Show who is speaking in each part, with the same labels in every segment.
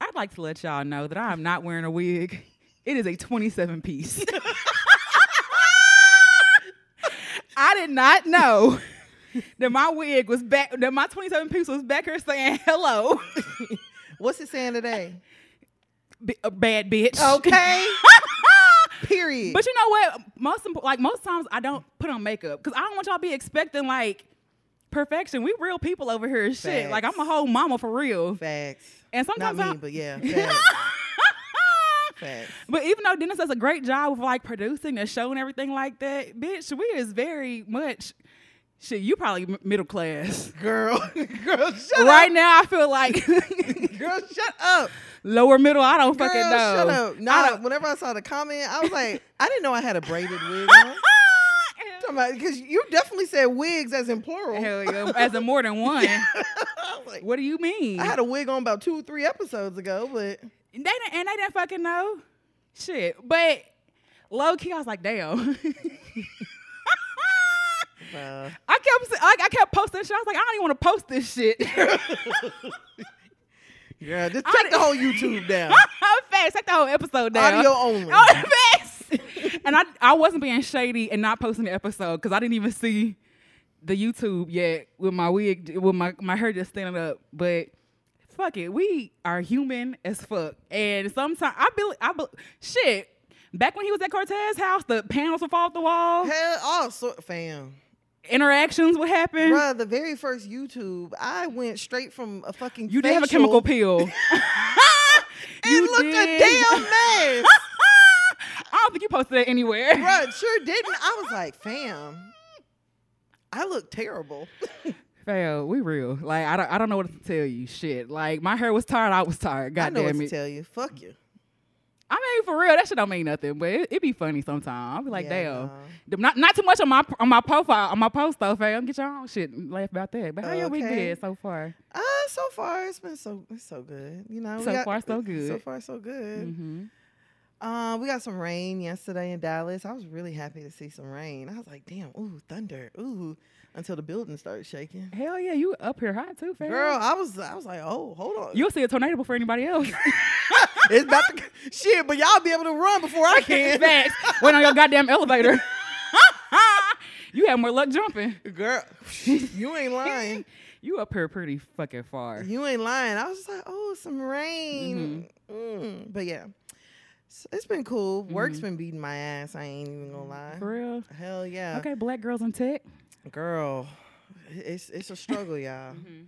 Speaker 1: I'd like to let y'all know that I am not wearing a wig. It is a 27 piece. I did not know that my wig was back, that my 27 piece was back here saying hello.
Speaker 2: What's it saying today?
Speaker 1: B- a uh, bad bitch.
Speaker 2: Okay. Period.
Speaker 1: But you know what? Most impo- like most times I don't put on makeup because I don't want y'all to be expecting like perfection. We real people over here and shit. Like I'm a
Speaker 2: Facts.
Speaker 1: whole mama for real.
Speaker 2: facts.
Speaker 1: And sometimes
Speaker 2: Not me,
Speaker 1: I-
Speaker 2: but yeah. Facts. facts.
Speaker 1: But even though Dennis does a great job of like producing the show and everything like that, bitch, we is very much shit. You probably m- middle class.
Speaker 2: Girl, girl, shut
Speaker 1: Right now, I feel like
Speaker 2: up. Girl, shut up.
Speaker 1: lower middle. I don't fucking
Speaker 2: Girl,
Speaker 1: know.
Speaker 2: shut up. No,
Speaker 1: I don't.
Speaker 2: whenever I saw the comment, I was like, I didn't know I had a braided wig on. Because you definitely said wigs as in plural.
Speaker 1: Hell yeah, as a more than one.
Speaker 2: I was like,
Speaker 1: What do you mean?
Speaker 2: I had a wig on about two or three episodes ago, but uh,
Speaker 1: And they didn't, and they didn't fucking know. Shit. But low key, I was like, damn.
Speaker 2: uh,
Speaker 1: I kept sa- I, I kept posting shit. I was like, I don't even want to post this shit.
Speaker 2: yeah, just
Speaker 1: I
Speaker 2: check the
Speaker 1: didn't-
Speaker 2: whole YouTube down.
Speaker 1: Facts. Take the whole episode down.
Speaker 2: Audio only.
Speaker 1: Oh, facts. and I I wasn't being shady and not posting the episode because I didn't even see the YouTube yet with my wig with my my hair just standing up. But fuck it, we are human as fuck. And sometimes I be I be, shit. Back when he was at Cortez's house, the panels would fall off the wall.
Speaker 2: Hell, all sort, fam.
Speaker 1: interactions would happen.
Speaker 2: Bruh, the very first YouTube, I went straight from a fucking.
Speaker 1: you did have a
Speaker 2: facial
Speaker 1: chemical pill. you
Speaker 2: And looked a
Speaker 1: did.
Speaker 2: damn mess.
Speaker 1: I don't think you posted that anywhere.
Speaker 2: Bruh, sure didn't. I was like, fam, I look terrible.
Speaker 1: Fail, we real. Like I don't, I don't know what to tell you. Shit, like my hair was tired. I was tired. God
Speaker 2: I know
Speaker 1: damn
Speaker 2: what
Speaker 1: it.
Speaker 2: to tell you. Fuck you.
Speaker 1: I mean, for real, that shit don't mean nothing. But it, it be funny sometimes. I'll be like,
Speaker 2: Yeah,
Speaker 1: damn.
Speaker 2: nah.
Speaker 1: Th- Not not too much on my on my profile on my post though, fam. Get your own shit. and Laugh about that. But how your week
Speaker 2: Okay.
Speaker 1: did so far?
Speaker 2: Uh, so far it's been so it's so good. You know, we
Speaker 1: So
Speaker 2: got-
Speaker 1: far, so
Speaker 2: So
Speaker 1: good.
Speaker 2: far, so good.
Speaker 1: Mm-hmm.
Speaker 2: Uh, we got some rain yesterday in Dallas. I was really happy to see some rain. I was like, damn, ooh, thunder, ooh, until the building started shaking.
Speaker 1: Hell yeah, you up here hot too, fam.
Speaker 2: Girl, I was I was like, oh, hold on,
Speaker 1: you'll see a tornado before anybody else.
Speaker 2: it's about to shit, but y'all be able to run before I can.
Speaker 1: Facts. Went on your goddamn elevator. you had more luck jumping.
Speaker 2: Girl, you ain't lying.
Speaker 1: You up here pretty fucking far.
Speaker 2: You ain't lying. I was just like, oh, some rain. Mm. But yeah, so it's been cool. Work's been beating my ass. I ain't even gonna lie.
Speaker 1: For real.
Speaker 2: Hell yeah.
Speaker 1: Okay, black girls in tech.
Speaker 2: girl it's it's a struggle y'all
Speaker 1: Mm-hmm.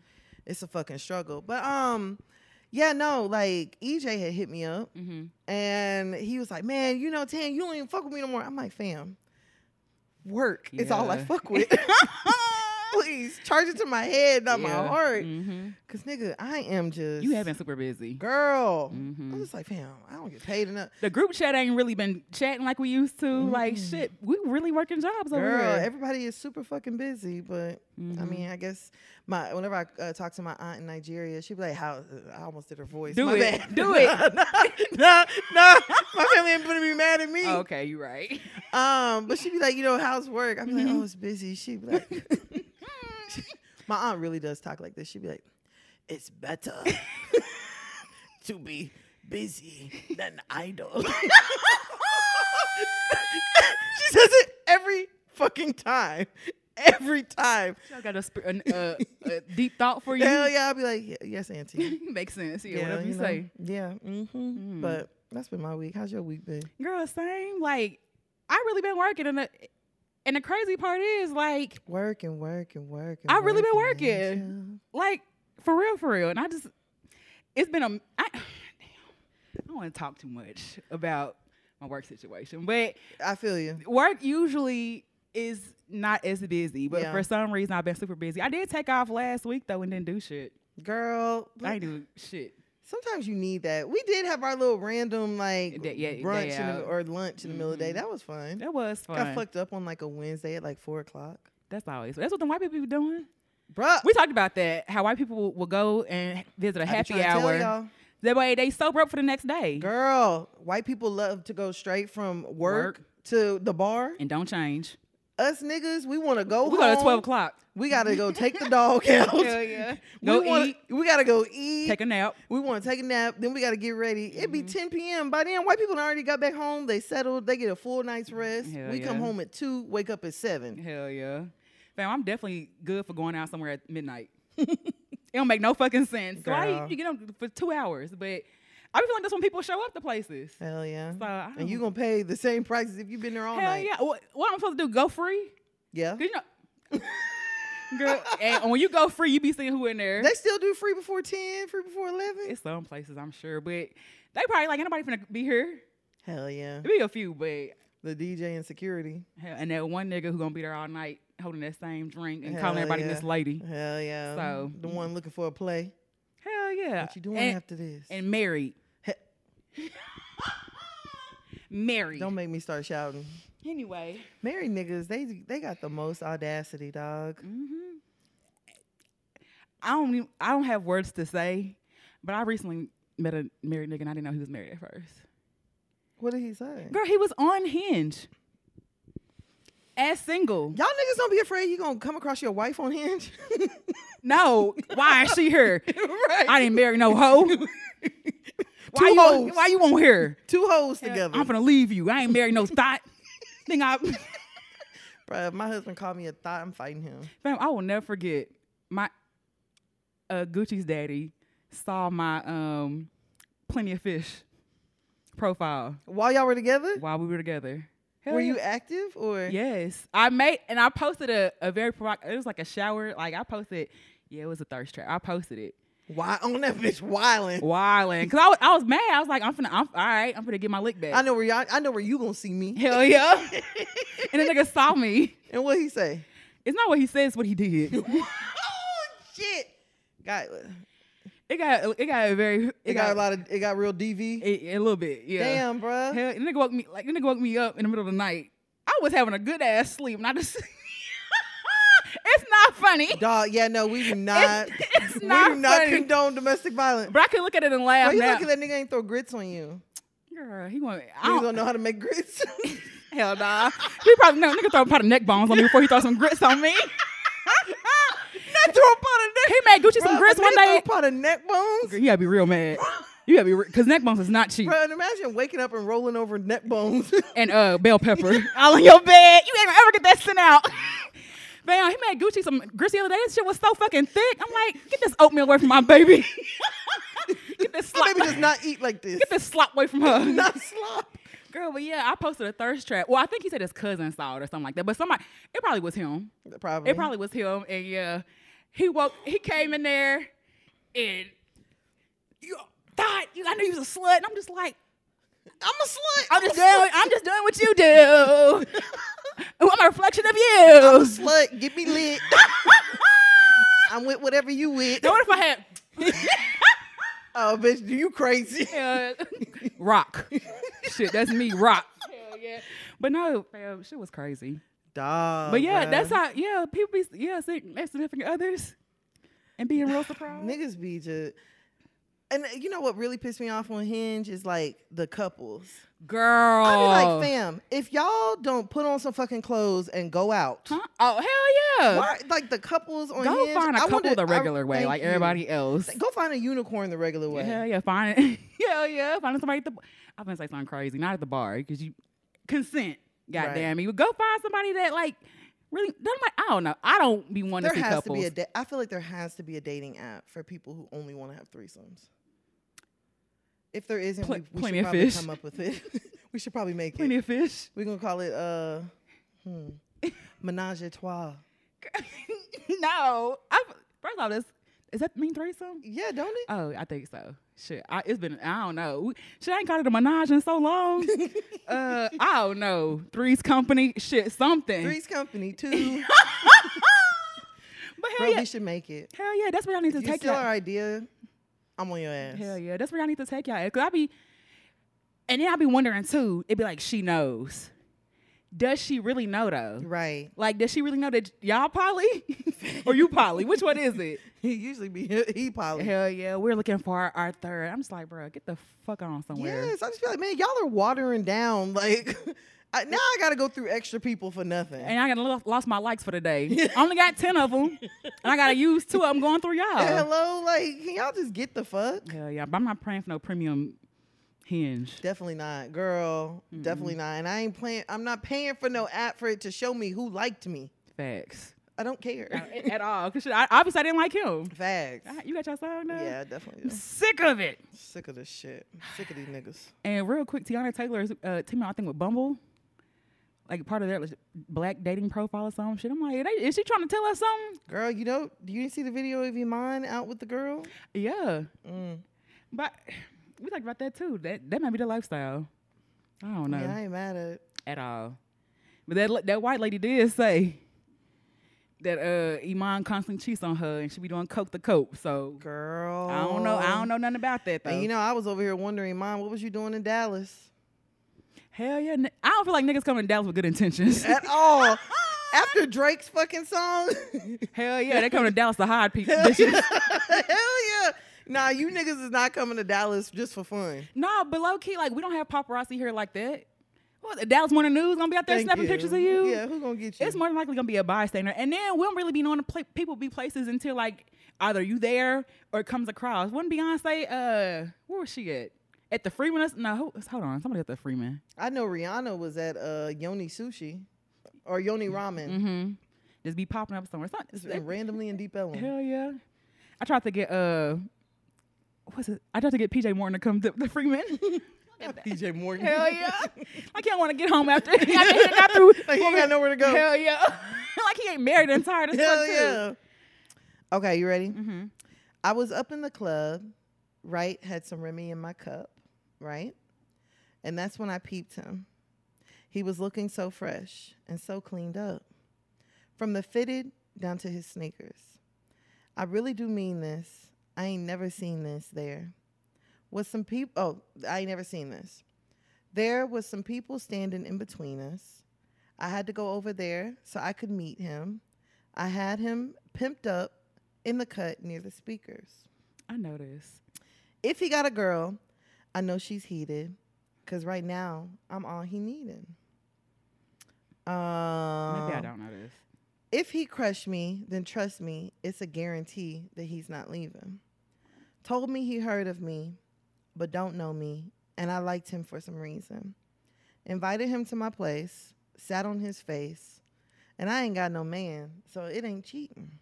Speaker 2: it's a fucking struggle but um yeah no like ej had hit me up
Speaker 1: Mhm.
Speaker 2: and he was like man you know tan you don't even fuck with me no more i'm like fam work is all i
Speaker 1: Yeah.
Speaker 2: fuck with please charge it to my head not my
Speaker 1: Yeah.
Speaker 2: heart
Speaker 1: Mhm.
Speaker 2: because nigga i am just
Speaker 1: You have been super busy.
Speaker 2: girl i'm
Speaker 1: Mhm.
Speaker 2: just like fam i don't get paid enough
Speaker 1: The group chat ain't really been chatting like we used to. Like shit, we really working jobs over
Speaker 2: Mm-hmm. Girl,
Speaker 1: here.
Speaker 2: everybody is super fucking busy, but I
Speaker 1: Mhm.
Speaker 2: mean, I guess my whenever I uh, talk to my aunt in Nigeria, she be like, "How?" I almost did her voice.
Speaker 1: Do
Speaker 2: My
Speaker 1: it.
Speaker 2: bad.
Speaker 1: Do it.
Speaker 2: nah, nah, nah. My family ain't gonna be mad at me.
Speaker 1: Oh, okay, you right.
Speaker 2: Um, but she be like, "You know, how's work?" I'm
Speaker 1: Mm-hmm.
Speaker 2: like, "Oh, it's busy." She be like, "My aunt really does talk like this." She be like, "It's better to be busy than idle." she says it every fucking time. Every time.
Speaker 1: Y'all got a, sp- an, uh, a deep thought for you.
Speaker 2: Hell yeah, I'll be like, "Yeah, yes, Auntie.
Speaker 1: Makes sense. Yeah,
Speaker 2: Yeah,
Speaker 1: whatever you,
Speaker 2: know?
Speaker 1: say.
Speaker 2: Yeah. Mm-hmm.
Speaker 1: Mm.
Speaker 2: But that's been my week. How's your week been?
Speaker 1: Girl, same. Like I really been working, and the and the crazy part is like
Speaker 2: Work and work and work. And
Speaker 1: I really been
Speaker 2: work and
Speaker 1: working. like for real, for real. And I just, it's been a, I, damn, I don't want to talk too much about my work situation, but
Speaker 2: I feel you.
Speaker 1: work usually is not as busy. But
Speaker 2: Yeah.
Speaker 1: for some reason, I've been super busy. I did take off last week though and didn't do shit.
Speaker 2: Girl,
Speaker 1: I ain't do shit.
Speaker 2: sometimes you need that. We did have our little random like
Speaker 1: Day- yeah, day
Speaker 2: brunch in the,
Speaker 1: out.
Speaker 2: or lunch in the middle of the day. That was fun.
Speaker 1: That was
Speaker 2: Got
Speaker 1: fun.
Speaker 2: fucked up on like a Wednesday at like four o'clock.
Speaker 1: That's always that's what the white people be doing.
Speaker 2: Bruh,
Speaker 1: We talked about that. How white people will go and visit a
Speaker 2: I be
Speaker 1: happy
Speaker 2: trying to tell
Speaker 1: hour.
Speaker 2: y'all.
Speaker 1: That way they sober up for the next day
Speaker 2: Girl, white people love to go straight from work,
Speaker 1: Work.
Speaker 2: to the bar.
Speaker 1: and don't change.
Speaker 2: Us niggas, we want to go
Speaker 1: We
Speaker 2: home.
Speaker 1: go to twelve o'clock.
Speaker 2: We gotta go take the dog out.
Speaker 1: Hell yeah. Go
Speaker 2: we wanna,
Speaker 1: eat.
Speaker 2: We gotta go eat.
Speaker 1: Take a nap.
Speaker 2: we want to take a nap. Then we gotta get ready. It
Speaker 1: Mm-hmm.
Speaker 2: be 10 p.m. By then, white people done already got back home. They settled. They get a full night's rest.
Speaker 1: Mm, Hell
Speaker 2: we come
Speaker 1: yeah.
Speaker 2: home at two. Wake up at seven.
Speaker 1: Hell yeah. Fam, I'm definitely good for going out somewhere at midnight. it don't make no fucking sense. Why
Speaker 2: Girl.
Speaker 1: you get up for two hours? But I be feeling that's when people show up to places.
Speaker 2: Hell yeah.
Speaker 1: So, I
Speaker 2: and you
Speaker 1: don't-
Speaker 2: gonna pay the same price as if you've been there all
Speaker 1: Hell
Speaker 2: night.
Speaker 1: yeah. What, what I'm supposed to do? Go free?
Speaker 2: Yeah.
Speaker 1: 'Cause you know, girl. And when you go free, you be seeing who in there.
Speaker 2: They still do free before 10, free before 11.
Speaker 1: It's some places I'm sure, but they probably like anybody finna be here.
Speaker 2: Hell yeah.
Speaker 1: It be a few, but
Speaker 2: The DJ and security.
Speaker 1: hell, and that one nigga who gonna be there all night holding that same drink and
Speaker 2: Hell
Speaker 1: calling everybody
Speaker 2: yeah.
Speaker 1: Miss Lady.
Speaker 2: Hell yeah.
Speaker 1: So-
Speaker 2: the one looking for a play.
Speaker 1: Hell yeah.
Speaker 2: What you doing
Speaker 1: and,
Speaker 2: after this?
Speaker 1: and married.
Speaker 2: He-
Speaker 1: married.
Speaker 2: Don't make me start shouting.
Speaker 1: anyway.
Speaker 2: Married niggas, they they got the most audacity, dog.
Speaker 1: hmm I don't. Even, I don't have words to say, but I recently met a married nigga and I didn't know he was married at first.
Speaker 2: What did he say?
Speaker 1: Girl, he was on Hinge as single.
Speaker 2: Y'all niggas don't be afraid you gonna come across your wife on Hinge.
Speaker 1: No, why is she here?
Speaker 2: right.
Speaker 1: I didn't marry no hoe. why,
Speaker 2: Two
Speaker 1: you on,
Speaker 2: hoes.
Speaker 1: why you on here?
Speaker 2: Two hoes together.
Speaker 1: I'm gonna leave you. I ain't married no thought. Think I,
Speaker 2: Bruh, if my husband called me a thought, I'm fighting him.
Speaker 1: fam, I will never forget my uh, Gucci's daddy saw my um plenty of fish profile
Speaker 2: While y'all were together,
Speaker 1: while we were together. Hell
Speaker 2: were
Speaker 1: yeah.
Speaker 2: you active or
Speaker 1: Yes, I made and I posted a, a very provoc- it was like a shower like I posted yeah it was a thirst trap I posted it
Speaker 2: why on that bitch wilding?
Speaker 1: wilding because I was I was mad I was like I'm finna I'm all right I'm finna get my lick back
Speaker 2: I know where y'all I know where you gonna see me.
Speaker 1: hell yeah and the nigga saw me
Speaker 2: And what he say?
Speaker 1: it's not what he said it's what he did
Speaker 2: oh shit. Got it
Speaker 1: it got it got a very it,
Speaker 2: got, a lot of it got real DV.
Speaker 1: a, a little bit yeah
Speaker 2: Damn, bruh.
Speaker 1: hell the nigga woke me like the nigga woke me up in the middle of the night I was having a good ass sleep and I just it's not funny
Speaker 2: Dog, yeah, no, we do not.
Speaker 1: it's
Speaker 2: we
Speaker 1: not
Speaker 2: do not
Speaker 1: funny.
Speaker 2: condone domestic violence.
Speaker 1: but I could look at it and laugh
Speaker 2: Why you
Speaker 1: now.
Speaker 2: lucky that nigga ain't throw grits on you?
Speaker 1: Girl, he went. I
Speaker 2: Niggas
Speaker 1: don't,
Speaker 2: don't know how to make grits.
Speaker 1: Hell nah. He probably no nigga throw a pot of neck bones on me before he throw some grits on me. Not throw a pot of neck. He made Gucci some
Speaker 2: Bruh,
Speaker 1: grits
Speaker 2: a
Speaker 1: one
Speaker 2: nigga throw
Speaker 1: day.
Speaker 2: a pot of neck bones.
Speaker 1: You gotta be real mad. You gotta be because neck bones is not cheap.
Speaker 2: Bruh, and imagine waking up and rolling over neck bones.
Speaker 1: And uh bell pepper all on your bed. You ain't gonna ever get that sent out. Man, he made Gucci some grits the other day. This shit was so fucking thick. I'm like, get this oatmeal away from my baby. get this
Speaker 2: My
Speaker 1: slop.
Speaker 2: baby does not eat like this.
Speaker 1: Get this slop away from her.
Speaker 2: Not slop.
Speaker 1: Girl, but yeah, I posted a thirst trap. Well, I think he said his cousin saw it or something like that. But somebody, it probably was him.
Speaker 2: Probably.
Speaker 1: It probably was him, and yeah, he woke. He came in there, and you thought you. I knew you was a slut, and I'm just like,
Speaker 2: I'm a slut.
Speaker 1: I'm just doing. I'm just doing what you do. I'm a reflection of you.
Speaker 2: slut. Get me lit. I'm with whatever you with.
Speaker 1: So what if I had
Speaker 2: Oh, bitch, do you crazy?
Speaker 1: uh, rock? Shit, that's me, rock. Hell yeah. But no, fam, shit was crazy.
Speaker 2: Dog.
Speaker 1: But yeah,
Speaker 2: bruh.
Speaker 1: that's how. Yeah, people be yeah, sig- their significant others, and being real surprised.
Speaker 2: Niggas be just. And uh, you know what really pissed me off on Hinge is like the couples.
Speaker 1: Girl,
Speaker 2: I be
Speaker 1: Oh.
Speaker 2: like, fam, if y'all don't put on some fucking clothes and go out,
Speaker 1: Huh? Oh hell yeah!
Speaker 2: why, like the couples on
Speaker 1: Go
Speaker 2: Hinge,
Speaker 1: find a
Speaker 2: I
Speaker 1: couple
Speaker 2: wonder-
Speaker 1: the
Speaker 2: I-
Speaker 1: regular way,
Speaker 2: thank
Speaker 1: like
Speaker 2: you.
Speaker 1: everybody else.
Speaker 2: Go find a unicorn the regular way.
Speaker 1: Hell yeah, find it. Hell yeah, find somebody at the. I'm gonna say something crazy, not at the bar, because you consent. God
Speaker 2: Right.
Speaker 1: damn it, go find somebody that like really. Don't like. I don't know. I don't be one
Speaker 2: There
Speaker 1: to see
Speaker 2: has
Speaker 1: couples.
Speaker 2: to be a. Da- I feel like there has to be a dating app for people who only want to have threesomes. If there isn't,
Speaker 1: Pl-
Speaker 2: we, we
Speaker 1: plenty of
Speaker 2: should probably
Speaker 1: fish.
Speaker 2: come up with it. we should probably make
Speaker 1: Plenty
Speaker 2: it.
Speaker 1: of fish.
Speaker 2: We're gonna call it uh, hmm, menage a trois.
Speaker 1: no, I, first off, this is that mean threesome?
Speaker 2: Yeah, don't it?
Speaker 1: Oh, I think so. Shit, I, it's been I don't know. We- Shit, I ain't called it a menage in so long. uh, I don't know. Three's company. Shit, something.
Speaker 2: Three's company too.
Speaker 1: but hell
Speaker 2: Bro,
Speaker 1: Oh, yeah,
Speaker 2: we should make it.
Speaker 1: hell yeah. That's where y'all need to
Speaker 2: you
Speaker 1: take
Speaker 2: steal
Speaker 1: y'all.
Speaker 2: our idea, I'm on your ass.
Speaker 1: Hell yeah, that's where y'all need to take y'all. at, Cause I be, and then I be wondering too. It'd be like she knows. does she really know though?
Speaker 2: Right.
Speaker 1: Like, does she really know that y'all Polly or you Polly? Which one is it?
Speaker 2: He usually be he, he probably.
Speaker 1: Hell yeah, we're looking for our, our third. I'm just like, bro, get the fuck on somewhere.
Speaker 2: Yes, I just feel like man, y'all are watering down. Like I, now I gotta go through extra people for nothing.
Speaker 1: And I got lo- lost my likes for the day. I only got ten of them, and I gotta use two of them going through y'all.
Speaker 2: And hello, like can y'all just get the fuck?
Speaker 1: Hell yeah, but I'm not praying for no premium hinge.
Speaker 2: Definitely not, girl.
Speaker 1: Mm-hmm.
Speaker 2: Definitely not. And I ain't playing. I'm not paying for no app for it to show me who liked me.
Speaker 1: Facts
Speaker 2: I don't care.
Speaker 1: at at all. Cause shit, I, obviously I didn't like him.
Speaker 2: Facts.
Speaker 1: I- You got your song now.
Speaker 2: Yeah, I definitely.
Speaker 1: I'm
Speaker 2: do.
Speaker 1: sick of it.
Speaker 2: Sick of this shit. I'm sick of these niggas.
Speaker 1: And real quick, Tiana Taylor is uh, teaming out, I think, with Bumble. Like part of their like, black dating profile or some shit. I'm like, they- is she trying to tell us something?
Speaker 2: Girl, you know, do you see the video of Iman out with the girl?
Speaker 1: Yeah.
Speaker 2: Mm.
Speaker 1: But we talked about that too. That that might be the lifestyle. I don't know
Speaker 2: Yeah, I ain't mad at it.
Speaker 1: at all. But that li- that white lady did say that uh Iman constantly cheats on her and she be doing coke the coke. So
Speaker 2: Girl.
Speaker 1: I don't know. I don't know nothing about that though.
Speaker 2: And Oh. you know, I was over here wondering, Mom, what was you doing in Dallas?
Speaker 1: Hell yeah. ni- I don't feel like niggas coming to Dallas with good intentions.
Speaker 2: At all. After Drake's fucking song?
Speaker 1: Hell yeah, they come to Dallas to hide people. bitches.
Speaker 2: Hell yeah. Nah, you niggas is not coming to Dallas just for fun.
Speaker 1: No, but low key, like we don't have paparazzi here like that. What, the Dallas Morning News gonna be out there
Speaker 2: Thank
Speaker 1: snapping
Speaker 2: you.
Speaker 1: pictures of you?
Speaker 2: Yeah, who gonna get you?
Speaker 1: It's more than likely gonna be a bystander, and then we don't really be knowing the pla- people be places until like either you there or it comes across. Wasn't Beyonce? Uh, where was she at? At the Freeman? or s- No, who, hold on, somebody at the Freeman.
Speaker 2: I know Rihanna was at uh, Yoni Sushi or Yoni Ramen.
Speaker 1: Mm-hmm. Just be popping up somewhere. It's not,
Speaker 2: Just randomly in Deep Ellum.
Speaker 1: hell yeah. I tried to get uh, what's it? I tried to get PJ Morton to come to the Freeman.
Speaker 2: PJ Morgan.
Speaker 1: Hell yeah! I can't want to get home after after he got through.
Speaker 2: Like, he ain't got nowhere to go.
Speaker 1: Hell yeah! like he ain't married and tired as
Speaker 2: Hell
Speaker 1: fuck
Speaker 2: yeah. Okay, you ready?
Speaker 1: too. Mhm.
Speaker 2: I was up in the club, right? Had some Remy in my cup, right? And that's when I peeped him. He was looking so fresh and so cleaned up, from the fitted down to his sneakers. I really do mean this. I ain't never seen this there. Was some people, oh, I ain't never seen this. There was some people standing in between us. I had to go over there so I could meet him. I had him pimped up in the cut near the speakers.
Speaker 1: I know this.
Speaker 2: If he got a girl, I know she's heated because right now I'm all he needed. Um,
Speaker 1: Maybe I don't know this.
Speaker 2: If he crushed me, then trust me, it's a guarantee that he's not leaving. Told me he heard of me, but don't know me, and I liked him for some reason. Invited him to my place, sat on his face, and I ain't got no man, so it ain't cheating.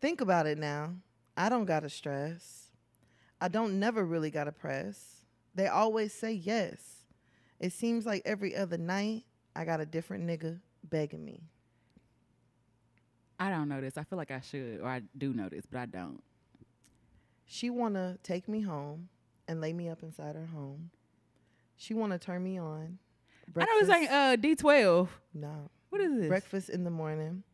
Speaker 2: Think about it now. I don't gotta stress. I don't never really gotta press. They always say yes. It seems like every other night I got a different nigga begging me.
Speaker 1: I don't know this. I feel like I should, or I do know this, but I don't.
Speaker 2: She want to take me home and lay me up inside her home. She want to turn me on.
Speaker 1: I know this ain't uh, D twelve.
Speaker 2: no.
Speaker 1: What is this?
Speaker 2: Breakfast in the morning.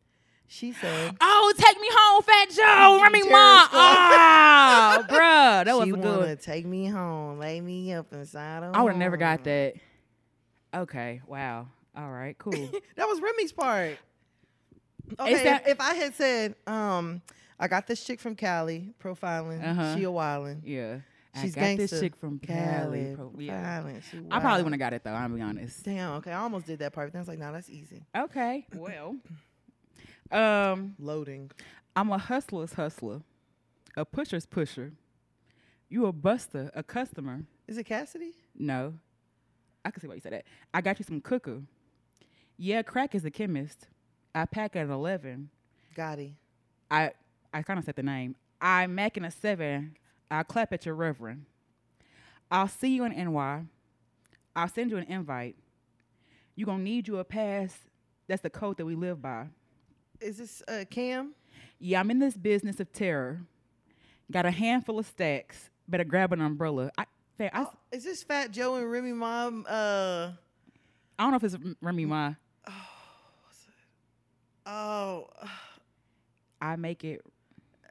Speaker 2: She said
Speaker 1: Oh, take me home, Fat Joe, Remy
Speaker 2: Terrorist
Speaker 1: Ma.
Speaker 2: Squad.
Speaker 1: Oh, bruh, that was
Speaker 2: she
Speaker 1: a good.
Speaker 2: want
Speaker 1: One.
Speaker 2: to take me home, lay me up inside her.
Speaker 1: I would have never got
Speaker 2: home."
Speaker 1: that. Okay. Wow. All right. Cool.
Speaker 2: That was Remy's part. Okay, if-
Speaker 1: that-
Speaker 2: if, I had said, um, I got this chick from Cali profiling.
Speaker 1: Uh-huh.
Speaker 2: She a wildin'.
Speaker 1: yeah.
Speaker 2: She's
Speaker 1: I got
Speaker 2: gangsta.
Speaker 1: this chick from Cali. Pro-
Speaker 2: profiling.
Speaker 1: yeah.
Speaker 2: She
Speaker 1: I probably
Speaker 2: wildin'.
Speaker 1: wouldn't have got it though. I'm gonna be honest.
Speaker 2: Damn. Okay, I almost did that part, but then I was like, nah, that's easy.
Speaker 1: Okay. Well, um,
Speaker 2: Loading.
Speaker 1: I'm a hustler's hustler, a pusher's pusher. You a buster, a customer.
Speaker 2: Is it Cassidy?
Speaker 1: No, I can see why you said that. I got you some cooker. Yeah, crack is a chemist. I pack at eleven.
Speaker 2: Gotti.
Speaker 1: I I kind of said the name. I mac in a seven. I clap at your reverend. I'll see you in NY. I'll send you an invite. You gonna need you a pass. That's the code that we live by.
Speaker 2: Is this uh, Cam?
Speaker 1: Yeah, I'm in this business of terror. Got a handful of stacks. Better grab an umbrella. I, fa- I,
Speaker 2: Is this Fat Joe and Remy Mom? Uh,
Speaker 1: I don't know if it's Remy Ma.
Speaker 2: oh,
Speaker 1: I make it.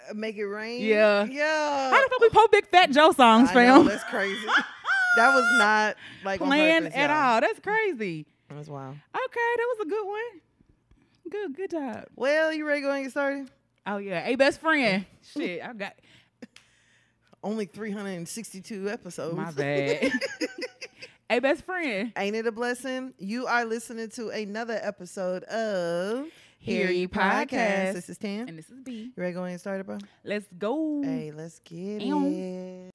Speaker 2: uh, make it rain.
Speaker 1: Yeah.
Speaker 2: yeah.
Speaker 1: How the fuck we pull Big Fat Joe songs,
Speaker 2: I know,
Speaker 1: fam?
Speaker 2: that's crazy. that was not like on
Speaker 1: Playing
Speaker 2: purpose,
Speaker 1: at
Speaker 2: y'all.
Speaker 1: all. That's crazy.
Speaker 2: That's wild.
Speaker 1: that was a good one. Good, good job.
Speaker 2: Well, you ready to go and get started?
Speaker 1: Oh yeah, a best friend. Shit, I got
Speaker 2: Only 362 episodes.
Speaker 1: my bad. a best friend.
Speaker 2: Ain't it a blessing? You are listening to another episode of
Speaker 1: Hear You Podcast.
Speaker 2: This is Tam.
Speaker 1: And Mm. this is B.
Speaker 2: You ready to go ahead and start it, bro?
Speaker 1: Let's go.
Speaker 2: Hey, let's get
Speaker 1: Ow.
Speaker 2: it.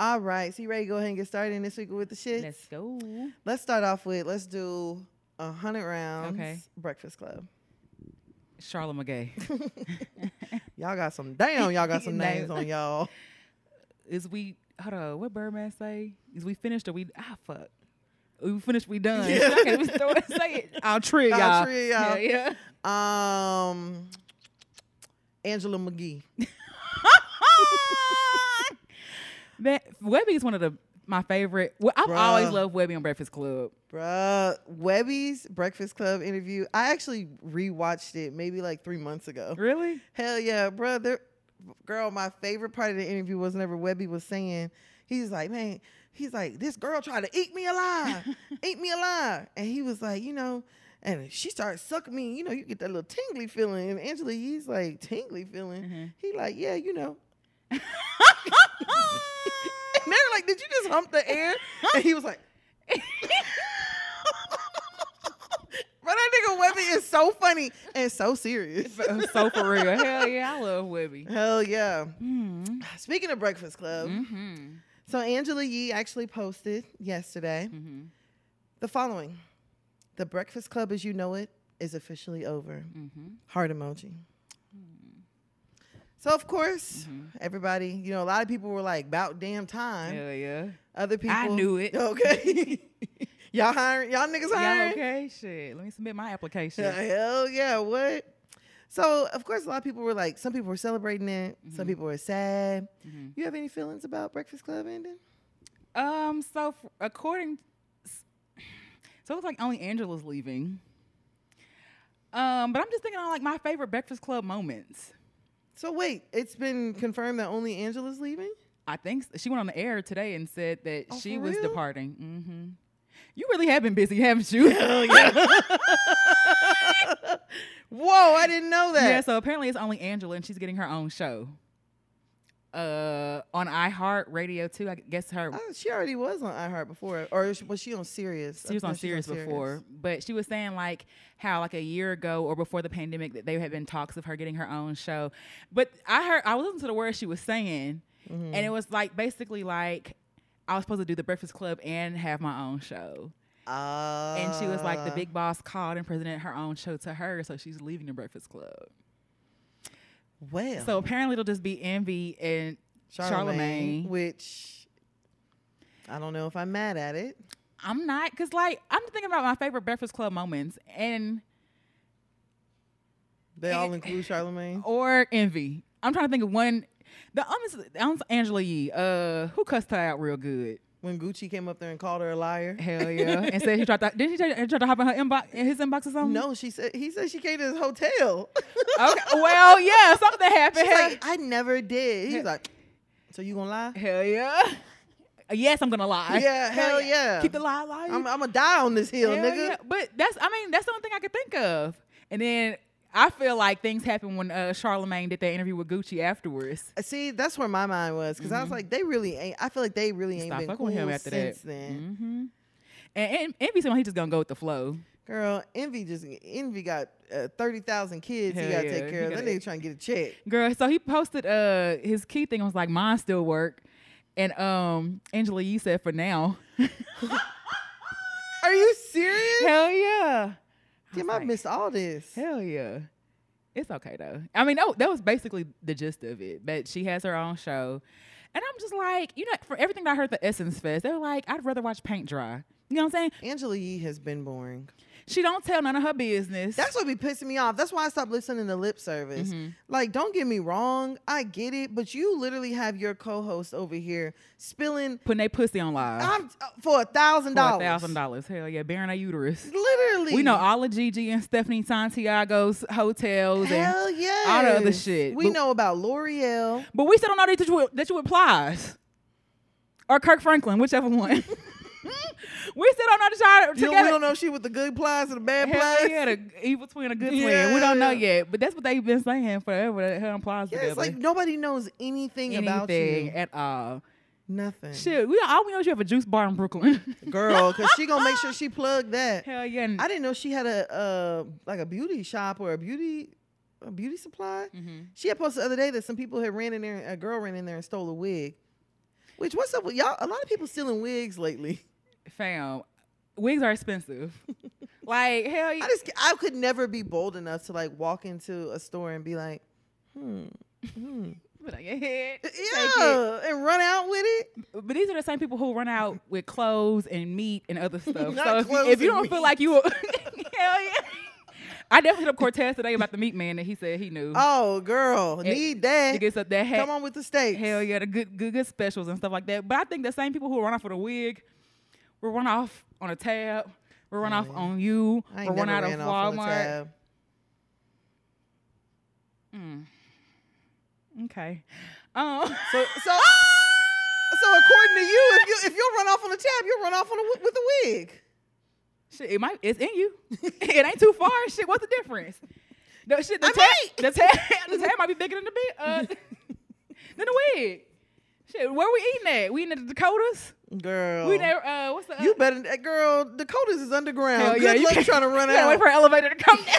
Speaker 2: All right, so you ready to go ahead and get started in this week with the shit?
Speaker 1: Let's go.
Speaker 2: Let's start off with let's do a hundred rounds.
Speaker 1: Okay.
Speaker 2: Breakfast Club.
Speaker 1: Charlotte McGay.
Speaker 2: Y'all got some damn. Y'all got some
Speaker 1: No.
Speaker 2: names on y'all.
Speaker 1: Is we hold on, what Birdman say? Is we finished or we ah fuck. We finished, we done.
Speaker 2: Yeah.
Speaker 1: I can't even throw it, say it. I'll trigger y'all.
Speaker 2: I'll trigger y'all.
Speaker 1: Yeah, yeah.
Speaker 2: Um, Angela McGee.
Speaker 1: Man, Webby is one of the my favorite. Well, I've always
Speaker 2: Bruh.
Speaker 1: loved Webby on Breakfast Club.
Speaker 2: Bruh, Webby's Breakfast Club interview. I actually rewatched it maybe like three months ago.
Speaker 1: Really?
Speaker 2: Hell yeah, bruh. there- Girl, my favorite part of the interview was whenever Webby was saying, he's like, man, he's like, this girl tried to eat me alive, eat me alive. And he was like, you know, and she started sucking me. You know, you get that little tingly feeling. And Angela Yee's like, tingly feeling.
Speaker 1: Mhm.
Speaker 2: He like, yeah, you know. and they're like, did you just hump the air? And he was like, Bro, that nigga Webby is so funny and so serious.
Speaker 1: so for real. Hell yeah, I love Webby.
Speaker 2: Hell yeah.
Speaker 1: Mm-hmm.
Speaker 2: Speaking of Breakfast Club,
Speaker 1: Mm-hmm.
Speaker 2: so Angela Yee actually posted yesterday
Speaker 1: mm-hmm,
Speaker 2: the following The Breakfast Club as you know it is officially over.
Speaker 1: Mm-hmm.
Speaker 2: Heart emoji. So, of course,
Speaker 1: Mm-hmm.
Speaker 2: everybody, you know, a lot of people were like, about damn time.
Speaker 1: Hell yeah.
Speaker 2: Other people.
Speaker 1: I knew it.
Speaker 2: Okay. y'all hiring? Y'all niggas
Speaker 1: Y'all
Speaker 2: hiring?
Speaker 1: okay? Shit. Let me submit my application.
Speaker 2: Yeah, hell yeah, what? So of course, a lot of people were like, some people were celebrating it, some
Speaker 1: Mm-hmm.
Speaker 2: people were sad.
Speaker 1: Mhm.
Speaker 2: You have any feelings about Breakfast Club ending?
Speaker 1: Um. So f- according, so it looks like only Angela's leaving. Um. But I'm just thinking on like my favorite Breakfast Club moments.
Speaker 2: So wait, it's been confirmed that only Angela's leaving.
Speaker 1: I think s- she went on the air today and said that
Speaker 2: Oh,
Speaker 1: she
Speaker 2: for
Speaker 1: was
Speaker 2: real?
Speaker 1: departing. Mm-hmm. You really have been busy, haven't you?
Speaker 2: Whoa, I didn't know that.
Speaker 1: yeah. So apparently it's only Angela, and she's getting her own show. Uh, on iHeart Radio too. I guess her
Speaker 2: Oh, she already was on iHeart before, or is- was she on Sirius?
Speaker 1: she was
Speaker 2: No,
Speaker 1: on
Speaker 2: she's
Speaker 1: Sirius before, but she was saying like how like a year ago or before the pandemic that there had been talks of her getting her own show. But I heard I was listening to the words she was saying, and it was like basically like I was supposed to do the Breakfast Club and have my own show.
Speaker 2: Ah.
Speaker 1: And she was like, the big boss called and presented her own show to her, so she's leaving the Breakfast Club.
Speaker 2: well,
Speaker 1: So apparently it'll just be Envy and Charlemagne.
Speaker 2: which I don't know if I'm mad at it.
Speaker 1: I'm not, cause like I'm thinking about my favorite Breakfast Club moments and
Speaker 2: They all include Charlemagne.
Speaker 1: or envy. I'm trying to think of one. The um, honest, the honest Angela Yee, uh, who cussed her out real good.
Speaker 2: When Gucci came up there and called her a liar.
Speaker 1: Hell yeah! and said he tried to. Didn't he try, he tried to hop in her inbox, in his inbox or something?
Speaker 2: No, she said he said she came to his hotel.
Speaker 1: Okay. Well, yeah, something happened.
Speaker 2: She's
Speaker 1: Hell,
Speaker 2: like, I never did. He's like, So you gonna lie?
Speaker 1: hell yeah! Yes, I'm gonna lie.
Speaker 2: Yeah, hell yeah.
Speaker 1: Keep the lie lying.
Speaker 2: I'm, I'm gonna die on this hill,
Speaker 1: Hell
Speaker 2: nigga.
Speaker 1: yeah. But that's. I mean, that's the only thing I could think of. And then I feel like things happened when uh, Charlemagne did that interview with Gucci afterwards.
Speaker 2: Uh, See, that's where my mind was because I was like, they really ain't. I feel like they really ain't
Speaker 1: Mm-hmm. Stop
Speaker 2: been
Speaker 1: fucking
Speaker 2: cool
Speaker 1: with him after
Speaker 2: since
Speaker 1: that.
Speaker 2: then.
Speaker 1: Mm-hmm. And, and envy someone he just gonna go with the flow.
Speaker 2: Girl, envy just envy got uh, thirty thousand kids. he
Speaker 1: Hell
Speaker 2: gotta
Speaker 1: yeah,
Speaker 2: take care
Speaker 1: he
Speaker 2: of. That
Speaker 1: gotta-
Speaker 2: nigga trying to get a check.
Speaker 1: girl. So he posted uh his key thing was like mine still work, and um Angela Yee said for now.
Speaker 2: Are you serious?
Speaker 1: Hell yeah,
Speaker 2: Damn,
Speaker 1: was
Speaker 2: I
Speaker 1: like-
Speaker 2: missed all this.
Speaker 1: hell yeah. It's okay though. I mean, that, that was basically the gist of it. But she has her own show, and I'm just like, you know, for everything that I heard at the Essence Fest, they were like, I'd rather watch paint dry. You know what I'm saying?
Speaker 2: Angela Yee has been boring.
Speaker 1: She don't tell none of her business.
Speaker 2: That's what be pissing me off. That's why I stopped listening to lip service.
Speaker 1: Mm-hmm.
Speaker 2: Like, don't get me wrong, I get it, but you literally have your co-host over here spilling
Speaker 1: putting they pussy on live.
Speaker 2: I'm uh, for a thousand dollars.
Speaker 1: thousand dollars. Hell yeah, bearing a uterus.
Speaker 2: Literally.
Speaker 1: We know all of Gigi and Stephanie Santiago's hotels and
Speaker 2: Hell yeah.
Speaker 1: all the other shit.
Speaker 2: We
Speaker 1: But-
Speaker 2: know about L'Oreal.
Speaker 1: But we still don't know that you would- that you would Plies or Kirk Franklin, whichever one. we still don't know that y'all are
Speaker 2: You know,
Speaker 1: together.
Speaker 2: we don't know if she with the good plies or the bad
Speaker 1: Hell
Speaker 2: plies.
Speaker 1: yeah, the evil twin, a good twin.
Speaker 2: Yeah,
Speaker 1: we don't know
Speaker 2: yeah.
Speaker 1: yet, but that's what they've been saying forever. That her and Plies
Speaker 2: Yeah,
Speaker 1: together.
Speaker 2: it's like nobody knows anything, about
Speaker 1: Anything
Speaker 2: you.
Speaker 1: at all.
Speaker 2: Nothing.
Speaker 1: Shit, we all we know is you have a juice bar in Brooklyn.
Speaker 2: Girl, cause she gonna make sure she plugged that.
Speaker 1: Hell yeah. and-
Speaker 2: I didn't know she had a uh like a beauty shop or a beauty a beauty supply.
Speaker 1: Mm-hmm.
Speaker 2: She had posted the other day that some people had ran in there, a girl ran in there and stole a wig. Which what's up with y'all? A lot of people stealing wigs lately.
Speaker 1: Fam, wigs are expensive. like hell yeah.
Speaker 2: I just I could never be bold enough to like walk into a store and be like, hmm, hmm.
Speaker 1: Put on your head. take it.
Speaker 2: yeah, and run out with it.
Speaker 1: But these are the same people who run out with clothes and meat and other stuff.
Speaker 2: Not
Speaker 1: so if you,
Speaker 2: clothes
Speaker 1: if you
Speaker 2: and
Speaker 1: don't
Speaker 2: meat.
Speaker 1: feel like you, hell yeah. I definitely hit up Cortez today about the meat man that he said he knew.
Speaker 2: Oh, girl,
Speaker 1: It-
Speaker 2: need
Speaker 1: he
Speaker 2: that.
Speaker 1: gets up that hat.
Speaker 2: Come on with the steaks.
Speaker 1: Hell yeah, the good, good good specials and stuff like that. But I think the same people who run off with a wig will run off on a tab, will run
Speaker 2: Oh,
Speaker 1: off
Speaker 2: yeah.
Speaker 1: on you,
Speaker 2: I
Speaker 1: will
Speaker 2: ain't
Speaker 1: run
Speaker 2: never
Speaker 1: out of
Speaker 2: ran off on the
Speaker 1: Walmart.
Speaker 2: tab.
Speaker 1: Okay. Um,
Speaker 2: So, so, so according to you, if you if you'll run off on the tab, you'll run off on a, wi- with a wig.
Speaker 1: shit, it might it's in you. it ain't too far. Shit, what's the difference? The shit, the
Speaker 2: I
Speaker 1: tab,
Speaker 2: might.
Speaker 1: the tab, the tab might be bigger than the bit, uh, than the wig. Shit, where we eating at? We eating at the Dakotas?
Speaker 2: Girl,
Speaker 1: We there? Uh, what's the?
Speaker 2: Oh. you better, uh, girl. Dakotas is underground.
Speaker 1: Hell
Speaker 2: Good
Speaker 1: yeah, you
Speaker 2: luck
Speaker 1: can't-
Speaker 2: trying to run
Speaker 1: you gotta wait
Speaker 2: out.
Speaker 1: for an elevator to come down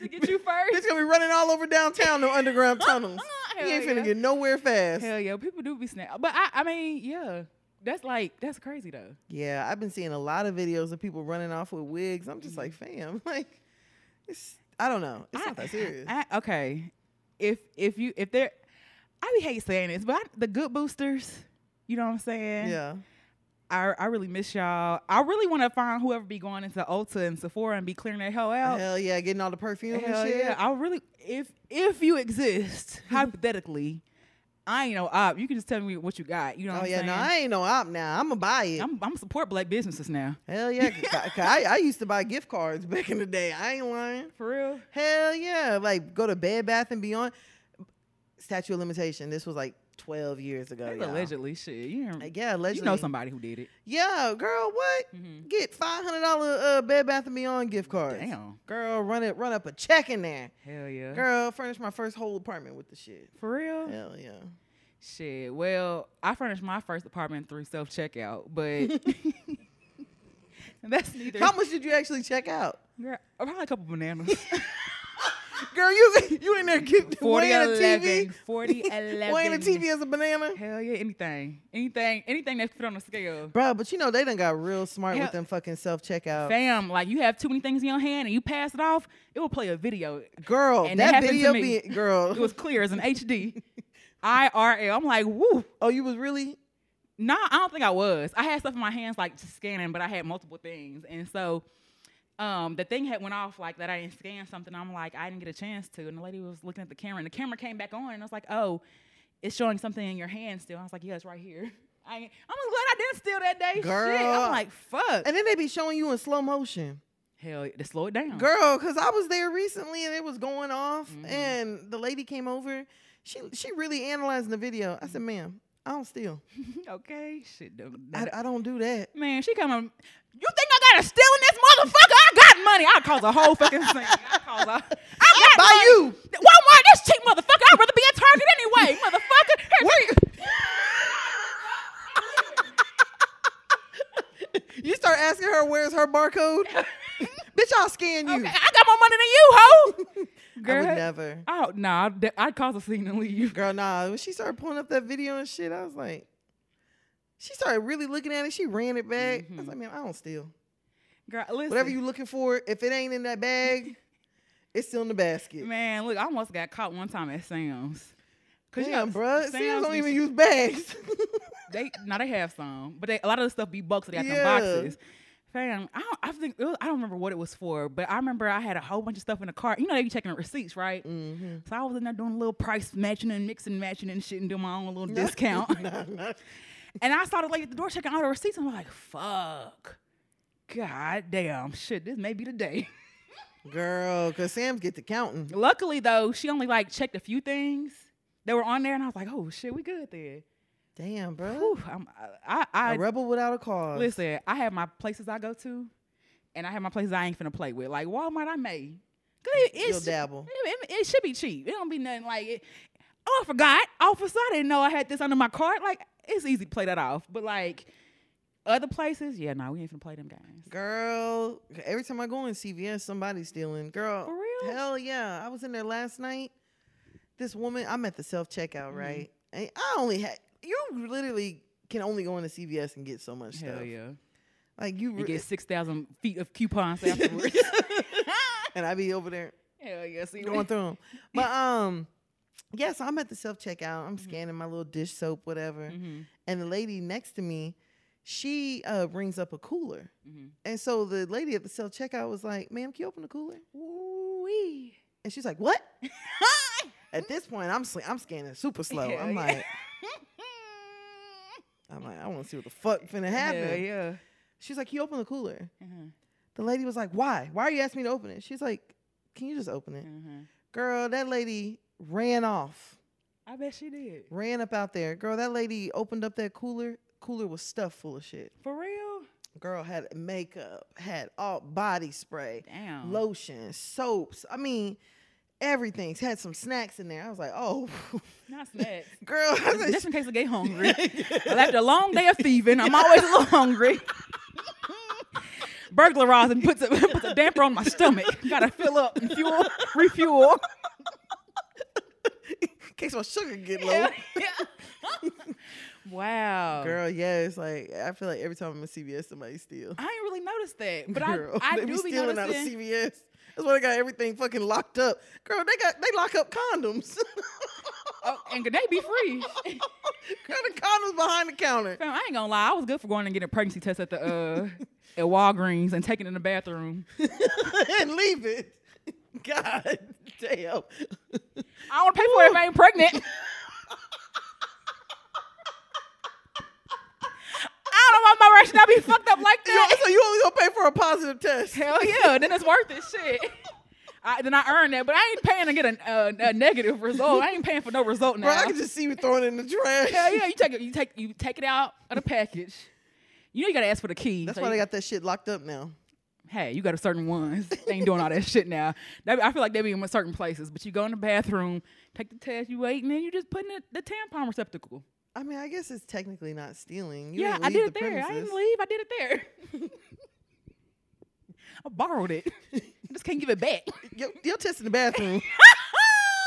Speaker 1: to get you first. Uh,
Speaker 2: It's gonna be running all over downtown, no underground tunnels.
Speaker 1: Hell
Speaker 2: you ain't
Speaker 1: yeah.
Speaker 2: finna get nowhere fast.
Speaker 1: Hell yeah, people do be snap. But I, I mean, yeah, that's like that's crazy though.
Speaker 2: Yeah, I've been seeing a lot of videos of people running off with wigs. I'm just like, fam, like, it's, I don't know.
Speaker 1: Mm-hmm.
Speaker 2: It's
Speaker 1: I-
Speaker 2: not that serious.
Speaker 1: I, okay, if if you if they're, I be hate saying this, but I, the good boosters, you know what I'm saying?
Speaker 2: yeah.
Speaker 1: I, I really miss y'all. I really want to find whoever be going into Ulta and Sephora and be clearing their hell out.
Speaker 2: Hell yeah, getting all the perfume
Speaker 1: Hell
Speaker 2: and shit.
Speaker 1: yeah! I really, if if you exist hypothetically, I ain't no op. You can just tell me what you got. You know
Speaker 2: oh
Speaker 1: what I'm
Speaker 2: yeah,
Speaker 1: saying?
Speaker 2: no, I ain't no op now. I'ma buy it.
Speaker 1: I'm I'm support black businesses now.
Speaker 2: Hell yeah, 'cause I, 'cause I, I used to buy gift cards back in the day. I ain't lying.
Speaker 1: For real.
Speaker 2: Hell yeah, like go to Bed Bath and Beyond. Statue of limitation. This was like 12 years ago.
Speaker 1: That's
Speaker 2: y'all.
Speaker 1: allegedly shit. You, ain't-
Speaker 2: Like, yeah, Oh, allegedly.
Speaker 1: you know somebody Mm-hmm. who did it.
Speaker 2: Yeah, girl, what? Get five hundred dollar uh, Bed Bath and Beyond gift cards.
Speaker 1: Damn.
Speaker 2: Girl, run it, run up a check in there.
Speaker 1: Hell yeah.
Speaker 2: Girl, furnish my first whole apartment with the shit.
Speaker 1: For real?
Speaker 2: Hell yeah.
Speaker 1: Shit. Well, I furnished my first apartment through self checkout, but that's neither.
Speaker 2: How much did you actually check out?
Speaker 1: Girl, probably a couple bananas.
Speaker 2: Girl, you you in there get,
Speaker 1: 40
Speaker 2: weighing a TV,
Speaker 1: 11, 40
Speaker 2: weighing a
Speaker 1: 11.
Speaker 2: TV as a banana.
Speaker 1: Hell yeah, anything. Anything, anything that fit on the scale.
Speaker 2: Bruh, but you know they done got real smart
Speaker 1: Hell-
Speaker 2: with them fucking self checkout.
Speaker 1: Fam, like you have too many things in your hand and you pass it off, it will play a video.
Speaker 2: Girl,
Speaker 1: And it
Speaker 2: that
Speaker 1: happened to
Speaker 2: video
Speaker 1: me.
Speaker 2: be girl.
Speaker 1: It was clear as an HD. IRL. I'm like, woo.
Speaker 2: oh, you was really
Speaker 1: No, I don't think I was. I had stuff in my hands like just scanning, but I had multiple things, and so um, the thing had went off like that. I didn't scan something. I'm like, I didn't get a chance to, and the lady was looking at the camera, and the camera came back on, and I was like, oh, it's showing something in your hand still. I was like, yeah, it's right here. I ain't- I'm just glad I didn't steal that day. Shit.
Speaker 2: Girl.
Speaker 1: I'm like, fuck.
Speaker 2: and then they be showing you in slow motion.
Speaker 1: Hell, to slow it down.
Speaker 2: Girl, cause I was there recently and it was going off and the lady came over. She she really analyzing the video. I said, ma'am, I don't steal.
Speaker 1: okay, shit. don't-
Speaker 2: I, I don't do that.
Speaker 1: Man, she coming. You think I gotta steal in this motherfucker? I got money. I cause a whole fucking scene. I cause a. I got
Speaker 2: buy
Speaker 1: money.
Speaker 2: you.
Speaker 1: Walmart. This cheap motherfucker. I'd rather be at Target anyway, motherfucker. Here,
Speaker 2: You start asking her where's her barcode. Bitch, I'll scan you.
Speaker 1: okay, I got more money than you, hoe.
Speaker 2: I
Speaker 1: Girl.
Speaker 2: would never.
Speaker 1: Oh no, nah, I'd, I'd cause a scene and leave.
Speaker 2: Girl, nah. When she started pulling up that video and shit, I was like, she started really looking at it. She ran it back. I was
Speaker 1: Mm-hmm.
Speaker 2: like, man, I don't steal.
Speaker 1: Girl, listen.
Speaker 2: Whatever you looking for, if it ain't in that bag, it's still in the basket.
Speaker 1: Man, look, I almost got caught one time at Sam's.
Speaker 2: Damn, bruh. Sam's don't
Speaker 1: be-
Speaker 2: even use bags.
Speaker 1: they now they have some, but they, a lot of the stuff be bucks. So they got them
Speaker 2: Yeah.
Speaker 1: boxes. Fam, I don't, I think it was- I don't remember what it was for, but I remember I had a whole bunch of stuff in the cart. You know they be checking the receipts, right? So I was in there doing a little price matching and mixing matching and shit, and doing my own little discount.
Speaker 2: Nah, nah.
Speaker 1: And I started like at the door checking all the receipts. I'm like, fuck, god damn, shit, this may be the day.
Speaker 2: Girl, cause Sam's get to counting.
Speaker 1: Luckily though, she only like checked a few things that were on there, and I was like, oh shit, we good there.
Speaker 2: Damn, bro.
Speaker 1: Whew, I'm, I, I,
Speaker 2: A
Speaker 1: I
Speaker 2: rebel without a cause.
Speaker 1: Listen, I have my places I go to, and I have my places I ain't finna play with. Like Walmart, I may. 'Cause It, it's-
Speaker 2: You'll dabble.
Speaker 1: It, it- it should be cheap. It don't be nothing like it. Oh, I forgot. All of a sudden, I didn't know I had this under my card. Like it's easy to play that off. But like other places, yeah, no, we ain't finna play them games.
Speaker 2: Girl, every time I go in CVS, somebody's stealing. Girl,
Speaker 1: For real?
Speaker 2: Oh, hell yeah. I was in there last night. This woman, I'm at the self
Speaker 1: Mm-hmm.
Speaker 2: checkout, right? And I only had, you literally can only go into CVS and get so much
Speaker 1: Hell
Speaker 2: stuff.
Speaker 1: yeah.
Speaker 2: Like you,
Speaker 1: You
Speaker 2: re-
Speaker 1: get six thousand feet of coupons afterwards.
Speaker 2: and I be over there
Speaker 1: Hell yeah. See,
Speaker 2: going through them. But um, yeah, so I'm at the self checkout.
Speaker 1: Mm-hmm.
Speaker 2: I'm scanning my little dish soap, whatever.
Speaker 1: Mhm,
Speaker 2: And the lady next to me, she uh, brings up a cooler.
Speaker 1: mhm.
Speaker 2: And so the lady at the self checkout was like, ma'am, can you open the cooler?
Speaker 1: Ooh-wee.
Speaker 2: And she's like, what? At this point, I'm sl- I'm scanning super slow.
Speaker 1: Hell
Speaker 2: I'm
Speaker 1: yeah.
Speaker 2: like, I'm like, I want to see what the fuck finna happen.
Speaker 1: Hell yeah.
Speaker 2: She's like, you open the cooler.
Speaker 1: Uh-huh,
Speaker 2: The lady was like, why? Why are you asking me to open it? She's like, can you just open it,
Speaker 1: uh-huh.
Speaker 2: girl? That lady ran off,
Speaker 1: I bet she did.
Speaker 2: ran up out there, girl. That lady opened up that cooler. Cooler was stuffed full of shit.
Speaker 1: For real?
Speaker 2: Girl had makeup, had all body spray,
Speaker 1: Damn.
Speaker 2: lotion, soaps. I mean, everything's had some snacks in there. I was like, oh,
Speaker 1: Not snacks.
Speaker 2: girl. I was like,
Speaker 1: Just in case I get hungry. well, after a long day of thieving, I'm always a little hungry. Burglarizing puts a, puts a damper on my stomach. Gotta fill up and fuel, refuel.
Speaker 2: in case my sugar get low.
Speaker 1: Yeah, yeah. wow.
Speaker 2: Girl, yeah, it's like I feel like every time I'm at CVS, somebody steal.
Speaker 1: I ain't really noticed that, but
Speaker 2: Girl,
Speaker 1: I, I
Speaker 2: they
Speaker 1: do
Speaker 2: be
Speaker 1: be
Speaker 2: stealing out of
Speaker 1: noticing.
Speaker 2: CVS. That's why they got everything fucking locked up. Girl, they got they lock up condoms.
Speaker 1: Oh, and could they be free?
Speaker 2: Girl, the condoms behind the counter.
Speaker 1: Fam, I ain't gonna lie, I was good for going and getting a pregnancy test at the uh, at Walgreens and taking it in the bathroom.
Speaker 2: and leave it. God
Speaker 1: I
Speaker 2: damn.
Speaker 1: don't want to pay for it if I ain't pregnant. I don't want my rationale to be fucked up like
Speaker 2: You-
Speaker 1: that.
Speaker 2: so you only gonna pay for a positive test.
Speaker 1: Hell yeah, then it's worth it. Shit. I, then I earned that, but I ain't paying to get a, a, a negative result. I ain't paying for no result now.
Speaker 2: Bro, I can just see you throwing it in the trash.
Speaker 1: Hell yeah, you take it, you take you take it out of the package. You know you gotta ask for the key.
Speaker 2: That's
Speaker 1: So
Speaker 2: why
Speaker 1: you-
Speaker 2: they got that shit locked up now.
Speaker 1: hey, you got a certain ones. They ain't doing all that shit now. That, I feel like they be in certain places, but you go in the bathroom, take the test, you wait, and then you just put in the, the tampon receptacle.
Speaker 2: I mean, I guess it's technically not stealing. You
Speaker 1: yeah,
Speaker 2: didn't
Speaker 1: I
Speaker 2: leave
Speaker 1: did it
Speaker 2: the
Speaker 1: there. I
Speaker 2: premises.
Speaker 1: didn't leave. I did it there. I borrowed it. I just can't give it back.
Speaker 2: Your, your test in the bathroom.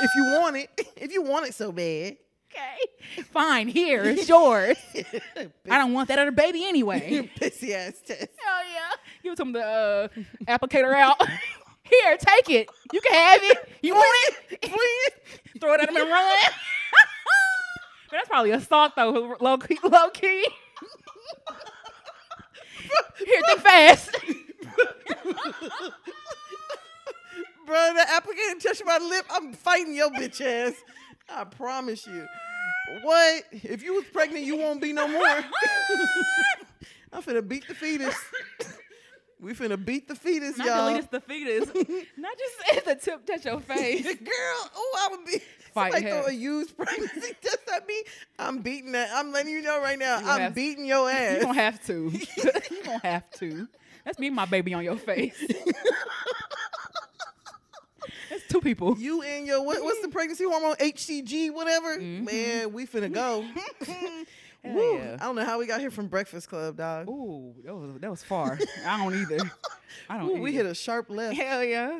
Speaker 2: if you want it, if you want it so bad.
Speaker 1: okay. Fine. Here. It's yours. I
Speaker 2: Piss-
Speaker 1: don't want that other baby anyway.
Speaker 2: Pissy ass test.
Speaker 1: Hell yeah. Give some of the uh, applicator out. Here, take it. You can have it. You want it? Throw it at him and run. But that's probably assault though, low key. Low key. Here, think fast.
Speaker 2: Bro, the applicant touched my lip. I'm fighting your bitch ass. I promise you. What? If you was pregnant, you won't be no more. I'm finna beat the fetus. We finna beat the fetus,
Speaker 1: Not
Speaker 2: y'all.
Speaker 1: delete it's the fetus. Not just the tip touch your face.
Speaker 2: Girl, oh, I would be.
Speaker 1: Fight
Speaker 2: somebody throw
Speaker 1: hell.
Speaker 2: a used pregnancy test at me. I'm beating that. I'm letting you know right now.
Speaker 1: You
Speaker 2: I'm
Speaker 1: have-
Speaker 2: beating your
Speaker 1: You
Speaker 2: ass.
Speaker 1: don't have to. you don't have to. That's me and my baby on your face. That's two people.
Speaker 2: You and your what, what's the pregnancy hormone? HCG, whatever. Man, we finna go. Woo.
Speaker 1: Mm-hmm. yeah.
Speaker 2: I don't know how we got here from Breakfast Club, dog.
Speaker 1: Ooh, that was that was far. I don't either. I don't.
Speaker 2: Ooh, we
Speaker 1: either.
Speaker 2: hit a sharp left.
Speaker 1: Hell yeah.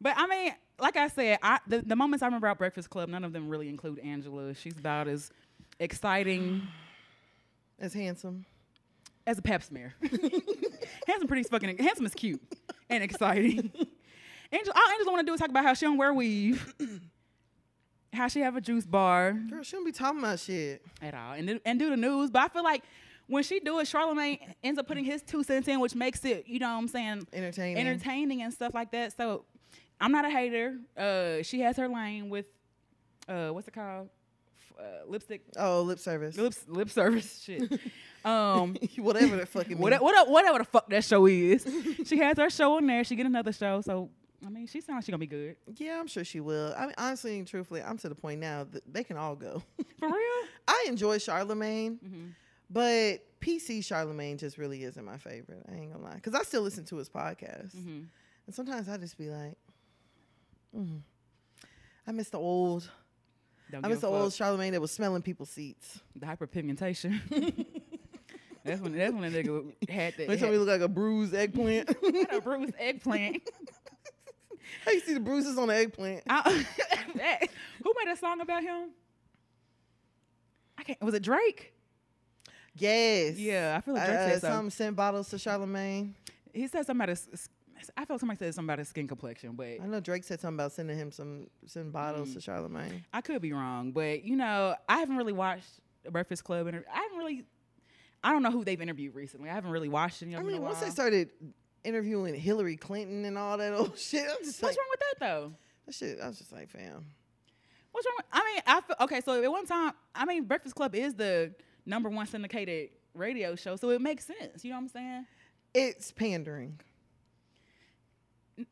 Speaker 1: But I mean, like I said, I the, the moments I remember about Breakfast Club, none of them really include Angela. She's about as exciting
Speaker 2: That's handsome.
Speaker 1: as a pap smear. handsome, pretty fucking handsome is cute and exciting. Angela, all Angela want to do is talk about how she don't wear weave. how she have a juice bar
Speaker 2: Girl, she don't be talking about shit.
Speaker 1: at all and, do- and do the news. But I feel like when she do it, Charlamagne ends up putting his two cents in, which makes it, you know what I'm saying,
Speaker 2: Entertaining.
Speaker 1: entertaining and stuff like that. So I'm not a hater. Uh, she has her lane with, uh, what's it called? F- Uh, lipstick,
Speaker 2: oh, lip service.
Speaker 1: lip, lip service shit. um,
Speaker 2: Whatever the fucking.
Speaker 1: whatever, whatever, whatever the fuck that show is. she has her show on there. She get another show. So I mean, she sounds like she gonna be good
Speaker 2: Yeah, I'm sure she will. I mean, honestly and truthfully, I'm to the point now that they can all go.
Speaker 1: for real.
Speaker 2: I enjoy Charlemagne,
Speaker 1: Mhm.
Speaker 2: but PC Charlemagne just really isn't my favorite. I ain't gonna lie, because I still listen to his podcast,
Speaker 1: Mhm.
Speaker 2: and sometimes I just be like, mm, I miss the old,
Speaker 1: Don't
Speaker 2: I
Speaker 1: give
Speaker 2: miss
Speaker 1: a
Speaker 2: the
Speaker 1: fuck.
Speaker 2: old Charlemagne that was smelling people's seats.
Speaker 1: the hyperpigmentation. that's when that's when a nigga had that.
Speaker 2: They told me look like a bruised eggplant.
Speaker 1: had a bruised eggplant.
Speaker 2: How you see the bruises on the eggplant?
Speaker 1: I- that- who made a song about him? I can't. Was it Drake?
Speaker 2: Yes.
Speaker 1: Yeah, I feel like
Speaker 2: I-
Speaker 1: Drake
Speaker 2: uh,
Speaker 1: said so.
Speaker 2: some sent bottles to Charlemagne.
Speaker 1: He said something about his. I felt somebody said something about his skin complexion, but
Speaker 2: I know Drake said something about sending him some send bottles
Speaker 1: Mm.
Speaker 2: to Charlemagne.
Speaker 1: I could be wrong, but you know, I haven't really watched the Breakfast Club. Inter- I haven't really, I don't know who they've interviewed recently. I haven't really watched any of
Speaker 2: I
Speaker 1: them. in
Speaker 2: mean,
Speaker 1: a
Speaker 2: once
Speaker 1: while.
Speaker 2: they started interviewing Hillary Clinton and all that old shit, I'm just
Speaker 1: what's
Speaker 2: like,
Speaker 1: wrong with that though?
Speaker 2: that shit. I was just like, fam.
Speaker 1: What's wrong? With, I mean, I feel, okay. So at one time, I mean, Breakfast Club is the number one syndicated radio show, so it makes sense. You know what I'm saying?
Speaker 2: It's pandering.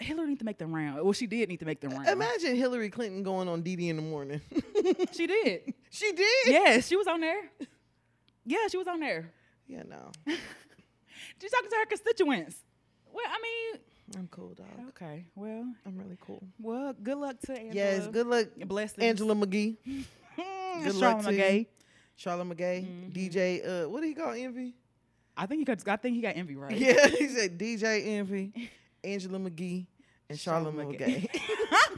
Speaker 1: Hillary need to make the round. Well, she did need to make the round.
Speaker 2: Imagine Hillary Clinton going on DD in the morning.
Speaker 1: she did.
Speaker 2: she did.
Speaker 1: yes, she was on there. Yeah, she was on there.
Speaker 2: Yeah, no.
Speaker 1: She's talking to her constituents. Well, I
Speaker 2: I'm cool, dog.
Speaker 1: mean, okay. Well,
Speaker 2: I'm really cool.
Speaker 1: well, good luck to Angela.
Speaker 2: Yes, good luck,
Speaker 1: Blessings.
Speaker 2: Angela McGee,
Speaker 1: Good
Speaker 2: Good luck to you. Charlotte McGay, DJ. Uh, what do he call Envy?
Speaker 1: I think he got. I think he got envy right.
Speaker 2: Yeah, he said DJ Envy, Angela McGee, and Charlotte
Speaker 1: Charlamagne.
Speaker 2: McGay.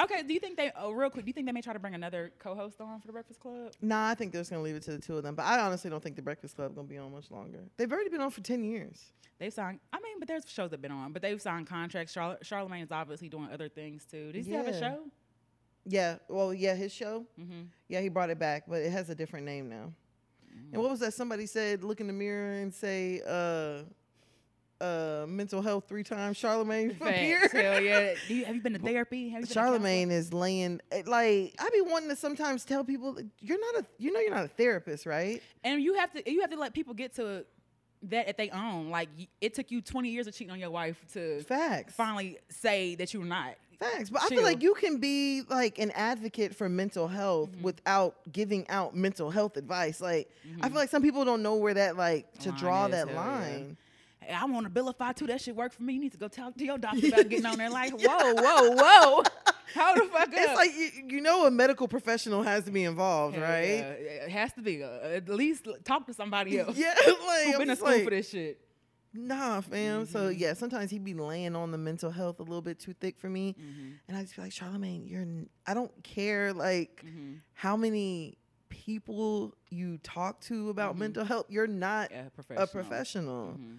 Speaker 1: okay. Do you think they? Oh, real quick. Do you think they may try to bring another co-host on for the Breakfast Club?
Speaker 2: Nah, I think they're just gonna leave it to the two of them. But I honestly don't think the Breakfast Club gonna be on much longer. They've already been on for ten years.
Speaker 1: They've signed. I mean, but there's shows that've been on, but they've signed contracts. Charl- Charlemagne is obviously doing other things too. Does he have a
Speaker 2: Yeah.
Speaker 1: show?
Speaker 2: Yeah. Well, yeah, his show.
Speaker 1: Mm-hmm.
Speaker 2: Yeah, he brought it back, but it has a different name now. And what was that? Somebody said, look in the mirror and say, uh, uh, mental health three times. Charlemagne from here.
Speaker 1: Facts. Hell yeah. Do you, have you been to therapy? Have you been to
Speaker 2: Charlemagne is laying it, like I be wanting to sometimes tell people like, you're not a you know you're not a therapist right
Speaker 1: counseling? And you have to. You have to let people get to that at their own. Like y- it took you 20 years of cheating on your wife to
Speaker 2: facts
Speaker 1: finally say that you're not.
Speaker 2: Facts, but I feel like
Speaker 1: Chill.
Speaker 2: you can be like an advocate for mental health
Speaker 1: Mm-hmm.
Speaker 2: without giving out mental health advice. Like I feel like some people don't know where that like
Speaker 1: Mm-hmm.
Speaker 2: to
Speaker 1: Line
Speaker 2: draw
Speaker 1: is,
Speaker 2: that
Speaker 1: hell yeah.
Speaker 2: line.
Speaker 1: Hey, I want to Abilify too. That shit worked for me. You need to go talk to your doctor about getting on there. Like, whoa, whoa, Oh, whoa. How the fuck
Speaker 2: It's
Speaker 1: up?
Speaker 2: like you, you know a medical professional has to be involved,
Speaker 1: Hell
Speaker 2: right?
Speaker 1: yeah. It has to be. Uh, at least talk to somebody
Speaker 2: Yeah,
Speaker 1: else.
Speaker 2: like
Speaker 1: Who
Speaker 2: I'm
Speaker 1: been to
Speaker 2: just
Speaker 1: school for
Speaker 2: like,
Speaker 1: this Mm-hmm. shit?
Speaker 2: nah, fam. So yeah, sometimes he be laying on the mental health a little bit too thick for
Speaker 1: Mm.
Speaker 2: me,
Speaker 1: Mm-hmm,
Speaker 2: and I just be like, Charlemagne, you're. n- I don't care like
Speaker 1: Mm. mm-hmm.
Speaker 2: how many people you talk to about mental health. You're not
Speaker 1: Mm-hmm. Yeah, professional.
Speaker 2: a professional.
Speaker 1: Mhm.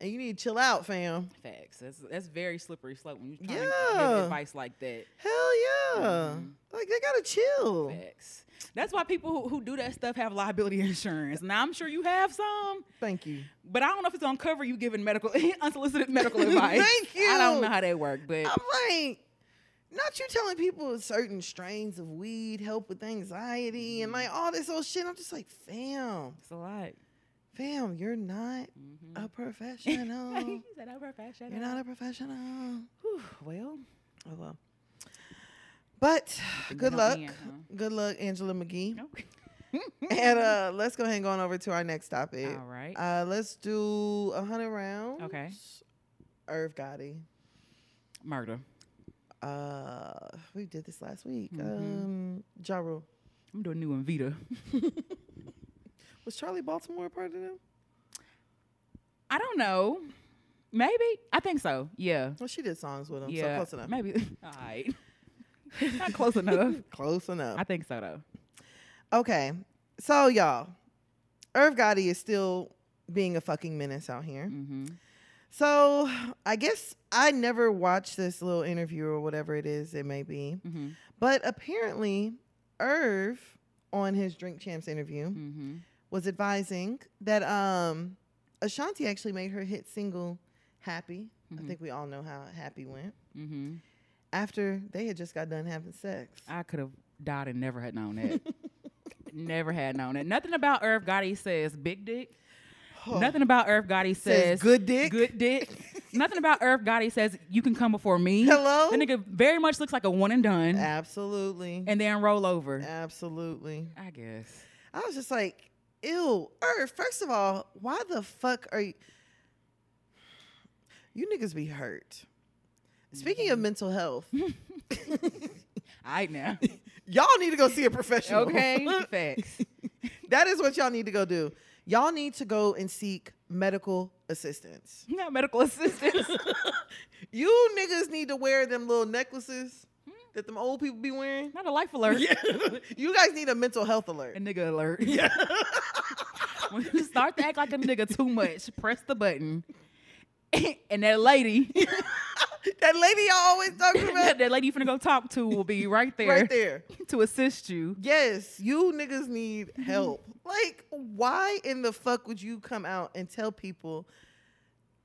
Speaker 2: and you need to chill out, fam.
Speaker 1: Facts. That's that's very slippery slope when you're trying to
Speaker 2: Yeah.
Speaker 1: give advice like that.
Speaker 2: Hell yeah. Like they gotta chill.
Speaker 1: Facts. That's why people who, who do that stuff have liability insurance. Now I'm sure you have some,
Speaker 2: Thank you.
Speaker 1: but I don't know if it's gonna cover you giving medical unsolicited medical advice.
Speaker 2: Thank
Speaker 1: I don't
Speaker 2: you.
Speaker 1: know how that work, but
Speaker 2: I'm like, not you telling people certain strains of weed help with anxiety and
Speaker 1: Mm-hmm.
Speaker 2: like all this old shit. I'm just like, fam,
Speaker 1: it's a lot. Mm-hmm.
Speaker 2: fam, you're not
Speaker 1: Mm.
Speaker 2: a professional.
Speaker 1: Is that over fashion?
Speaker 2: you're not a professional.
Speaker 1: Whew, well,
Speaker 2: Oh well. But
Speaker 1: that
Speaker 2: good luck.
Speaker 1: helped me out, huh?
Speaker 2: Good luck, Angela McGee.
Speaker 1: no.
Speaker 2: And uh, let's go ahead and go on over to our next topic.
Speaker 1: All right.
Speaker 2: Uh, let's do a hundred rounds.
Speaker 1: Okay.
Speaker 2: Irv Gotti.
Speaker 1: Murder.
Speaker 2: Uh, we did this last week.
Speaker 1: Mhm.
Speaker 2: Um, ja Rule.
Speaker 1: I'm doing new and Vita.
Speaker 2: Was Charlie Baltimore a part of them?
Speaker 1: I don't know. Maybe. I think so. Yeah.
Speaker 2: Well, she did songs with him,
Speaker 1: yeah.
Speaker 2: so close enough.
Speaker 1: Maybe. All right. Not close enough.
Speaker 2: Close enough.
Speaker 1: I think so though.
Speaker 2: Okay, so y'all, Irv Gotti is still being a fucking menace out here.
Speaker 1: Mm-hmm.
Speaker 2: So I guess I never watched this little interview or whatever it is it may be.
Speaker 1: Mm-hmm.
Speaker 2: But apparently, Irv on his Drink Champs interview
Speaker 1: Mm-hmm.
Speaker 2: was advising that um, Ashanti actually made her hit single Happy. I
Speaker 1: Mhm.
Speaker 2: think we all know how Happy went.
Speaker 1: Mm-hmm.
Speaker 2: After they had just got done having sex.
Speaker 1: I could have died and never had known that. never had known it. Nothing about Irv Gotti says big dick.
Speaker 2: Huh.
Speaker 1: Nothing about Irv Gotti says,
Speaker 2: says good dick.
Speaker 1: good dick. Nothing about Irv Gotti says you can come before me.
Speaker 2: Hello?
Speaker 1: The nigga very much looks like a one and done,
Speaker 2: Absolutely.
Speaker 1: and then roll over.
Speaker 2: Absolutely.
Speaker 1: I guess.
Speaker 2: I was just like, ew, Irv, first of all, why the fuck are you? You niggas be hurt. Speaking
Speaker 1: Mm-hmm.
Speaker 2: of mental health,
Speaker 1: All right now.
Speaker 2: y'all need to go see a professional.
Speaker 1: Okay. Facts.
Speaker 2: that is what y'all need to go do. Y'all need to go and seek medical assistance.
Speaker 1: Not medical assistance.
Speaker 2: You niggas need to wear them little necklaces
Speaker 1: Hmm?
Speaker 2: that them old people be wearing.
Speaker 1: Not a life alert.
Speaker 2: you guys need a mental health
Speaker 1: A
Speaker 2: alert.
Speaker 1: nigga alert. Yeah. when you start to act like a nigga too much, press the button. and that lady,
Speaker 2: That lady y'all always talking about,
Speaker 1: that, that lady you finna go talk to will be right there,
Speaker 2: right there.
Speaker 1: to assist you.
Speaker 2: Yes, you niggas need help. like, why in the fuck would you come out and tell people?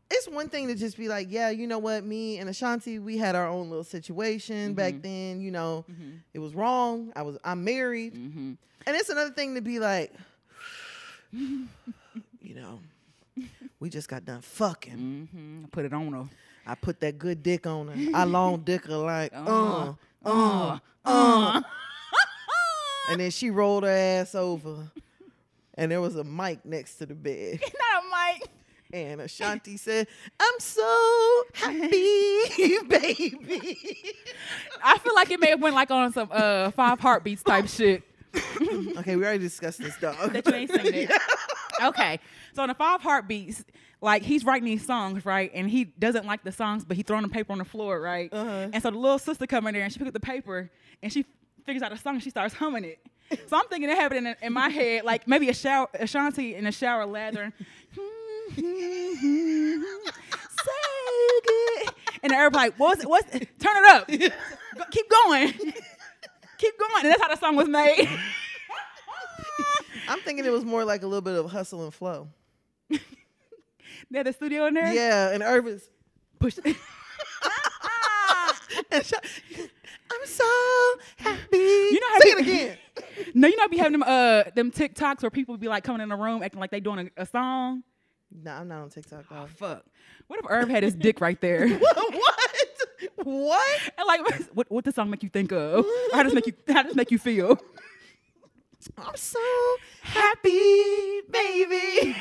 Speaker 2: It's one thing to just be like, yeah, you know what, me and Ashanti, we had our own little situation back
Speaker 1: Mhm.
Speaker 2: then. You know,
Speaker 1: Mhm.
Speaker 2: it was wrong. I was, I'm married,
Speaker 1: Mm-hmm.
Speaker 2: and it's another thing to be like, you know, we just got done fucking.
Speaker 1: Mm-hmm. Put it on her.
Speaker 2: I put that good dick on her. I long dick her like, uh, uh, uh.
Speaker 1: Uh.
Speaker 2: and then she rolled her ass over, and there was a mic next to the bed.
Speaker 1: Not a mic.
Speaker 2: And Ashanti said, I'm so happy, baby.
Speaker 1: I feel like it may have went like on some uh five heartbeats type shit.
Speaker 2: okay, we already discussed this, dog.
Speaker 1: That you ain't seen it. Okay. So in the five heartbeats, like he's writing these songs, right? And he doesn't like the songs, but he throwing the paper on the floor, right?
Speaker 2: Uh-huh.
Speaker 1: And so the little sister come in there and she pick up the paper and she figures out a song and she starts humming it. So I'm thinking that happened in, in my head, like maybe a shower, Ashanti in a shower lathering. so good. And the Arab like, what's what's turn it up. Go- keep going. keep going. And that's how the song was made.
Speaker 2: I'm thinking it was more like a little bit of hustle and flow.
Speaker 1: they had the studio in there.
Speaker 2: Yeah, and Irvin's.
Speaker 1: Push. Ah.
Speaker 2: And Asha- I'm so happy. You
Speaker 1: know how
Speaker 2: Sing it
Speaker 1: people-
Speaker 2: again.
Speaker 1: no, you know, I be having them uh them TikToks where people be like coming in the room acting like they doing a, a song.
Speaker 2: no, I'm not on TikTok,
Speaker 1: Oh
Speaker 2: dog.
Speaker 1: fuck! What if Irv had his dick right there? and
Speaker 2: what? What?
Speaker 1: like, what what the song make you think of? Or how does make you how does make you feel?
Speaker 2: I'm so happy, baby.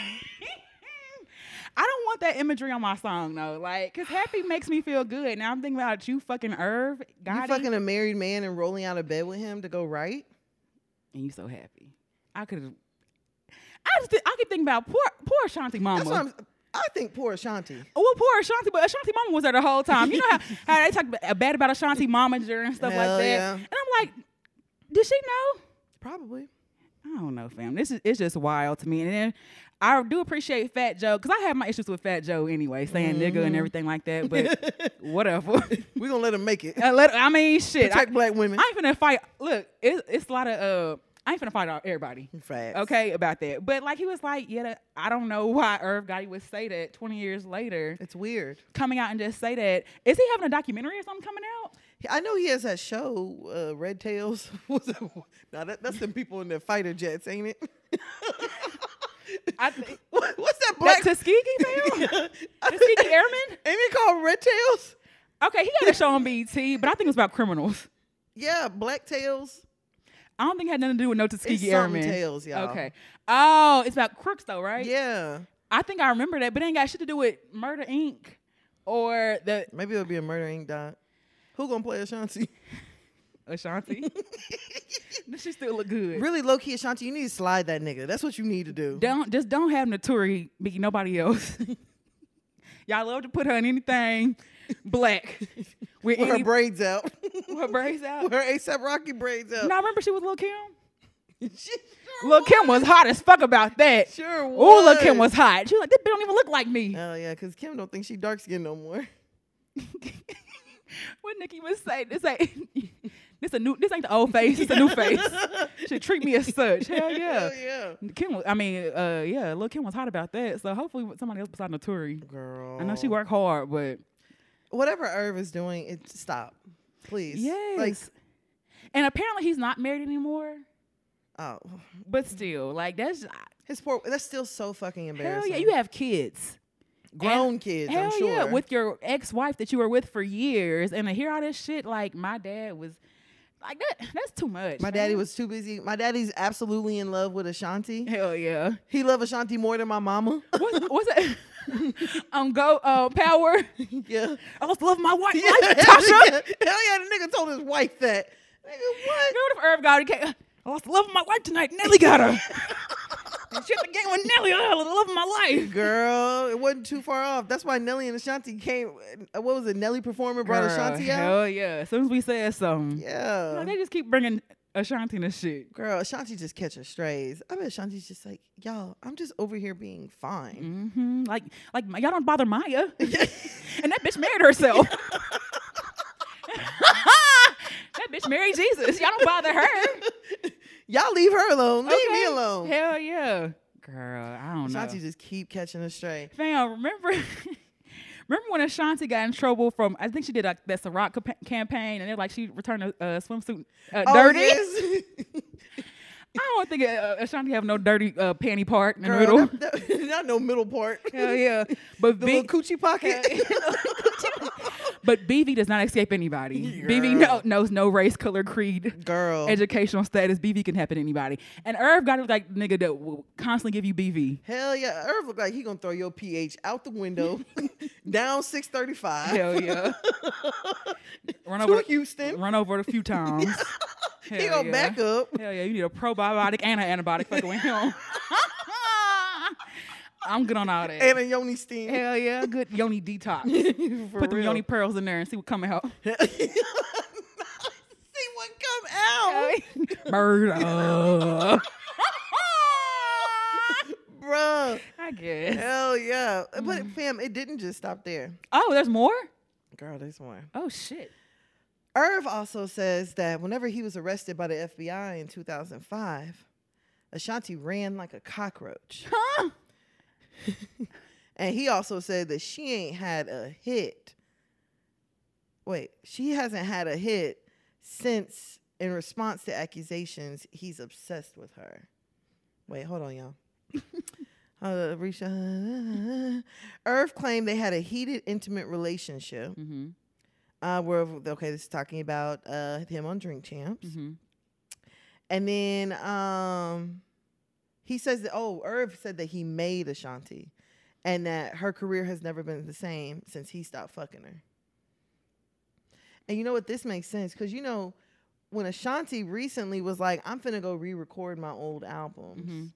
Speaker 1: I don't want that imagery on my song though, like, cause happy makes me feel good. Now I'm thinking about you, fucking Irv,
Speaker 2: You
Speaker 1: Gotti,
Speaker 2: fucking a married man and rolling out of bed with him to go right?
Speaker 1: and you so happy. I could, I just, I keep thinking about poor, poor Ashanti mama.
Speaker 2: That's what I'm. I think poor Ashanti.
Speaker 1: Well, poor Ashanti, but Ashanti mama was there the whole time. You know how, how they talk ba- bad about Ashanti mama and stuff
Speaker 2: Hell
Speaker 1: like that.
Speaker 2: yeah.
Speaker 1: And I'm like, did she know?
Speaker 2: Probably.
Speaker 1: I don't know, fam. This is it's just wild to me. And then I do appreciate Fat Joe because I have my issues with Fat Joe anyway, saying nigga
Speaker 2: Mm-hmm.
Speaker 1: and everything like that. But whatever.
Speaker 2: We're gonna let him make it.
Speaker 1: I, let- I mean, shit. I,
Speaker 2: Protect black women.
Speaker 1: I ain't finna fight. Look, it, it's a lot of uh, I ain't finna fight all- everybody.
Speaker 2: Facts.
Speaker 1: Okay, about that. But like he was like, yeah, that- I don't know why Irv Gotti would say that 20 years later.
Speaker 2: It's weird.
Speaker 1: coming out and just say that. Is he having a documentary or something coming out?
Speaker 2: I know he has that show, uh, Red Tails. now that, that's them people in their fighter jets, ain't it?
Speaker 1: I think
Speaker 2: What- What's that
Speaker 1: that
Speaker 2: black?
Speaker 1: Tuskegee man, Tuskegee Airmen.
Speaker 2: Ain't it called Red Tails?
Speaker 1: Okay, he got a show on BT, but I think it's about criminals.
Speaker 2: Yeah, Black Tails.
Speaker 1: I don't think it had nothing to do with no Tuskegee
Speaker 2: something
Speaker 1: Airmen.
Speaker 2: Tales, y'all.
Speaker 1: Okay. Oh, it's about crooks though, right?
Speaker 2: Yeah,
Speaker 1: I think I remember that, but it ain't got shit to do with Murder Inc. or the
Speaker 2: maybe it'll be a murder ain't dot. Who gonna play Ashanti?
Speaker 1: Ashanti. she still look good.
Speaker 2: Really low key, Ashanti. You need to slide that nigga. That's what you need to do.
Speaker 1: Don't just don't have Naturi be nobody else. Y'all love to put her in anything black with,
Speaker 2: With her
Speaker 1: any-
Speaker 2: braids out.
Speaker 1: with her braids out.
Speaker 2: With her ASAP Rocky braids out.
Speaker 1: No, I remember she was Lil Kim.
Speaker 2: She-
Speaker 1: Lil Kim was hot as fuck about that.
Speaker 2: Sure was.
Speaker 1: Oh, Lil Kim was hot. She was like, this bitch don't even look like me.
Speaker 2: Oh yeah, because Kim don't think she dark skinned no more.
Speaker 1: what Nikki was saying, this ain't this a new this ain't the old face, it's a new face. She treat me as such. Hell yeah.
Speaker 2: Hell yeah.
Speaker 1: Kim was, I mean, uh, yeah, Lil Kim was hot about that. So hopefully somebody else besides Notori.
Speaker 2: Girl.
Speaker 1: I know she worked hard, but
Speaker 2: Whatever Irv is doing, it stop. Please. Like
Speaker 1: yes. and apparently he's not married anymore.
Speaker 2: oh
Speaker 1: But still, like that's
Speaker 2: his poor that's still so fucking
Speaker 1: hell
Speaker 2: embarrassing.
Speaker 1: yeah. You have kids.
Speaker 2: grown kids,
Speaker 1: Hell
Speaker 2: I'm sure.
Speaker 1: yeah, with your ex-wife that you were with for years, and to hear all this shit, like my dad was, like that. That's too much.
Speaker 2: my
Speaker 1: man.
Speaker 2: daddy was too busy. My daddy's absolutely in love with Ashanti.
Speaker 1: Hell yeah.
Speaker 2: He loved Ashanti more than my mama.
Speaker 1: What's, what's it? um, go uh, power.
Speaker 2: yeah.
Speaker 1: I must love my wife,
Speaker 2: Yeah.
Speaker 1: like Tasha.
Speaker 2: Hell yeah, the nigga told his wife that. Nigga, what?
Speaker 1: Girl, what if Irv got it? Came, I lost the love of my wife tonight. Nelly got her. and she had the game with Nelly. Oh, the love of my life.
Speaker 2: Girl, it wasn't too far off. That's why Nelly and Ashanti came. uh, What was it? Nelly performer brought
Speaker 1: Girl,
Speaker 2: Ashanti out.
Speaker 1: Hell yeah. As soon as we said something,
Speaker 2: Yeah.
Speaker 1: Like, they just keep bringing Ashanti and this shit.
Speaker 2: Girl, Ashanti just catching strays. I bet Ashanti's just like, y'all, I'm just over here being fine.
Speaker 1: hmm Like, like y'all don't bother Maya.
Speaker 2: Yeah.
Speaker 1: And that bitch married herself. that bitch married Jesus. Y'all don't bother her.
Speaker 2: y'all leave her alone. Leave me
Speaker 1: Mm. Okay.
Speaker 2: alone.
Speaker 1: Hell yeah. Girl, I don't
Speaker 2: Ashanti
Speaker 1: know.
Speaker 2: just keep catching a stray.
Speaker 1: Fam, remember remember when Ashanti got in trouble from I think she did like that Ciroc campa- campaign and they're like she returned a uh, swimsuit uh,
Speaker 2: Oh,
Speaker 1: dirty.
Speaker 2: yes.
Speaker 1: I don't think uh, Ashanti have no dirty uh, panty part in the
Speaker 2: Girl,
Speaker 1: middle.
Speaker 2: that- that- not no middle part.
Speaker 1: Hell yeah. But
Speaker 2: The
Speaker 1: Vic,
Speaker 2: little coochie pocket.
Speaker 1: but BV does not escape anybody. BV no,
Speaker 2: Girl.
Speaker 1: knows no race, color, creed.
Speaker 2: Girl.
Speaker 1: educational status, BV can happen to anybody. And Irv got it like nigga that will constantly give you BV.
Speaker 2: Hell yeah. Irv look like he gonna throw your pH out the window. down 635.
Speaker 1: Hell yeah. run
Speaker 2: to
Speaker 1: over
Speaker 2: Houston.
Speaker 1: Run over it a few times. Hell
Speaker 2: he gonna
Speaker 1: yeah.
Speaker 2: back up.
Speaker 1: Hell yeah, you need a probiotic and an antibiotic fucking with him. I'm good on all that.
Speaker 2: And a yoni steam.
Speaker 1: Hell yeah, good yoni detox.
Speaker 2: For
Speaker 1: Put the
Speaker 2: real.
Speaker 1: yoni pearls in there and see what come out.
Speaker 2: See what come out.
Speaker 1: Murder.
Speaker 2: Bruh.
Speaker 1: I guess.
Speaker 2: Hell yeah. But
Speaker 1: Mm-hmm.
Speaker 2: fam, it didn't just stop there.
Speaker 1: Oh, there's more?
Speaker 2: Girl, there's more.
Speaker 1: Oh shit.
Speaker 2: Irv also says that whenever he was arrested by the FBI in 2005, Ashanti ran like a cockroach.
Speaker 1: Huh?
Speaker 2: And he also said that she ain't had a hit. Wait, she hasn't had a hit since, in response to accusations, he's obsessed with her. Wait, hold on, y'all. Uh, Risha, Irv claimed they had a heated, intimate relationship.
Speaker 1: Mm-hmm.
Speaker 2: Uh, where okay, this is talking about uh, him on Drink Champs,
Speaker 1: Mm-hmm.
Speaker 2: and then um, he says that oh, Irv said that he made Ashanti, and that her career has never been the same since he stopped fucking her. And you know what? This makes sense because you know when Ashanti recently was like, "I'm finna go re-record my old albums,"
Speaker 1: Mhm.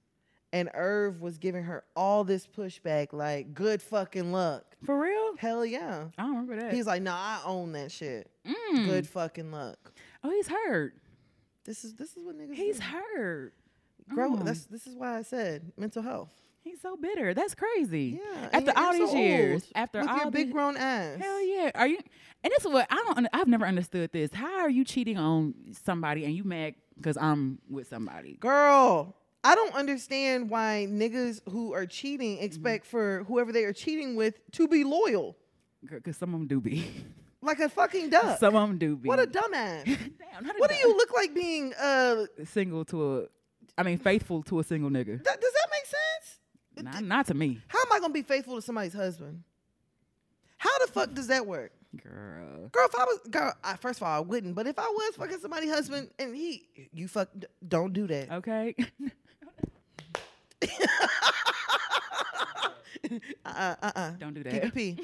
Speaker 2: and Irv was giving her all this pushback, like, "Good fucking luck."
Speaker 1: For real?
Speaker 2: Hell yeah.
Speaker 1: I don't remember that.
Speaker 2: He's like, nah, I own that shit.
Speaker 1: Mm.
Speaker 2: Good fucking luck.
Speaker 1: Oh, he's hurt.
Speaker 2: This is this is what niggas
Speaker 1: He's
Speaker 2: do.
Speaker 1: hurt.
Speaker 2: grow.
Speaker 1: Oh.
Speaker 2: That's this is why I said mental health.
Speaker 1: He's so bitter. That's crazy.
Speaker 2: Yeah. and
Speaker 1: After
Speaker 2: you're-
Speaker 1: all
Speaker 2: you're
Speaker 1: these
Speaker 2: so
Speaker 1: years,
Speaker 2: old
Speaker 1: after
Speaker 2: with
Speaker 1: all
Speaker 2: your big
Speaker 1: these-
Speaker 2: grown ass.
Speaker 1: Hell yeah. Are you? And this is what I don't. un- I've never understood this. How are you cheating on somebody and you mad because I'm with somebody?
Speaker 2: Girl, I don't understand why niggas who are cheating
Speaker 1: Mm-hmm.
Speaker 2: expect for whoever they are cheating with to be loyal,
Speaker 1: Because some of them do be.
Speaker 2: like a fucking duck.
Speaker 1: some of them do be.
Speaker 2: what a dumbass.
Speaker 1: Damn, how did
Speaker 2: what do
Speaker 1: I-
Speaker 2: you look like being? Uh,
Speaker 1: single to a? I mean, faithful to a single nigga.
Speaker 2: that, does that make sense?
Speaker 1: Not, not to me,
Speaker 2: How am I gonna be faithful to somebody's husband? How the fuck does that work?
Speaker 1: girl.
Speaker 2: Girl, if I was girl, I, first of all, I wouldn't. But if I was fucking somebody's husband and he, you fuck, d- don't do that.
Speaker 1: Okay.
Speaker 2: Uh uh uh. uh
Speaker 1: don't do
Speaker 2: Keep
Speaker 1: that.
Speaker 2: it p.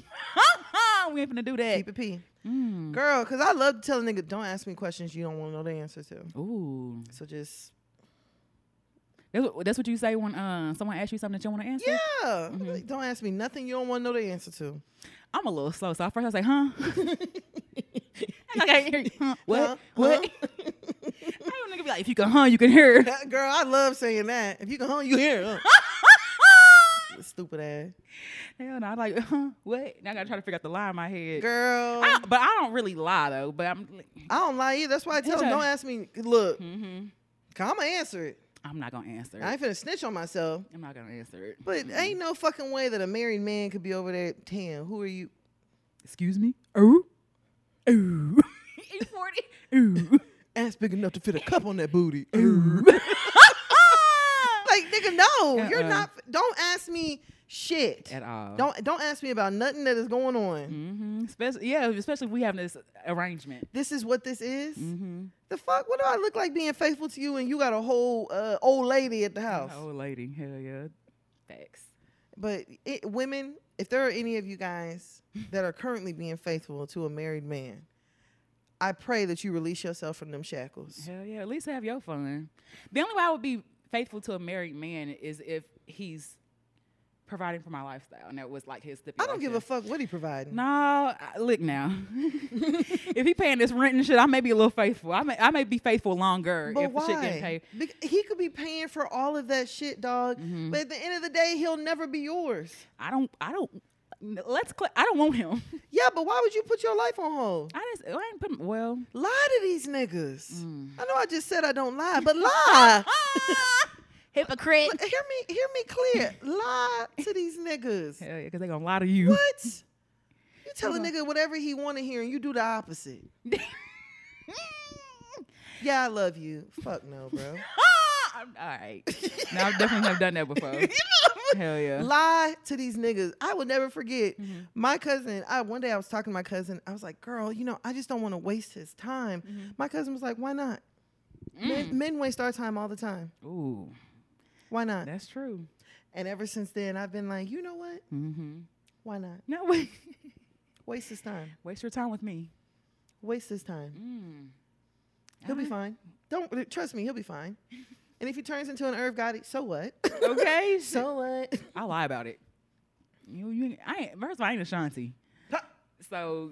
Speaker 1: we ain't finna do that.
Speaker 2: Keep it p.
Speaker 1: Mm.
Speaker 2: Girl, cause I love to tell a nigga, don't ask me questions you don't want to know the answer to.
Speaker 1: Ooh.
Speaker 2: So just
Speaker 1: That's what, that's what you say when uh, someone asks you something that you want to answer.
Speaker 2: yeah,
Speaker 1: Mm-hmm.
Speaker 2: Like, don't ask me nothing you don't want to know the answer to.
Speaker 1: I'm a little slow, so at first I say, "Huh?" and I can't hear you. Huh? What?
Speaker 2: Huh?
Speaker 1: What?
Speaker 2: Huh?
Speaker 1: I don't nigga be be like, if you can hum, you can hear.
Speaker 2: Girl, I love saying that. If you can home, you here. huh? Stupid ass.
Speaker 1: Hell no, I like, huh, what? Now I gotta try to figure out the lie in my head.
Speaker 2: Girl.
Speaker 1: I- but I don't really lie though. But I'm,
Speaker 2: I don't lie either. That's why I tell them,
Speaker 1: Okay.
Speaker 2: don't ask me. Look,
Speaker 1: hmm
Speaker 2: I'm gonna answer it.
Speaker 1: I'm not gonna answer.
Speaker 2: I
Speaker 1: It.
Speaker 2: ain't finna snitch on myself.
Speaker 1: I'm not gonna answer it.
Speaker 2: But
Speaker 1: Mm-mm.
Speaker 2: ain't no fucking way that a married man could be over there. Damn, who are you?
Speaker 1: excuse me. Oh, oh, eight forty. Oh,
Speaker 2: Ass big enough to fit a cup on that booty.
Speaker 1: oh.
Speaker 2: like nigga, no, you're
Speaker 1: Uh-uh.
Speaker 2: not. Don't ask me shit.
Speaker 1: At all.
Speaker 2: Don't don't ask me about nothing that is going on.
Speaker 1: Mm-hmm. Especially, yeah, especially if we have this arrangement.
Speaker 2: This is what this is.
Speaker 1: Mm-hmm.
Speaker 2: The fuck? What do I look like being faithful to you and you got a whole uh, old lady at the house?
Speaker 1: Old lady, hell yeah. Facts.
Speaker 2: But it, women, if there are any of you guys that are currently being faithful to a married man, I pray that you release yourself from them shackles.
Speaker 1: Hell yeah. At least have your fun. The only way I would be faithful to a married man is if he's providing for my lifestyle, and that was like his.
Speaker 2: I don't give a
Speaker 1: stipulation.
Speaker 2: fuck what he providing.
Speaker 1: No, I- look now. if he paying this rent and shit, I may be a little faithful. I may I may be faithful longer
Speaker 2: But
Speaker 1: if the shit getting
Speaker 2: why?
Speaker 1: paid.
Speaker 2: Bec- he could be paying for all of that shit, dog. But at the end of the day, he'll never be yours.
Speaker 1: I don't. I don't. Let's. Cl- I don't want him.
Speaker 2: Yeah, but why would you put your life on hold?
Speaker 1: I just. I ain't put. him- Well.
Speaker 2: Lie to these niggas.
Speaker 1: Mm.
Speaker 2: I know I just said I don't lie, but lie.
Speaker 1: Hypocrite.
Speaker 2: But hear me, hear me clear. lie to these niggas.
Speaker 1: Hell yeah, because they gonna lie to you.
Speaker 2: What? You tell a nigga whatever he want to hear, and you do the opposite. Yeah, I love you. Fuck no, bro.
Speaker 1: Ah! All right. Now I definitely have done that before. Hell yeah. Mm-hmm.
Speaker 2: Lie to these niggas. I will never forget my cousin. I one day I was talking to my cousin. I was like, "Girl, you know, I just don't want to waste his time."
Speaker 1: Mm-hmm.
Speaker 2: My cousin was like, "Why not?
Speaker 1: Mm.
Speaker 2: Men, men waste our time all the time.
Speaker 1: Ooh,
Speaker 2: Why not?"
Speaker 1: that's true.
Speaker 2: And ever since then, I've been like, "You know what?
Speaker 1: Mm-hmm.
Speaker 2: Why not
Speaker 1: No way.
Speaker 2: waste his time?
Speaker 1: Waste your time with me.
Speaker 2: Waste his time."
Speaker 1: Mm.
Speaker 2: He'll be
Speaker 1: Alright.
Speaker 2: fine. Don't trust me. He'll be fine. And if he turns into an Irv Gotti, so what?
Speaker 1: Okay.
Speaker 2: so what?
Speaker 1: I lie about it. You, you, ain't- I ain't, first of all, I ain't Ashanti. So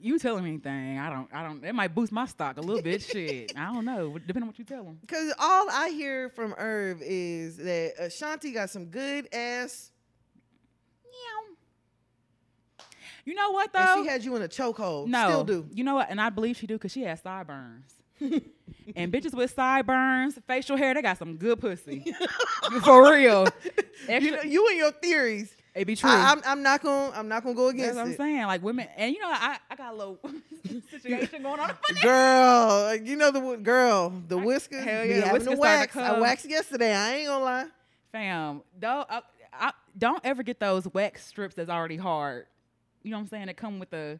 Speaker 1: you telling me anything, I don't, I don't. It might boost my stock a little bit. Shit, I don't know. Depending on what you tell them.
Speaker 2: Because all I hear from Irv is that Ashanti got some good ass,
Speaker 1: You know what though?
Speaker 2: and she had you in a chokehold.
Speaker 1: no,
Speaker 2: still do.
Speaker 1: you know what? And I believe she do because she has sideburns. and bitches with sideburns, facial hair, they got some good pussy. For real, Extra,
Speaker 2: You know, you and your theories.
Speaker 1: it be true.
Speaker 2: I, I'm, I'm not gonna I'm not gonna go
Speaker 1: That's
Speaker 2: against
Speaker 1: what I'm
Speaker 2: it,
Speaker 1: saying. Like women, and you know, I, I got a little situation going on.
Speaker 2: girl. like, You know the wo- girl, the whiskers.
Speaker 1: hell
Speaker 2: be
Speaker 1: yeah, the
Speaker 2: having
Speaker 1: whiskers
Speaker 2: to
Speaker 1: starting
Speaker 2: wax.
Speaker 1: to
Speaker 2: I
Speaker 1: come.
Speaker 2: waxed yesterday. I ain't gonna lie.
Speaker 1: Fam, though, I, I, don't ever get those wax strips that's already hard. You know what I'm saying? That come with the,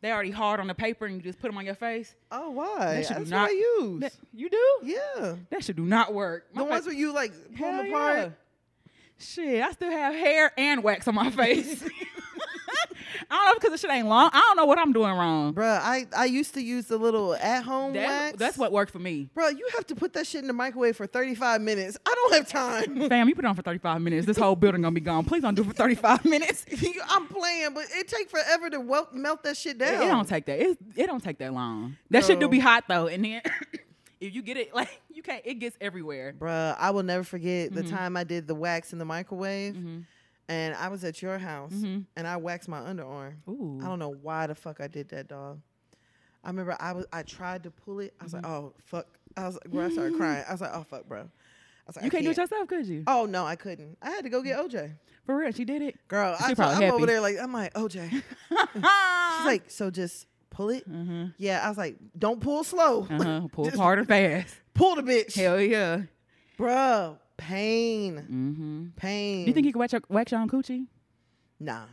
Speaker 1: they already hard on the paper and you just put them on your face.
Speaker 2: Oh, why?
Speaker 1: should
Speaker 2: That's
Speaker 1: not-
Speaker 2: what I use.
Speaker 1: That- you do?
Speaker 2: yeah,
Speaker 1: That should do not work. My
Speaker 2: the ones
Speaker 1: face-
Speaker 2: where you like pull them
Speaker 1: Hell
Speaker 2: apart.
Speaker 1: yeah. Shit, I still have hair and wax on my face. I don't know because the shit ain't long. I don't know what I'm doing wrong.
Speaker 2: Bruh, I, I used to use the little at home
Speaker 1: That-
Speaker 2: wax.
Speaker 1: That's what worked for me.
Speaker 2: Bruh, you have to put that shit in the microwave for 35 minutes. I don't have time.
Speaker 1: Fam, you put it on for 35 minutes. This whole building gonna be gone. Please don't do it for 35 minutes.
Speaker 2: I'm playing, but it take forever to wel- melt that shit
Speaker 1: It,
Speaker 2: down.
Speaker 1: it don't take that. It, it don't take that long. That shit do
Speaker 2: No.
Speaker 1: be hot though, and then if you get it, like you can't. It gets everywhere.
Speaker 2: Bruh, I will never forget the
Speaker 1: Mm-hmm.
Speaker 2: time I did the wax in the microwave. And I was at your house and I waxed my underarm.
Speaker 1: Mm-hmm. Ooh.
Speaker 2: I don't know why the fuck I did that, dog. I remember I was I tried to pull it. I was
Speaker 1: Mm-hmm.
Speaker 2: like, oh fuck. I was like, bro, I started crying. I was like, oh fuck, bro. I was
Speaker 1: You
Speaker 2: like, I
Speaker 1: can't,
Speaker 2: can't
Speaker 1: do it yourself, could you?
Speaker 2: Oh no, I couldn't. I had to go get OJ.
Speaker 1: For real, she did it.
Speaker 2: Girl,
Speaker 1: She
Speaker 2: I,
Speaker 1: probably
Speaker 2: am
Speaker 1: happy.
Speaker 2: over there like I'm like OJ. She's like, so just pull it. Yeah, I was like, don't pull slow.
Speaker 1: uh-huh. Pull hard and fast.
Speaker 2: pull the bitch,
Speaker 1: Hell yeah.
Speaker 2: Bruh, Pain,
Speaker 1: Mm-hmm.
Speaker 2: pain.
Speaker 1: You think you can wax your, wax your own coochie?
Speaker 2: nah?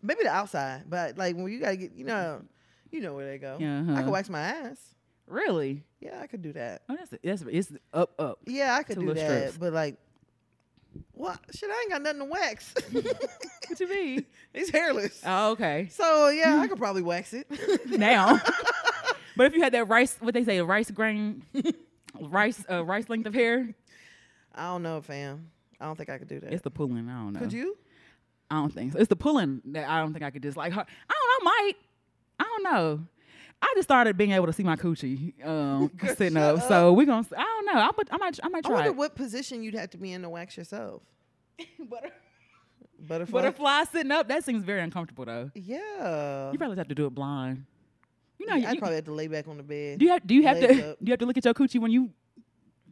Speaker 2: Maybe the outside, but like when you gotta get, you know, you know where they go. I
Speaker 1: Uh-huh.
Speaker 2: could wax my ass.
Speaker 1: Really?
Speaker 2: Yeah, I could do that.
Speaker 1: Oh, that's that's it's up up.
Speaker 2: Yeah, I could
Speaker 1: Two
Speaker 2: do
Speaker 1: little
Speaker 2: that.
Speaker 1: strips.
Speaker 2: But like, what? Shit, I ain't got nothing to wax.
Speaker 1: What you mean?
Speaker 2: it's hairless.
Speaker 1: oh, okay.
Speaker 2: so yeah, I could probably wax it.
Speaker 1: Now, but if you had that rice, what they say, rice grain, rice uh, rice length of hair,
Speaker 2: I don't know, fam. I don't think I could do that.
Speaker 1: it's the pulling. I don't know.
Speaker 2: Could you?
Speaker 1: I don't think so. It's the pulling that I don't think I could just like. har- I don't know. I Might. I don't know. I just started being able to see my coochie um, sitting up. So we gonna. s- I don't know. I might. I might. I might
Speaker 2: I
Speaker 1: try.
Speaker 2: wonder
Speaker 1: it.
Speaker 2: what position you'd have to be in to wax yourself.
Speaker 1: Butter-
Speaker 2: Butterfly.
Speaker 1: Butterfly sitting up. That seems very uncomfortable though.
Speaker 2: Yeah.
Speaker 1: You probably have to do it blind. You know.
Speaker 2: Yeah,
Speaker 1: you,
Speaker 2: I'd probably have to lay back on the bed.
Speaker 1: do you have. Do you have
Speaker 2: Legs
Speaker 1: to?
Speaker 2: up.
Speaker 1: Do you have to look at your coochie when you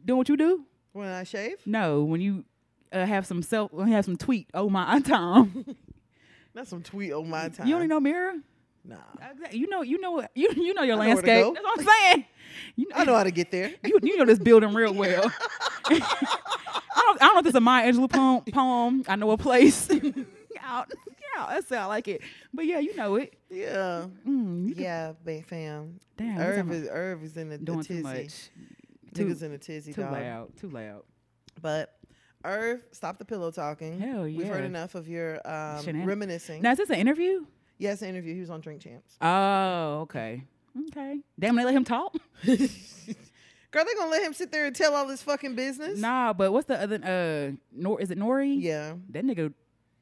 Speaker 1: do what you do?
Speaker 2: when I shave,
Speaker 1: No, when you uh, have some self, when you have some tweet. Oh my, Tom.
Speaker 2: that's some tweet on my time.
Speaker 1: you don't even know mirror.
Speaker 2: Nah.
Speaker 1: Exact- You know, you know, you you know your
Speaker 2: I know where to
Speaker 1: landscape.
Speaker 2: go.
Speaker 1: That's what I'm saying. You
Speaker 2: I know how to get there.
Speaker 1: you, you know this building real well. I don't I don't know if it's a Maya Angelou poem. poem. I know a place. yeah, that sound like it. But yeah, you know it.
Speaker 2: Yeah.
Speaker 1: Mm, you could-
Speaker 2: Yeah, ba- fam.
Speaker 1: Damn, we
Speaker 2: Irv
Speaker 1: talking
Speaker 2: is, Irv is in the, the
Speaker 1: doing
Speaker 2: tizzy.
Speaker 1: too much.
Speaker 2: Niggas
Speaker 1: Too-
Speaker 2: in the tizzy,
Speaker 1: Too
Speaker 2: dog.
Speaker 1: loud. Too loud.
Speaker 2: But Irv, stop the pillow talking.
Speaker 1: Hell
Speaker 2: We've heard
Speaker 1: yeah.
Speaker 2: enough of your um,
Speaker 1: Shenan-
Speaker 2: reminiscing.
Speaker 1: Now is this an interview?
Speaker 2: yes, an interview. He was on Drink Champs.
Speaker 1: Oh, okay. Okay. Damn, they let him talk.
Speaker 2: Girl, they gonna let him sit there and tell all his fucking business?
Speaker 1: Nah, but what's the other? Uh, Nor is it Nori?
Speaker 2: Yeah.
Speaker 1: That nigga,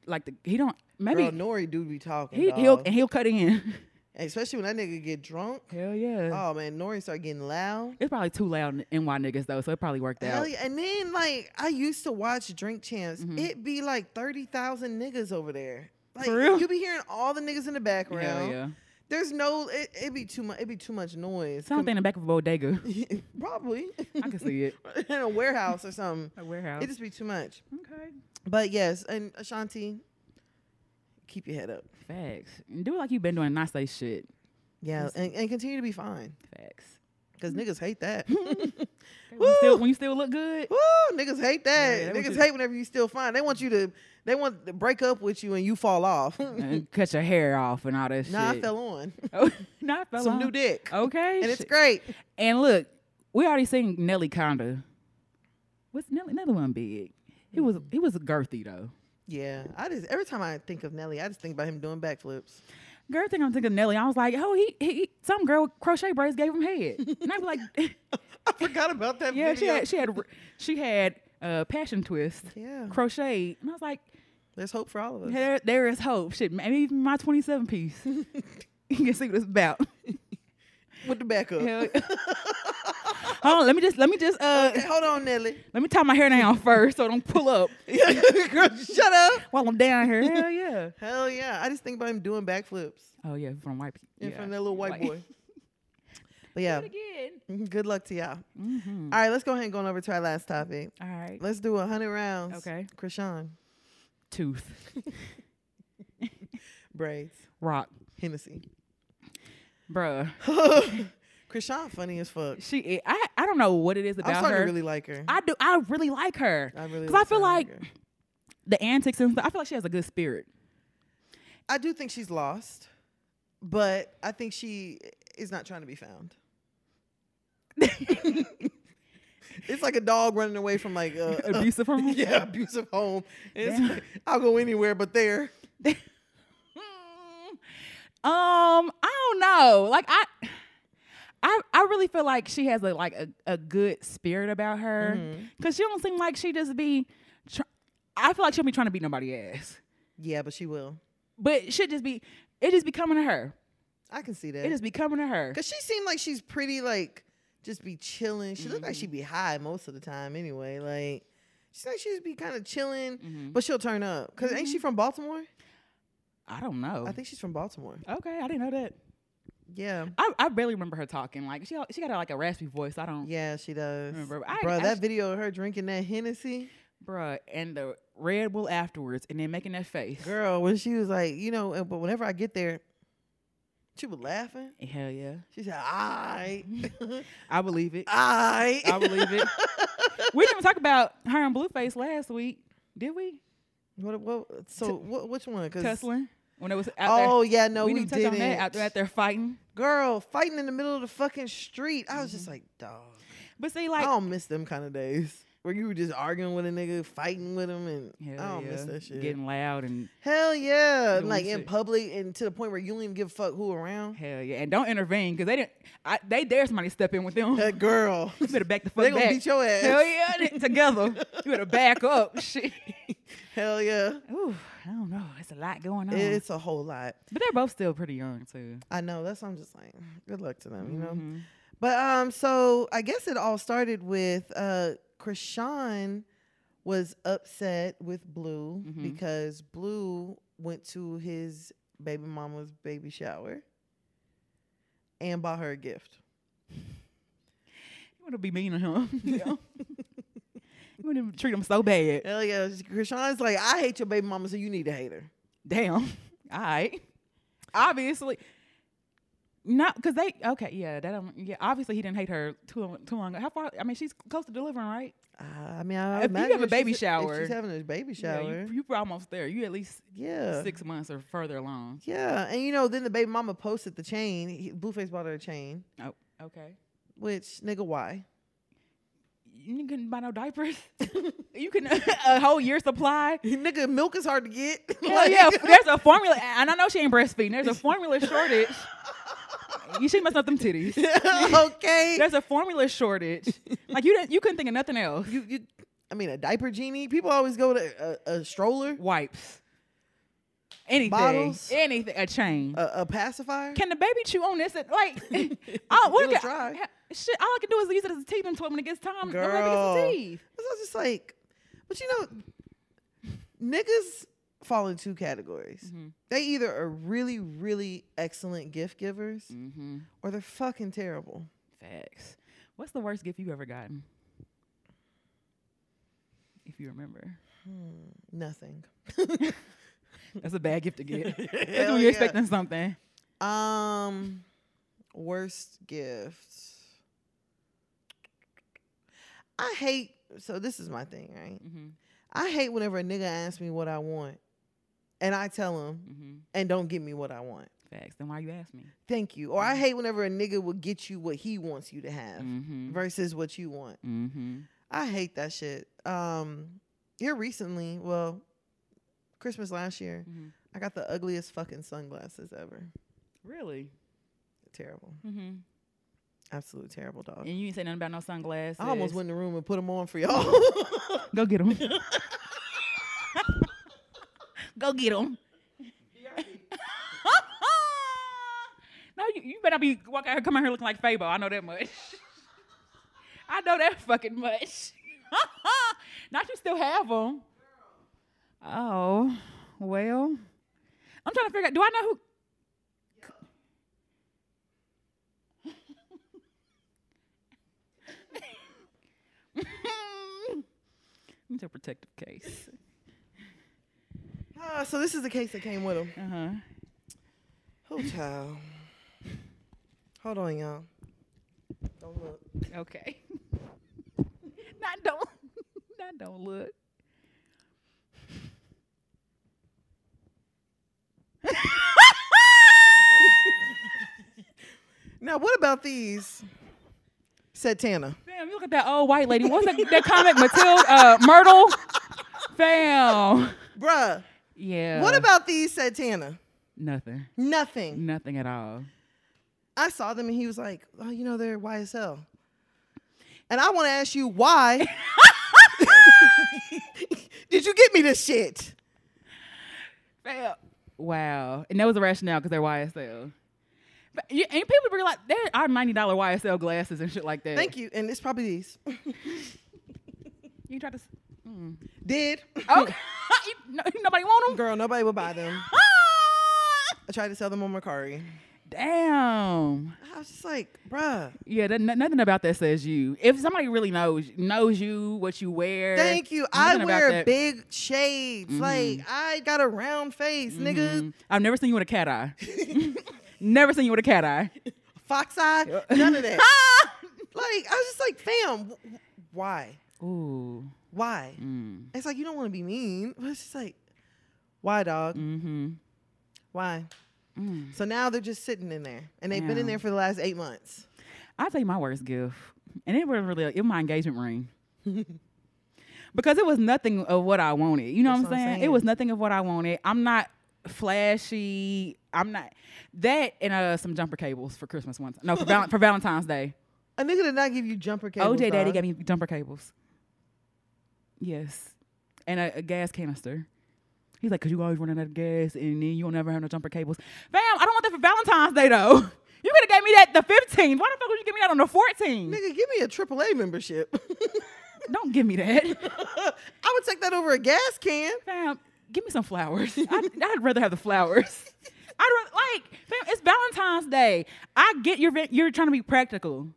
Speaker 1: like the he don't maybe
Speaker 2: Girl, Nori do be talking.
Speaker 1: he he'll
Speaker 2: dog.
Speaker 1: and he'll cut in.
Speaker 2: Especially when that nigga get drunk.
Speaker 1: Hell yeah.
Speaker 2: Oh man, Nori start getting loud.
Speaker 1: It's probably too loud in NY niggas though, so it probably worked
Speaker 2: Hell
Speaker 1: out.
Speaker 2: yeah. And then like I used to watch Drink Champs.
Speaker 1: Mhm.
Speaker 2: It be like thirty thousand niggas over there. Like
Speaker 1: For real?
Speaker 2: you be hearing all the niggas in the background.
Speaker 1: Hell yeah.
Speaker 2: There's no it, it be too much it be too much noise.
Speaker 1: Something in the back of a bodega.
Speaker 2: Com- Probably.
Speaker 1: I can see it.
Speaker 2: in a warehouse or something.
Speaker 1: A warehouse.
Speaker 2: It just be too much.
Speaker 1: okay.
Speaker 2: But yes, and Ashanti, keep your head up.
Speaker 1: Facts. And do it like you've been doing, and not say shit.
Speaker 2: Yeah,
Speaker 1: Yes. Mm-hmm.
Speaker 2: and, and continue to be fine.
Speaker 1: Facts.
Speaker 2: Cause niggas hate that.
Speaker 1: When you, still,
Speaker 2: Woo!
Speaker 1: when you still look good.
Speaker 2: Woo, niggas hate that.
Speaker 1: Yeah, they want
Speaker 2: niggas
Speaker 1: you-
Speaker 2: hate whenever you still fine. They want you to they want to break up with you and you fall off. nah,
Speaker 1: And cut your hair off and all that
Speaker 2: I
Speaker 1: shit.
Speaker 2: fell on.
Speaker 1: Oh, nah, I fell
Speaker 2: Some
Speaker 1: off.
Speaker 2: new dick.
Speaker 1: Okay.
Speaker 2: And it's
Speaker 1: shit.
Speaker 2: great.
Speaker 1: And look, we already seen Nelly Conda. What's Nelly? Nelly one big. He was he was girthy though.
Speaker 2: Yeah. I just every time I think of Nelly, I just think about him doing backflips.
Speaker 1: Girl, thing I'm thinking of Nelly. I was like, oh, he, he some girl with crochet braids gave him head, and I was like,
Speaker 2: I forgot about that
Speaker 1: yeah, she
Speaker 2: video.
Speaker 1: had she had she had uh, passion twist
Speaker 2: yeah.
Speaker 1: crochet, and I was like,
Speaker 2: There's hope for all of us.
Speaker 1: there there is hope. Shit, maybe even my 27 piece. you can see what it's about.
Speaker 2: With the backup.
Speaker 1: Hell- Hold on, let me just let me just uh
Speaker 2: Okay, hold on, Nelly.
Speaker 1: let me tie my hair down first so I don't pull up
Speaker 2: Girl, shut up.
Speaker 1: while I'm down here. Hell yeah.
Speaker 2: Hell yeah. I just think about him doing backflips
Speaker 1: Oh yeah, from white people.
Speaker 2: in
Speaker 1: yeah.
Speaker 2: front of that little white boy. But yeah,
Speaker 1: Again.
Speaker 2: good luck to y'all.
Speaker 1: Mm-hmm.
Speaker 2: All right, let's go ahead and go on over to our last topic.
Speaker 1: All right.
Speaker 2: Let's do a hundred rounds.
Speaker 1: Okay.
Speaker 2: Krishan,
Speaker 1: Tooth.
Speaker 2: braids,
Speaker 1: Rock.
Speaker 2: Hennessy.
Speaker 1: Bruh.
Speaker 2: Krishan, funny as fuck.
Speaker 1: She eh, I I don't know what it is
Speaker 2: I'm
Speaker 1: about
Speaker 2: starting
Speaker 1: her.
Speaker 2: to really like her.
Speaker 1: I do I really like her.
Speaker 2: I really
Speaker 1: 'Cause
Speaker 2: like
Speaker 1: I feel
Speaker 2: starting to
Speaker 1: like-
Speaker 2: her.
Speaker 1: the antics and stuff. I feel like she has a good spirit.
Speaker 2: I do think she's lost, but I think she is not trying to be found. It's like a dog running away from like a, a-
Speaker 1: Abusive home?
Speaker 2: yeah, abusive home. And it's
Speaker 1: Damn.
Speaker 2: like, I'll go anywhere but there.
Speaker 1: Mm. um, I don't know. Like I I I really feel like she has a like a, a good spirit about her.
Speaker 2: Mm-hmm.
Speaker 1: Cause she don't seem like she just be tr- I feel like she'll be trying to beat nobody ass.
Speaker 2: Yeah, but she will.
Speaker 1: But she just be it just be coming to her.
Speaker 2: I can see
Speaker 1: It
Speaker 2: that.
Speaker 1: just be coming to her.
Speaker 2: Cause she seemed like she's pretty like just be chilling. She looked like she'd be high most of the time anyway. Like she's like she just be kind of chilling,
Speaker 1: Mhm.
Speaker 2: but she'll turn up. because ain't
Speaker 1: Mm-hmm.
Speaker 2: she from Baltimore?
Speaker 1: I don't know.
Speaker 2: I think she's from Baltimore.
Speaker 1: okay, I didn't know that.
Speaker 2: Oh. Yeah.
Speaker 1: I, I barely remember her talking. Like she she got a, like a raspy voice. I don't
Speaker 2: Yeah, she does.
Speaker 1: remember. I,
Speaker 2: Bro,
Speaker 1: I
Speaker 2: that video of her drinking that Hennessy,
Speaker 1: bruh, and the Red Bull afterwards, and then making that face.
Speaker 2: girl, when she was like, you know, and- but whenever I get there, she was laughing.
Speaker 1: Hell yeah,
Speaker 2: She said, "I,
Speaker 1: I believe it.
Speaker 2: I,
Speaker 1: I believe it. we didn't even talk about her and Blueface last week, did we?
Speaker 2: What? What? So, what, which one? 'Cause-
Speaker 1: Tussling when it was out
Speaker 2: Oh
Speaker 1: there.
Speaker 2: yeah, no, we,
Speaker 1: we didn't touch
Speaker 2: didn't.
Speaker 1: on that out there, out there fighting.
Speaker 2: Girl, fighting in the middle of the fucking street. I was just like, dog.
Speaker 1: But see,
Speaker 2: I
Speaker 1: Mm-hmm. like
Speaker 2: don't miss them kind of days where you were just arguing with a nigga, fighting with him, and
Speaker 1: Hell
Speaker 2: I don't miss
Speaker 1: yeah.
Speaker 2: that shit.
Speaker 1: getting loud and
Speaker 2: Hell yeah,
Speaker 1: Doing
Speaker 2: like in
Speaker 1: shit.
Speaker 2: public and to the point where you don't even give a fuck who around.
Speaker 1: hell yeah, and don't intervene because they didn't. I, they dare somebody to step in with them.
Speaker 2: That girl,
Speaker 1: You better back the fuck
Speaker 2: they
Speaker 1: back.
Speaker 2: gonna beat your ass.
Speaker 1: Hell yeah, they- together. You better back up. Shit.
Speaker 2: Hell yeah.
Speaker 1: Ooh, I don't know. It's a lot going on.
Speaker 2: It's a whole lot.
Speaker 1: but they're both still pretty young too.
Speaker 2: I know. That's why I'm just like, good luck to them, you know?
Speaker 1: Mhm.
Speaker 2: But um, so I guess it all started with uh, Krishan was upset with Blue
Speaker 1: Mhm.
Speaker 2: because Blue went to his baby mama's baby shower and bought her a gift.
Speaker 1: You want to be mean to him? you want to treat him so bad?
Speaker 2: Hell yeah, Krishan's like, I hate your baby mama, so you need to hate her.
Speaker 1: Damn. All right. Obviously. Not because they okay yeah that um, yeah obviously he didn't hate her too too long how far I mean she's close to delivering right
Speaker 2: Uh, I mean, I
Speaker 1: If you
Speaker 2: imagine
Speaker 1: have a
Speaker 2: she's-
Speaker 1: baby
Speaker 2: if
Speaker 1: shower-
Speaker 2: she's having a baby
Speaker 1: Yeah, you-
Speaker 2: shower. Uh.
Speaker 1: you, were almost there you at least
Speaker 2: Yeah.
Speaker 1: six months or further along
Speaker 2: Yeah, and you know, then the baby mama posted the chain. He, Blueface bought her a chain,
Speaker 1: oh okay
Speaker 2: which nigga, why?
Speaker 1: you couldn't buy no diapers you couldn't a whole year supply
Speaker 2: nigga, milk is hard to get.
Speaker 1: Hell yeah, there's a formula, and I know she ain't breastfeeding. There's a formula shortage. you should mess up them titties.
Speaker 2: okay.
Speaker 1: There's a formula shortage. Like you didn't, you couldn't think of nothing else.
Speaker 2: you, you, I mean, a diaper genie. People always go to a, a stroller,
Speaker 1: Wipes, anything,
Speaker 2: Bottles. Uh,
Speaker 1: anything, a chain.
Speaker 2: a, a pacifier.
Speaker 1: can the baby chew on this? And, like, I, what
Speaker 2: It'll
Speaker 1: can,
Speaker 2: dry.
Speaker 1: Shit, all I can do is use it as a teething toy when it gets time. Girl. Go back and
Speaker 2: Girl.
Speaker 1: get some teeth.
Speaker 2: I was just like, but you know, niggas fall in two categories.
Speaker 1: Mhm.
Speaker 2: They either are really, really excellent gift givers,
Speaker 1: Mm-hmm.
Speaker 2: or they're fucking terrible.
Speaker 1: Facts. What's the worst gift you ever gotten? If you remember,
Speaker 2: Nothing.
Speaker 1: that's a bad gift to get. That's
Speaker 2: Hell
Speaker 1: when
Speaker 2: yeah.
Speaker 1: you're expecting something.
Speaker 2: Um, worst gift. I hate. So this is my thing, right?
Speaker 1: Mm-hmm.
Speaker 2: I hate whenever a nigga asks me what I want, and I tell him
Speaker 1: Mm-hmm.
Speaker 2: and don't get me what I want.
Speaker 1: Facts. Then why you ask me?
Speaker 2: Thank you. Or I hate whenever a nigga will get you what he wants you to have
Speaker 1: Mm-hmm.
Speaker 2: versus what you want.
Speaker 1: Mm-hmm.
Speaker 2: I hate that shit. Um, here recently, well, Christmas last year,
Speaker 1: Mhm.
Speaker 2: I got the ugliest fucking sunglasses ever.
Speaker 1: Really?
Speaker 2: Terrible,
Speaker 1: Mm-hmm.
Speaker 2: absolute terrible dog.
Speaker 1: And you ain't say nothing about no sunglasses.
Speaker 2: Uh, I almost went in the room and put them on for y'all.
Speaker 1: Go get them. Go get them. no, you, you better be walking out here, coming here looking like Fabo. I know that much. I know that fucking much. Not you still have them. Oh, well. I'm trying to figure out. Do I know who? It's a protective case.
Speaker 2: Ah, so this is the case that came with them.
Speaker 1: Uh huh.
Speaker 2: Oh, child. Hold on, y'all. Don't look.
Speaker 1: Okay. not don't. Not don't look.
Speaker 2: Now, what about these? Said Tana.
Speaker 1: Damn, you look at that old white lady. What's that, that comic Matilda uh, Myrtle? Fam.
Speaker 2: Bruh,
Speaker 1: Yeah.
Speaker 2: what about these? Said Tana.
Speaker 1: nothing?
Speaker 2: Nothing.
Speaker 1: Nothing at all.
Speaker 2: I saw them and he was like, oh, you know, they're YSL. And I want to ask you, why did you get me this shit?
Speaker 1: Fam. Wow. And that was the rationale because they're YSL. But you, and people be like, there are ninety dollar YSL glasses and shit like that.
Speaker 2: Thank you. And it's probably these.
Speaker 1: You tried to. s- Mm.
Speaker 2: Did.
Speaker 1: Okay. You- no, nobody want them.
Speaker 2: Girl, nobody would buy them. I tried to sell them on Mercari.
Speaker 1: Damn.
Speaker 2: I was just like, bruh,
Speaker 1: Yeah, that, n- nothing about that says you. If somebody really knows knows you, what you wear.
Speaker 2: thank you.
Speaker 1: nothing
Speaker 2: I
Speaker 1: about
Speaker 2: wear
Speaker 1: that. Mm-hmm.
Speaker 2: big shades. Like, I got a round face, nigga.
Speaker 1: Mm, I've never seen you with a cat eye. never seen you with a cat eye.
Speaker 2: Fox eye, none of that. like, I was just like, fam, w- w- why?
Speaker 1: Ooh.
Speaker 2: Why?
Speaker 1: Mm.
Speaker 2: It's like, you don't want to be mean. But it's just like, why, dog?
Speaker 1: Mm-hmm.
Speaker 2: Why?
Speaker 1: Mm.
Speaker 2: So now they're just sitting in there. And they've been in
Speaker 1: Yeah.
Speaker 2: there for the last eight months.
Speaker 1: I'll tell you my worst gift. And it wasn't really, it was my engagement ring. because it was nothing of what I wanted. You know
Speaker 2: That's
Speaker 1: what I'm saying? It
Speaker 2: saying.
Speaker 1: was nothing of what I wanted. I'm not flashy. I'm not that and uh some jumper cables for Christmas once. No, for, val- for Valentine's Day.
Speaker 2: A nigga did not give you jumper cables.
Speaker 1: OJ Daddy
Speaker 2: dog.
Speaker 1: gave me jumper cables. Yes. and a, a gas canister. He's like, cause you always running out of gas, and then you don't ever have no jumper cables. Fam, I don't want that for Valentine's Day though. You could have gave me that the 15th. Why the fuck would you give me that on the 14th?
Speaker 2: Nigga, give me a AAA membership.
Speaker 1: Don't give me that.
Speaker 2: I would take that over a gas can.
Speaker 1: fam, give me some flowers. I'd, I'd rather have the flowers. I'd rather, like, fam, it's Valentine's Day. I get you're ve- you're trying to be practical,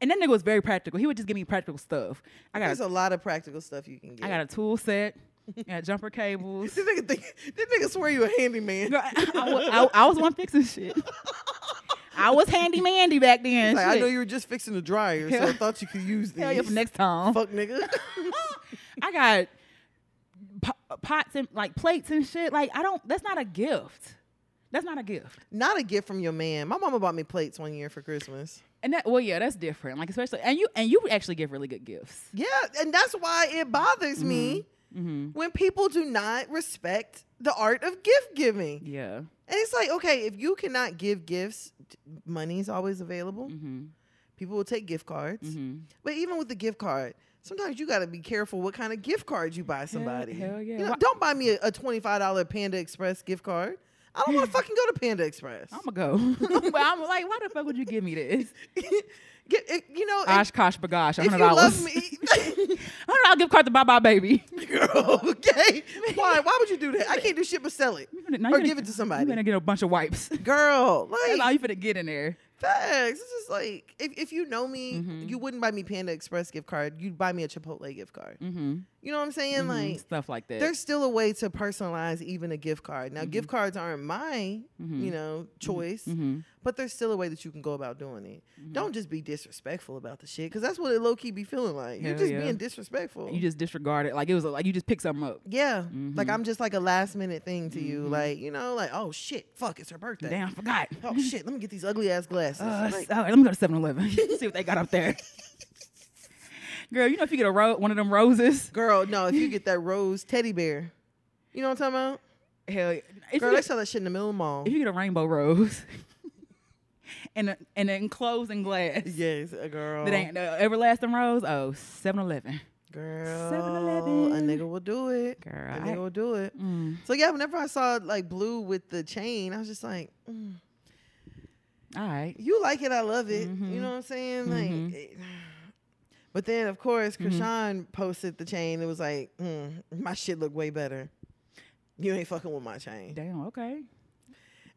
Speaker 1: and that nigga was very practical. He would just give me practical stuff. I got
Speaker 2: There's
Speaker 1: a,
Speaker 2: a lot of practical stuff you can get.
Speaker 1: I got a tool set, I got jumper cables.
Speaker 2: this nigga, think, this nigga swear you a handyman.
Speaker 1: Girl, I, I wa- I- I was one fixing shit. I was handy mandy back then.
Speaker 2: Like, I
Speaker 1: shit.
Speaker 2: know you were just fixing the dryer, so I
Speaker 1: Hell-
Speaker 2: thought you could use these.
Speaker 1: Hell yeah, for next time.
Speaker 2: Fuck nigga.
Speaker 1: I got po- pots and like plates and shit. Like I don't. That's not a gift. That's not a gift.
Speaker 2: Not a gift from your man. My mama bought me plates one year for Christmas.
Speaker 1: And that well, yeah, that's different. Like especially and you and you actually give really good gifts.
Speaker 2: Yeah, and that's why it bothers me
Speaker 1: Mm-hmm.
Speaker 2: when people do not respect the art of gift giving.
Speaker 1: Yeah.
Speaker 2: And it's like, okay, if you cannot give gifts, t- money's always available.
Speaker 1: Mm. Mm-hmm.
Speaker 2: People will take gift cards. But even with the gift card, sometimes you got to be careful what kind of gift card you buy somebody.
Speaker 1: hell yeah.
Speaker 2: You know,
Speaker 1: Wha-
Speaker 2: don't buy me a, a $25 Panda Express gift card. I don't want to fucking go to Panda Express.
Speaker 1: I'ma go. but I'm like, why the fuck would you give me this?
Speaker 2: Get, if, you know, if-
Speaker 1: Oshkosh bagosh,
Speaker 2: if,
Speaker 1: hundred
Speaker 2: you love
Speaker 1: dollars.
Speaker 2: me,
Speaker 1: Hundred dollar gift card to Bye Bye Baby.
Speaker 2: girl, okay? Why? Why would you do that? I can't do shit but sell it
Speaker 1: Now you
Speaker 2: or
Speaker 1: finna-
Speaker 2: give it to
Speaker 1: You
Speaker 2: somebody.
Speaker 1: gonna get a bunch of wipes.
Speaker 2: Girl,
Speaker 1: That's all
Speaker 2: like,
Speaker 1: you finna get in there.
Speaker 2: Facts. It's just like if, if you know me,
Speaker 1: Mm-hmm.
Speaker 2: you wouldn't buy me Panda Express gift card. You'd buy me a Chipotle gift card.
Speaker 1: Mm-hmm.
Speaker 2: You know what I'm saying? Like
Speaker 1: Stuff like that.
Speaker 2: there's still a way to personalize even a gift card. Now gift
Speaker 1: Mm-hmm.
Speaker 2: cards aren't my, you know, choice,
Speaker 1: Mhm.
Speaker 2: but there's still a way that you can go about doing it.
Speaker 1: Mm-hmm.
Speaker 2: Don't just be disrespectful about the shit cuz that's what it low key be feeling like. You're
Speaker 1: Hell
Speaker 2: just
Speaker 1: yeah.
Speaker 2: being disrespectful.
Speaker 1: You just Mm-hmm. disregard it. Like it was like you just pick something up.
Speaker 2: yeah. Like I'm just like a last minute thing to you. Like, you know, like oh shit, fuck, it's her birthday.
Speaker 1: Mm-hmm. Damn, I forgot.
Speaker 2: Oh shit, let me get these ugly ass glasses.
Speaker 1: Uh,
Speaker 2: Like,
Speaker 1: so- all right, let me go to 7 Eleven. See what they got up there. Girl, you know if you get a ro- one of them roses,
Speaker 2: Girl, no, if you get that rose teddy bear, you know what I'm talking about?
Speaker 1: hell yeah. If
Speaker 2: Girl,
Speaker 1: you
Speaker 2: they
Speaker 1: get-
Speaker 2: sell that shit in the middle of the mall.
Speaker 1: if you get a rainbow rose and a, and an enclosed in glass
Speaker 2: Yes, a girl.
Speaker 1: that ain't
Speaker 2: uh-huh.
Speaker 1: the everlasting rose, oh, 7 Eleven.
Speaker 2: Girl,
Speaker 1: 7-Eleven.
Speaker 2: a nigga will do it.
Speaker 1: Girl,
Speaker 2: a
Speaker 1: I-
Speaker 2: nigga will do it.
Speaker 1: Mm,
Speaker 2: So yeah, whenever I saw like blue with the chain, I was just like, mm,
Speaker 1: all right.
Speaker 2: "You like it, I love it." You
Speaker 1: Mhm.
Speaker 2: know what I'm saying? Like,
Speaker 1: Mm-hmm.
Speaker 2: it- but then of course, Krishan posted the chain. It was like, mm, "My shit look way better." You ain't fucking with my chain.
Speaker 1: Damn, okay.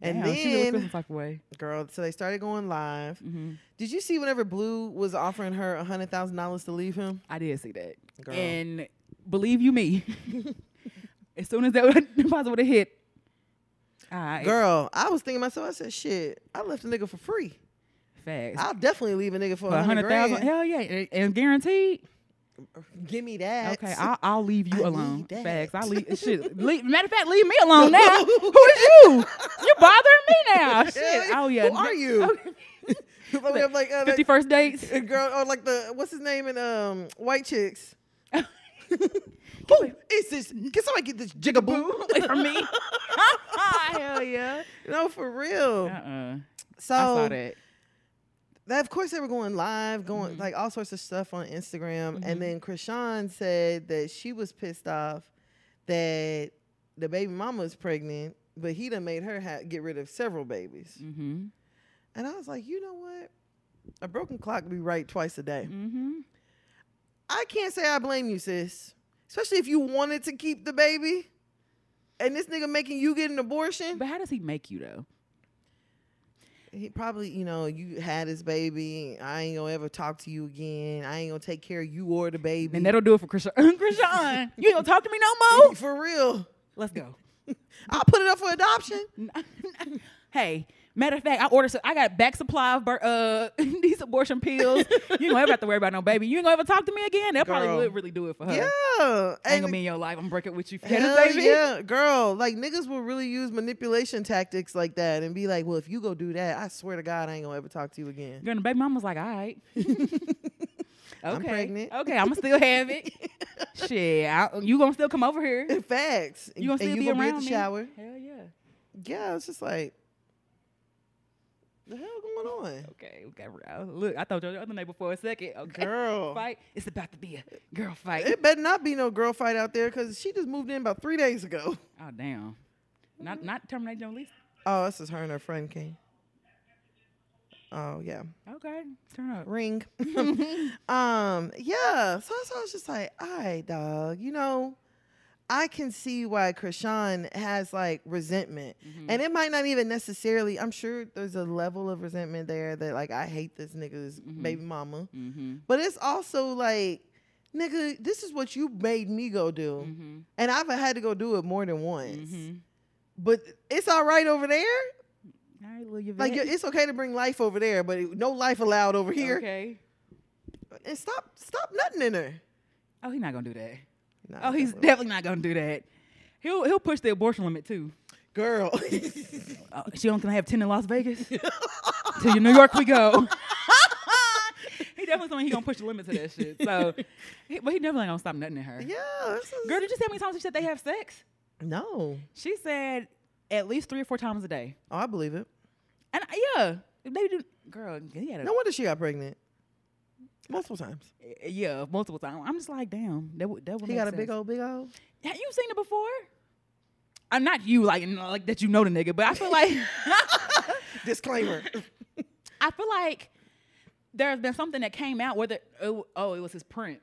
Speaker 2: and
Speaker 1: Damn, she really
Speaker 2: then,
Speaker 1: feels some type of way.
Speaker 2: girl, so they started going live.
Speaker 1: Mhm.
Speaker 2: Did you see whenever Blue was offering her a hundred thousand dollars to leave him?
Speaker 1: I did see that.
Speaker 2: Girl.
Speaker 1: And believe you me, as soon as that deposit would have hit, all right,
Speaker 2: Girl, I was thinking to myself. I said, "Shit, I left a nigga for free.
Speaker 1: facts.
Speaker 2: I'll definitely leave a nigga for
Speaker 1: For
Speaker 2: a hundred
Speaker 1: 100,000,
Speaker 2: thousand.
Speaker 1: hell yeah. And, and guaranteed,
Speaker 2: Give me that.
Speaker 1: okay, I'll, I'll leave you
Speaker 2: I
Speaker 1: alone.
Speaker 2: need that.
Speaker 1: Facts. I'll leave, shit. leave, matter of fact, leave me alone now. Who did you? You're bothering me now. Shit. Oh, yeah.
Speaker 2: Who are you? I'm like, uh,
Speaker 1: Fifty
Speaker 2: like
Speaker 1: first dates.
Speaker 2: a girl or like the what's his name in um White Chicks. Who
Speaker 1: me-
Speaker 2: is this? Can somebody get this jigaboo?
Speaker 1: for me. Hell yeah.
Speaker 2: no, for real.
Speaker 1: Uh uh
Speaker 2: So
Speaker 1: I saw that.
Speaker 2: that of course they were going live, going
Speaker 1: Mm-hmm.
Speaker 2: like all sorts of stuff on Instagram. And then Krishan said that she was pissed off that the baby mama was pregnant, but he done made her ha- get rid of several babies.
Speaker 1: Mm-hmm.
Speaker 2: And I was like, you know what? A broken clock be right twice a day.
Speaker 1: Mm-hmm.
Speaker 2: I can't say I blame you, sis. Especially if you wanted to keep the baby, and this nigga making you get an abortion.
Speaker 1: But how does he make you though?
Speaker 2: He probably, you know, you had his baby. I ain't gonna ever talk to you again. I ain't gonna take care of you or the baby.
Speaker 1: And that'll do it for Krishan. Krishan, you ain't gonna talk to me no more.
Speaker 2: For real.
Speaker 1: Let's go.
Speaker 2: I'll put it up for adoption.
Speaker 1: hey, matter of fact, I ordered. Some, I got back supply of bur- uh these abortion pills. you ain't gonna ever have to worry about no baby. You ain't gonna ever talk to me again. That probably
Speaker 2: Girl.
Speaker 1: would really do it for her.
Speaker 2: Yeah.
Speaker 1: Ain't
Speaker 2: And
Speaker 1: gonna be in your life. I'm breaking with you for
Speaker 2: hell
Speaker 1: the baby.
Speaker 2: yeah, girl. Like niggas will really use manipulation tactics like that and be like, well, if you go do that, I swear to God, I ain't gonna ever talk to you again.
Speaker 1: Girl, and the baby mama's like, all right. okay.
Speaker 2: pregnant.
Speaker 1: Okay, I'm gonna still have it. Shit, I, you gonna still come over here?
Speaker 2: Facts.
Speaker 1: You gonna
Speaker 2: and
Speaker 1: still
Speaker 2: you
Speaker 1: be
Speaker 2: gonna
Speaker 1: around
Speaker 2: be at the
Speaker 1: me?
Speaker 2: shower.
Speaker 1: Hell yeah.
Speaker 2: Yeah, it's just like The hell going on?
Speaker 1: Okay, we got row- Look, I thought your other name before a second. Okay.
Speaker 2: Girl.
Speaker 1: Fight. It's about to be a girl fight.
Speaker 2: It better not be no girl fight out there because she just moved in about three days ago.
Speaker 1: oh damn. Not not terminating your lease.
Speaker 2: Oh, this is her and her friend King. Oh yeah,
Speaker 1: Okay. Turn up.
Speaker 2: ring. um, yeah. So, so I was just like, all right, dog. You know, I can see why Krishan has like resentment,
Speaker 1: Mm.
Speaker 2: and it might not even necessarily. I'm sure there's a level of resentment there that like I hate this nigga's baby mama,
Speaker 1: Mm-hmm.
Speaker 2: but it's also like. Nigga, this is what you made me go do.
Speaker 1: Mm-hmm.
Speaker 2: And I've had to go do it more than once.
Speaker 1: Mm-hmm.
Speaker 2: But it's all right over there.
Speaker 1: All right, little
Speaker 2: Like
Speaker 1: Yvette.
Speaker 2: it's okay to bring life over there, but it- no life allowed over here.
Speaker 1: Okay.
Speaker 2: And stop, stop nothing in her.
Speaker 1: Oh, he's not gonna do that.
Speaker 2: Nah,
Speaker 1: Oh, he's
Speaker 2: definitely-
Speaker 1: definitely not gonna do that. He'll he'll push the abortion limit too.
Speaker 2: girl.
Speaker 1: Uh, she only can have ten in Las Vegas. to New York we go. he definitely told me he gonna push the limit to that shit. So, he- but he definitely ain't gonna stop nothing in her.
Speaker 2: yeah, this is-
Speaker 1: Girl, did you see how many times she said they have sex?
Speaker 2: no.
Speaker 1: She said at least three or four times a day.
Speaker 2: Oh, I believe it.
Speaker 1: And uh, yeah, they do. Girl, he had a,
Speaker 2: No wonder she got pregnant multiple times.
Speaker 1: yeah multiple times. I'm just like, damn, that would that would.
Speaker 2: He
Speaker 1: make
Speaker 2: got a big
Speaker 1: sense.
Speaker 2: old, big old.
Speaker 1: Have you seen it before? I'm not you, like n- like that. You know the nigga, but I feel like
Speaker 2: Disclaimer.
Speaker 1: I feel like there's been something that came out whether oh, oh it was his print.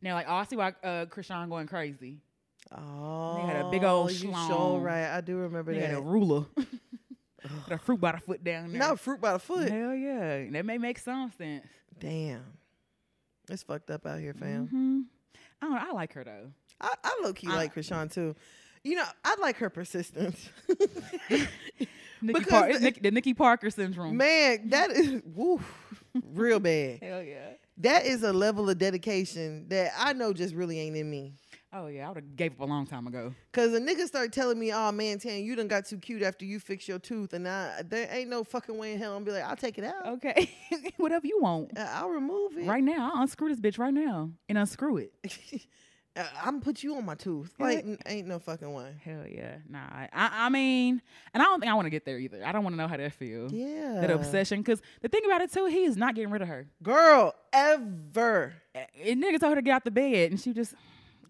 Speaker 1: And they're like, oh, I see why uh, Krishan going crazy.
Speaker 2: oh,
Speaker 1: had a big old
Speaker 2: you sure
Speaker 1: schlong.
Speaker 2: right. I do remember
Speaker 1: They got a
Speaker 2: that.
Speaker 1: ruler, Got a fruit by the foot down there.
Speaker 2: Not fruit by the foot.
Speaker 1: hell yeah, that may make some sense.
Speaker 2: Damn, it's fucked up out here, fam.
Speaker 1: hmm I don't know. I like her though.
Speaker 2: I, I low key like Krishan too. You know, I like her persistence.
Speaker 1: Nikki
Speaker 2: Because
Speaker 1: Par-
Speaker 2: the-
Speaker 1: it's Nikki- the, Nikki Parker syndrome.
Speaker 2: Man, that is woof, real bad.
Speaker 1: Hell yeah.
Speaker 2: That is a level of dedication that I know just really ain't in me.
Speaker 1: Oh yeah, I would have gave up a long time ago.
Speaker 2: Cause a nigga start telling me, "Oh man, Tan, you done got too cute after you fix your tooth," and I there ain't no fucking way in hell I'm be like, "I'll take it out,
Speaker 1: Okay, whatever you want.
Speaker 2: Uh, I'll remove it."
Speaker 1: Oh. Right now, I'll unscrew this bitch right now and unscrew it.
Speaker 2: Uh, I'm put you on my tooth.
Speaker 1: Yeah,
Speaker 2: Like,
Speaker 1: like-
Speaker 2: n- ain't no fucking way.
Speaker 1: Hell yeah, nah. I, I mean, and I don't think I want to get there either. I don't want to know how that feels.
Speaker 2: Yeah,
Speaker 1: That obsession, because the thing about it too, he is not getting rid of her.
Speaker 2: girl, ever.
Speaker 1: A- And nigga told her to get out the bed, and she just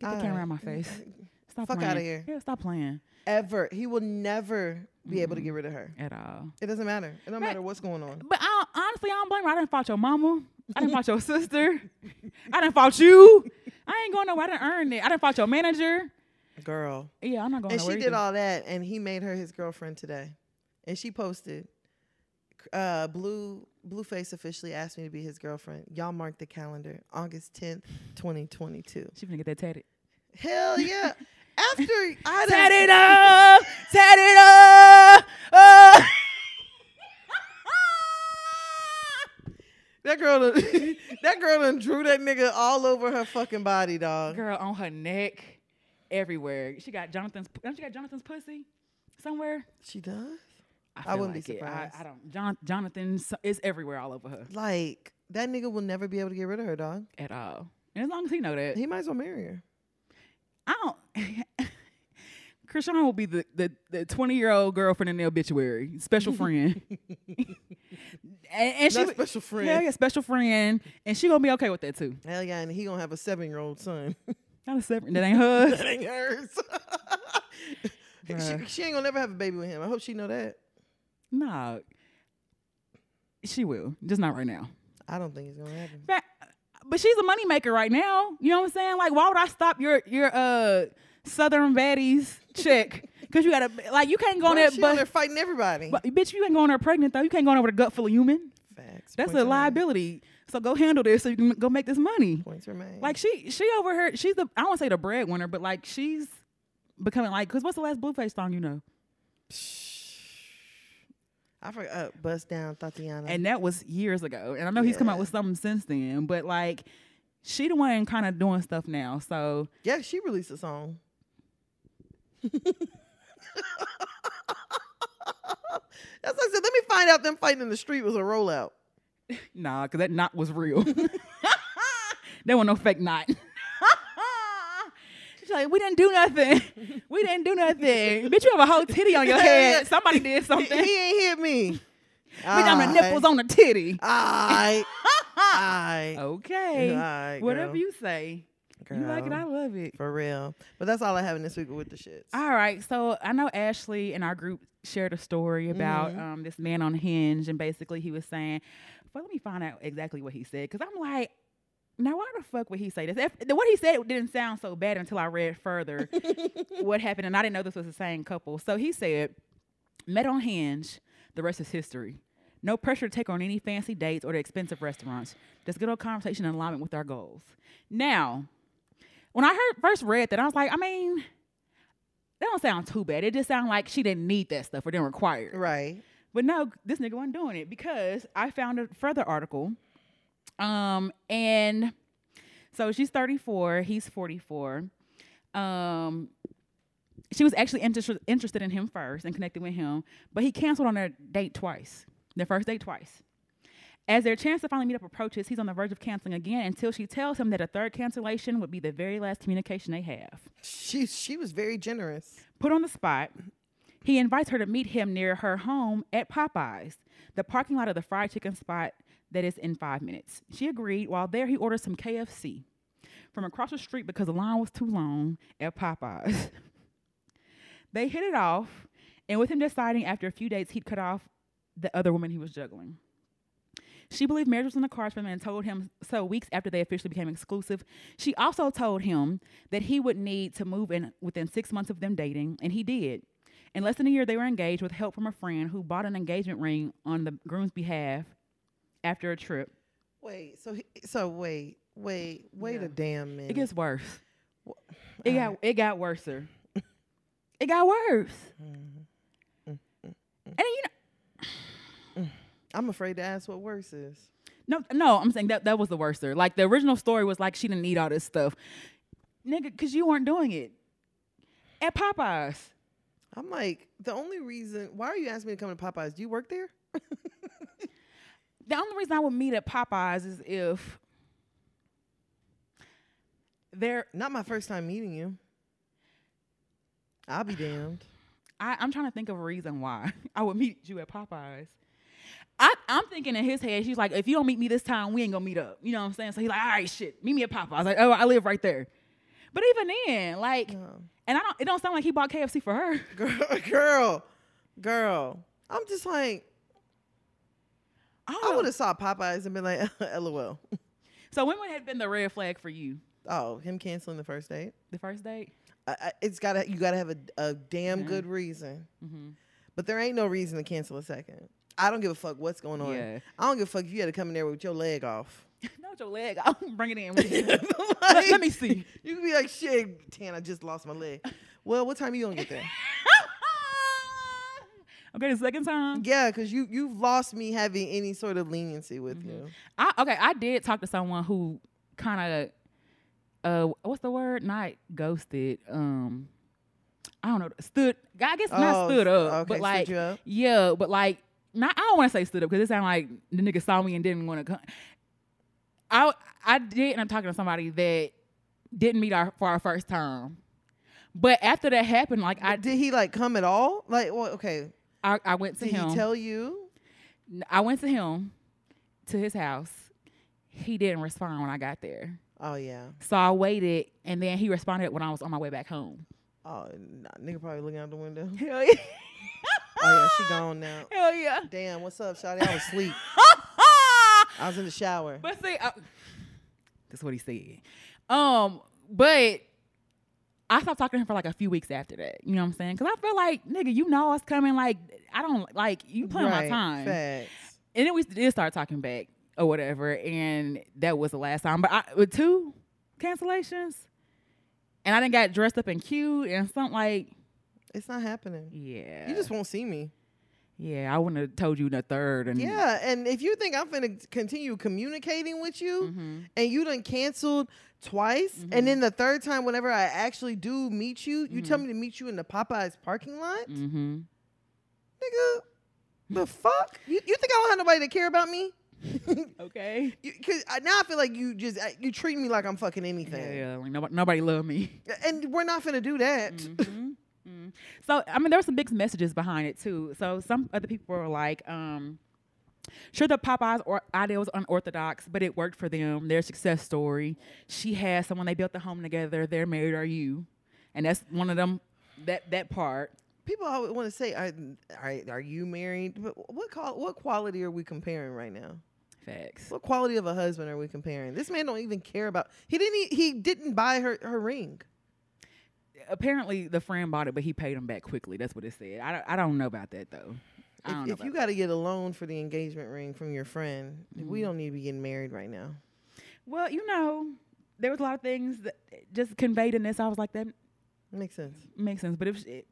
Speaker 1: get the camera
Speaker 2: Alright.
Speaker 1: out my face. Stop
Speaker 2: Fuck
Speaker 1: playing.
Speaker 2: outta here.
Speaker 1: Yeah, stop playing
Speaker 2: ever. He will never be able to get rid of her.
Speaker 1: at all.
Speaker 2: It doesn't matter. It don't
Speaker 1: Right.
Speaker 2: matter what's going on.
Speaker 1: But I don't- honestly, I don't blame her. I didn't fault your mama. I didn't fault your sister. I didn't fault you. I ain't going nowhere. I didn't earn it. I didn't fault your manager.
Speaker 2: Girl.
Speaker 1: Yeah, I'm not going
Speaker 2: And
Speaker 1: nowhere.
Speaker 2: she did
Speaker 1: either.
Speaker 2: all that, and he made her his girlfriend today. And she posted, uh, "Blue Blueface officially asked me to be his girlfriend. Y'all mark the calendar, August tenth, twenty twenty two.
Speaker 1: She finna get that tatted.
Speaker 2: Hell yeah! After I
Speaker 1: Tat
Speaker 2: done-
Speaker 1: it up, tat it up. Uh. Ah!
Speaker 2: that girl, done, that girl done drew that nigga all over her fucking body, dog.
Speaker 1: Girl on her neck, everywhere. She got Jonathan's. Don't you got Jonathan's pussy somewhere?
Speaker 2: She does. I
Speaker 1: feel
Speaker 2: wouldn't be
Speaker 1: it. I-
Speaker 2: surprised.
Speaker 1: I, don't. Jon, Jonathan so- is everywhere, all over her
Speaker 2: Like that nigga will never be able to get rid of her, dog.
Speaker 1: at all. And as long as he know that,
Speaker 2: He might as well marry her.
Speaker 1: I don't. Krishan will be the the the twenty year old girlfriend in the obituary, special friend, and, and she
Speaker 2: Not special friend.
Speaker 1: yeah, yeah, special friend, and she gonna be okay with that too.
Speaker 2: Hell yeah, and he gonna have a seven year old son.
Speaker 1: Not a separate. That ain't hers.
Speaker 2: that ain't hers. she,
Speaker 1: Bruh.
Speaker 2: she ain't gonna never have a baby with him. I hope she know that.
Speaker 1: Nah, she will, just not right now.
Speaker 2: I don't think it's gonna happen.
Speaker 1: But, but she's a moneymaker right now. You know what I'm saying? Like, why would I stop your your uh Southern baddies chick? Because you gotta like you can't go on
Speaker 2: Why
Speaker 1: that
Speaker 2: she on
Speaker 1: but,
Speaker 2: there fighting everybody.
Speaker 1: but bitch, you ain't going there pregnant though. You can't go on there with a gut full of human.
Speaker 2: Facts.
Speaker 1: That's
Speaker 2: Points
Speaker 1: a
Speaker 2: are
Speaker 1: liability. So go handle this so you can go make this money.
Speaker 2: made. Points are made.
Speaker 1: Like she she over her she's the I won't say the breadwinner, but like she's becoming like because what's the last blueface song you know?
Speaker 2: I forgot. Uh, bust down, Tatiana.
Speaker 1: and that was years ago. And I know he's come out
Speaker 2: Yeah.
Speaker 1: with something since then, but like she the one kind of doing stuff now. So
Speaker 2: yeah, she released a song. That's like I said. Let me find out. Them fighting in the street was a rollout.
Speaker 1: nah, cause that knot was real. that was no fake knot. She's like, we didn't do nothing. We didn't do nothing. Bitch, you have a whole titty on your head. Somebody did
Speaker 2: He,
Speaker 1: something.
Speaker 2: he ain't hit me.
Speaker 1: Bitch, I'm the nipples on the titty.
Speaker 2: I, I,
Speaker 1: Okay. Whatever you say. You like it, I love it.
Speaker 2: for real. But that's all I have in this week with the shits.
Speaker 1: All right. So I know Ashley in our group shared a story about
Speaker 2: Mhm.
Speaker 1: um, this man on Hinge, and basically he was saying, well, let me find out exactly what he said. Because I'm like, now why the fuck would he say this? If, the- what he said didn't sound so bad until I read further what happened. And I didn't know this was the same couple. So he said, met on Hinge, the rest is history. No pressure to take on any fancy dates or the expensive restaurants. Just good old conversation in alignment with our goals. Now, when I heard first read that, I was like, I mean, that don't sound too bad. It just sounded like she didn't need that stuff or didn't require it.
Speaker 2: right.
Speaker 1: But no, this nigga wasn't doing it because I found a further article. Um, and so she's 34, he's 44. Um, she was actually inter- interested in him first and connected with him, but he canceled on their date twice, their first date twice. As their chance to finally meet up approaches, he's on the verge of canceling again until she tells him that a third cancellation would be the very last communication they have
Speaker 2: She she was very generous.
Speaker 1: put on the spot. He invites her to meet him near her home at Popeyes, the parking lot of the fried chicken spot that is in five minutes. She agreed. While there, he orders some KFC from across the street because the line was too long at Popeyes. they hit it off, and with him deciding after a few dates he'd cut off the other woman he was juggling. She believed marriage was in the cards for him and told him so weeks after they officially became exclusive. She also told him that he would need to move in within six months of them dating, and he did. In less than a year, they were engaged with help from a friend who bought an engagement ring on the groom's behalf after a trip.
Speaker 2: Wait, so he, so wait, wait, wait
Speaker 1: Yeah.
Speaker 2: a damn minute.
Speaker 1: It gets worse.
Speaker 2: Wha-
Speaker 1: It
Speaker 2: All
Speaker 1: got it got worser. it got worse. And then, you
Speaker 2: I'm afraid to ask what worse is.
Speaker 1: know, no, no, I'm saying that that was the worser. Like the original story was like she didn't need all this stuff, nigga, because you weren't doing it at Popeyes.
Speaker 2: I'm like, the only reason why are you asking me to come to Popeyes? Do you work there?
Speaker 1: The only reason I would meet at Popeyes is if there.
Speaker 2: Not my first time meeting you. I'll be damned.
Speaker 1: I, I'm trying to think of a reason why I would meet you at Popeyes. I, I'm thinking in his head, she's like, if you don't meet me this time, we ain't gonna meet up. You know what I'm saying? So he's like, all right, shit, meet me at Popeyes. Like, oh, I live right there. But even then, like,
Speaker 2: No.
Speaker 1: and I don't. It don't sound like he bought KFC for her.
Speaker 2: Girl, girl, girl. I'm just like, I would have saw Popeyes and been like, LOL.
Speaker 1: So when would have been the red flag for you?
Speaker 2: Oh, him canceling the first date.
Speaker 1: The first date?
Speaker 2: I, I, it's gotta you gotta have a, a damn
Speaker 1: Yeah.
Speaker 2: good reason.
Speaker 1: hmm
Speaker 2: But there ain't no reason to cancel a second. I don't give a fuck what's going on.
Speaker 1: Yeah.
Speaker 2: I don't give a fuck if you had to come in there with your leg off.
Speaker 1: Not your leg. I'll bring it in. With you.
Speaker 2: Like,
Speaker 1: let, let me see.
Speaker 2: You could be like, shit, Tan, I just lost my leg. Well, what time you gonna get there?
Speaker 1: okay, the second time.
Speaker 2: yeah, because you you've lost me having any sort of leniency with
Speaker 1: Mhm.
Speaker 2: you.
Speaker 1: I okay, I did talk to someone who kind of uh what's the word? Not ghosted. Um I don't know. Stood I guess not Oh, stood up,
Speaker 2: Oh, okay,
Speaker 1: but like
Speaker 2: stood you up.
Speaker 1: yeah, but like not I don't want to say stood up because it sounded like the nigga saw me and didn't want to come. I I did and I'm talking to somebody that didn't meet our for our first time. But after that happened, like I
Speaker 2: did he like come at all? Like, well, okay.
Speaker 1: I, I went to
Speaker 2: Did
Speaker 1: him.
Speaker 2: he tell you?
Speaker 1: I went to him to his house. He didn't respond when I got there.
Speaker 2: Oh yeah.
Speaker 1: So I waited, and then he responded when I was on my way back home.
Speaker 2: Oh, nah, nigga probably looking out the window.
Speaker 1: Hell yeah.
Speaker 2: Oh yeah, she gone now.
Speaker 1: Hell yeah.
Speaker 2: Damn, what's up, Shawty? I was asleep. I was in the shower.
Speaker 1: but see, I, that's what he said. Um, but I stopped talking to him for like a few weeks after that. You know what I'm saying? Because I feel like, nigga, you know I was coming. Like, I don't, like, you playing my
Speaker 2: Right,
Speaker 1: time.
Speaker 2: Facts.
Speaker 1: And then we did start talking back or whatever, and that was the last time. But I with two cancellations, and I didn't got dressed up and cute and something like
Speaker 2: It's not happening.
Speaker 1: yeah.
Speaker 2: You just won't see me.
Speaker 1: yeah, I wouldn't have told you in the third and
Speaker 2: Yeah, and if you think I'm gonna continue communicating with you,
Speaker 1: Mhm.
Speaker 2: and you done canceled twice, and then the third time, whenever I actually do meet you, you tell me to meet you in the Popeyes parking lot,
Speaker 1: Mm-hmm.
Speaker 2: nigga. The fuck? You, you think I don't have nobody to care about me?
Speaker 1: Okay.
Speaker 2: You, Cause I, now I feel like you just I- you treat me like I'm fucking anything,
Speaker 1: Yeah, like nobody, nobody loved me.
Speaker 2: and we're not finna do that.
Speaker 1: Mhm. Mm. So I mean, there were some mixed messages behind it too. So some other people were like, um, Sure, the Popeyes or idea was unorthodox, but it worked for them. Their success story. She had someone they built a home together. They're married. Are you? And that's one of them. That that part.
Speaker 2: People always want to say, "Are are, are you married?" But what call, what quality are we comparing right now?
Speaker 1: Facts.
Speaker 2: What quality of a husband are we comparing? This man don't even care about. He didn't. e- He didn't buy her her ring.
Speaker 1: Apparently, the friend bought it, but he paid him back quickly. That's what it said. I don't, I don't know about that though. I don't
Speaker 2: If,
Speaker 1: know
Speaker 2: if
Speaker 1: about
Speaker 2: you got to get a loan for the engagement ring from your friend, we
Speaker 1: Mm-hmm.
Speaker 2: don't need to be getting married right now.
Speaker 1: Well, you know, there was a lot of things that just conveyed in this. I was like, that
Speaker 2: Makes sense.
Speaker 1: makes sense. But if she,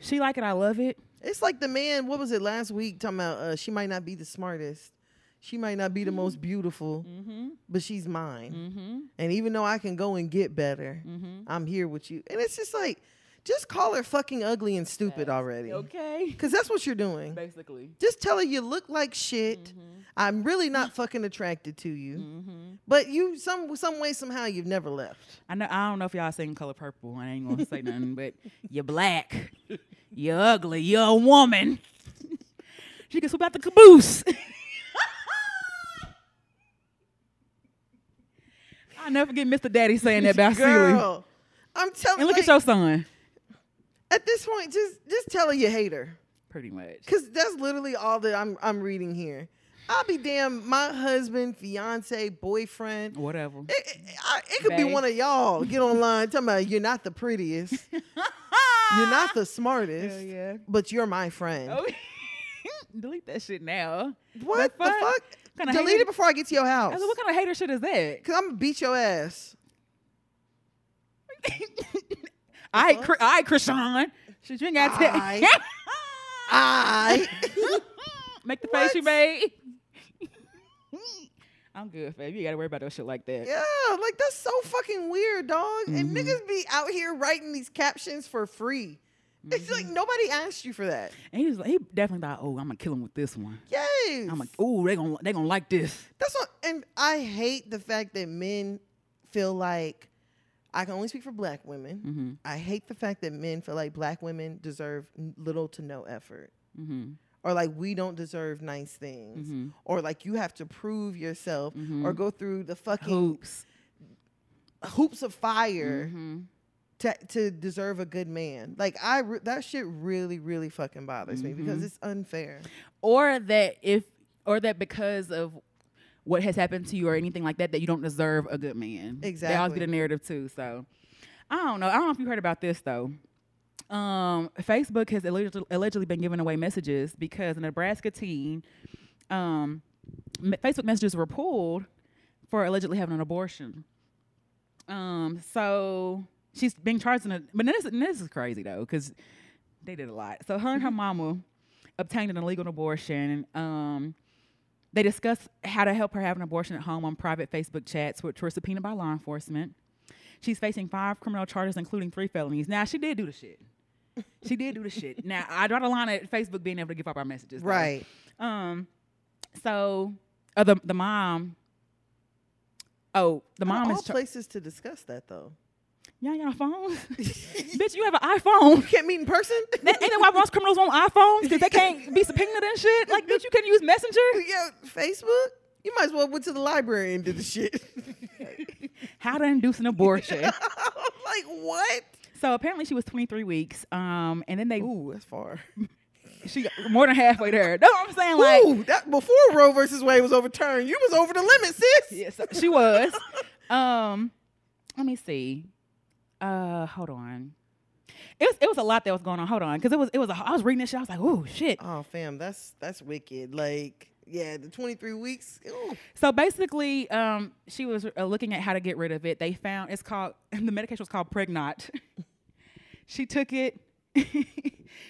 Speaker 1: she like it, I love it.
Speaker 2: It's like the man. What was it last week? Talking about uh, she might not be the smartest, she might not be the most beautiful,
Speaker 1: Mm-hmm.
Speaker 2: but she's mine.
Speaker 1: Mm-hmm.
Speaker 2: And even though I can go and get better,
Speaker 1: Mm-hmm.
Speaker 2: I'm here with you. And it's just like, just call her fucking ugly and stupid
Speaker 1: Facts.
Speaker 2: already.
Speaker 1: Okay.
Speaker 2: Cause that's what you're doing.
Speaker 1: Basically.
Speaker 2: Just tell her you look like shit.
Speaker 1: Mm-hmm.
Speaker 2: I'm really not fucking attracted to you. But you some some way somehow you've never left.
Speaker 1: I know. I don't know if y'all seen Color Purple. I ain't gonna say nothing, but you're black. You're ugly. You're a woman. she can swoop out the caboose. I'll never forget Mr. Daddy saying that about Celie.
Speaker 2: Girl, I'm telling
Speaker 1: And look
Speaker 2: like,
Speaker 1: at your son.
Speaker 2: at this point just just tell her you hate her.
Speaker 1: Pretty much.
Speaker 2: Cause that's literally all that I'm I'm reading here. I'll be damn my husband, fiance, boyfriend. It,
Speaker 1: Whatever.
Speaker 2: it, I- it could
Speaker 1: Bae.
Speaker 2: be one of y'all. Get online talking about you're not the prettiest. You're not the smartest.
Speaker 1: Hell yeah.
Speaker 2: But you're my friend.
Speaker 1: Oh, delete that shit now.
Speaker 2: What the fuck?
Speaker 1: Kinda
Speaker 2: Delete
Speaker 1: hater-
Speaker 2: it before I get to your
Speaker 1: I
Speaker 2: house.
Speaker 1: was like, what kind of hater shit is that?
Speaker 2: Cause I'm gonna beat your ass.
Speaker 1: I,
Speaker 2: Uh-huh.
Speaker 1: Cri- I, Krishan. Shit, you ain't got to
Speaker 2: Aight. I
Speaker 1: Make the face
Speaker 2: What?
Speaker 1: you made. I'm good, fam. You got to worry about no shit like that.
Speaker 2: yeah, like that's so fucking weird, dog.
Speaker 1: Mm-hmm.
Speaker 2: And niggas be out here writing these captions for free. It's
Speaker 1: Mm-hmm.
Speaker 2: like nobody asked you for that.
Speaker 1: And he was like, he definitely thought, oh, I'm going to kill him with this one.
Speaker 2: Yes,
Speaker 1: I'm like, oh, they gonna they gonna like this.
Speaker 2: that's what. And I hate the fact that men feel like I can only speak for black women.
Speaker 1: Mm-hmm.
Speaker 2: I hate the fact that men feel like black women deserve n- little to no effort.
Speaker 1: Mm-hmm.
Speaker 2: or like we don't deserve nice things
Speaker 1: Mhm.
Speaker 2: or like you have to prove yourself or
Speaker 1: Mhm.
Speaker 2: go through the fucking
Speaker 1: Hoops.
Speaker 2: hoops of fire
Speaker 1: Mm-hmm.
Speaker 2: to, to deserve a good man like i re- that shit really really fucking bothers me because it's unfair
Speaker 1: or that if or that because of what has happened to you or anything like that that you don't deserve a good man. They always
Speaker 2: Exactly.
Speaker 1: get a narrative too. So I don't know. I don't know if you heard about this though. Um, Facebook has allegedly, allegedly been giving away messages because a Nebraska teen, um, m- Facebook messages were pulled for allegedly having an abortion. Um, so she's being charged in a, but this, this is crazy though, because they did a lot. So her and her mama obtained an illegal abortion. Um, they discussed how to help her have an abortion at home on private Facebook chats, which were subpoenaed by law enforcement. She's facing five criminal charges, including three felonies. Now she did do the shit. She did do the shit. Now I draw the line at Facebook being able to give up our messages. though.
Speaker 2: right
Speaker 1: Um, so uh, the the mom. Oh, the mom
Speaker 2: mom all
Speaker 1: is. Char-
Speaker 2: places to discuss that though
Speaker 1: y'all got phones, bitch. You have an iPhone.
Speaker 2: can't meet in person
Speaker 1: That, ain't that why most criminals on iPhones? Because they can't be subpoenaed and shit. Like, bitch, you can use Messenger.
Speaker 2: yeah facebook you might as well went to the library and did the shit
Speaker 1: How to induce an abortion.
Speaker 2: like what
Speaker 1: so apparently she was 23 weeks. Um, and then they
Speaker 2: ooh that's far
Speaker 1: she got more than halfway there. That's what I'm saying. Like,
Speaker 2: ooh that before roe versus wade was overturned you was over the limit sis
Speaker 1: yes, she was. Um, let me see. Uh, hold on. It was it was a lot that was going on. Hold on, because it was it was a, I was reading this shit. I was like, oh shit.
Speaker 2: Oh, fam, that's that's wicked. Like, yeah, the 23 weeks. Ooh.
Speaker 1: So basically, um, she was uh, looking at how to get rid of it. They found it's called the medication was called Pregnot. she took it.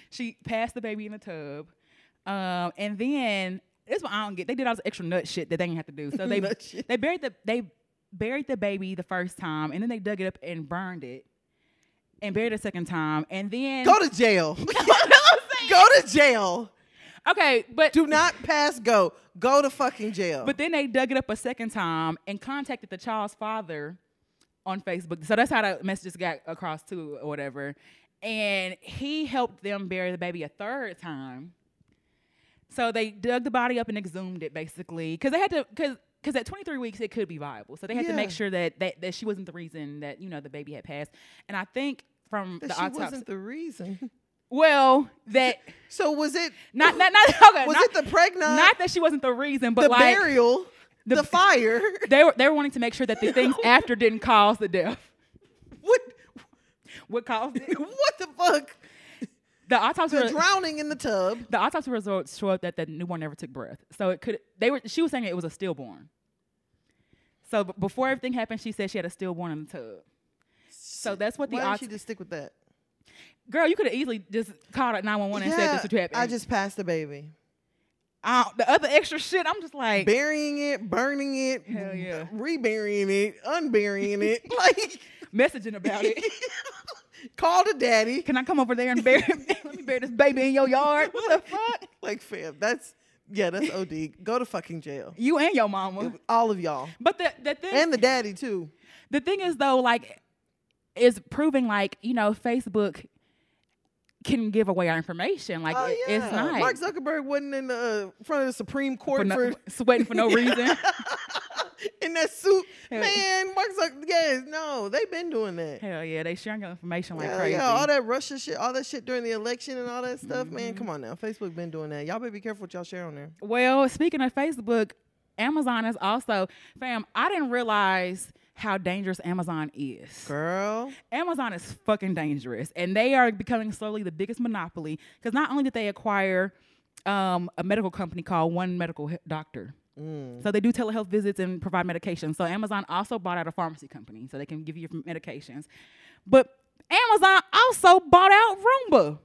Speaker 1: she passed the baby in the tub, um, and then this is what I don't get. They did all this extra nut shit that they didn't have to do. So they
Speaker 2: Nut shit.
Speaker 1: they buried the they buried the baby the first time, and then they dug it up and burned it, and buried it a second time, and then
Speaker 2: Go to jail. go to jail.
Speaker 1: okay, but
Speaker 2: Do not pass go. Go to fucking jail.
Speaker 1: But then they dug it up a second time and contacted the child's father on Facebook. So that's how the messages got across too, or whatever. And he helped them bury the baby a third time. So they dug the body up and exhumed it basically because they had to because. Because at 23 weeks, it could be viable. So they had to make
Speaker 2: Yeah.
Speaker 1: sure that, that that she wasn't the reason that, you know, the baby had passed. And I think from
Speaker 2: That
Speaker 1: the
Speaker 2: she
Speaker 1: autopsy.
Speaker 2: wasn't the reason.
Speaker 1: well, that.
Speaker 2: So was it?
Speaker 1: Not, not, not, okay,
Speaker 2: was
Speaker 1: not,
Speaker 2: it the pregnant?
Speaker 1: not that she wasn't the reason, but
Speaker 2: the
Speaker 1: like
Speaker 2: burial? The, fire?
Speaker 1: they were they were wanting to make sure that the things after didn't cause the death.
Speaker 2: what?
Speaker 1: What caused it?
Speaker 2: What the fuck?
Speaker 1: The autopsy
Speaker 2: The
Speaker 1: re-
Speaker 2: drowning in the tub.
Speaker 1: the autopsy results showed that the newborn never took breath, so it could they were she was saying it was a stillborn. So b- before everything happened, she said she had a stillborn in the tub. So that's what the
Speaker 2: Why didn't
Speaker 1: autopsy.
Speaker 2: she just stick with that?
Speaker 1: Girl, you could have easily just called at nine one one and said this
Speaker 2: Yeah,
Speaker 1: what happened.
Speaker 2: I just passed the baby.
Speaker 1: I don't- the other extra shit. I'm just like
Speaker 2: Burying it, burning it,
Speaker 1: Hell yeah.
Speaker 2: reburying it, unburying it. like,
Speaker 1: messaging about it.
Speaker 2: call the daddy.
Speaker 1: Can I come over there and bury? let me bury this baby in your yard. What the fuck?
Speaker 2: Like, fam, that's, yeah, that's OD. Go to fucking jail.
Speaker 1: You and your mama.
Speaker 2: All of y'all.
Speaker 1: But the the thing
Speaker 2: And the daddy, too.
Speaker 1: the thing is though like is proving like you know facebook can give away our information like
Speaker 2: Oh,
Speaker 1: it-
Speaker 2: yeah.
Speaker 1: it's not
Speaker 2: Mark Zuckerberg wasn't in the uh, front of the Supreme
Speaker 1: for
Speaker 2: Court
Speaker 1: no-
Speaker 2: for,
Speaker 1: sweating for no reason
Speaker 2: in that suit.
Speaker 1: Hell-
Speaker 2: Man, Mark Zuckerberg, yes, no, they've been doing that.
Speaker 1: hell yeah they sharing your information like
Speaker 2: yeah,
Speaker 1: crazy
Speaker 2: yeah, all that Russia shit, all that shit during the election and all that stuff,
Speaker 1: Mm-hmm.
Speaker 2: man. Come on now, Facebook been doing that. Y'all better be careful what y'all share on there.
Speaker 1: well speaking of facebook amazon is also fam i didn't realize how dangerous amazon is
Speaker 2: Girl,
Speaker 1: Amazon is fucking dangerous, and they are becoming slowly the biggest monopoly because not only did they acquire um, a medical company called One Medical He- Doctor, so they do telehealth visits and provide medication. So Amazon also bought out a pharmacy company so they can give you your medications, but Amazon also bought out Roomba.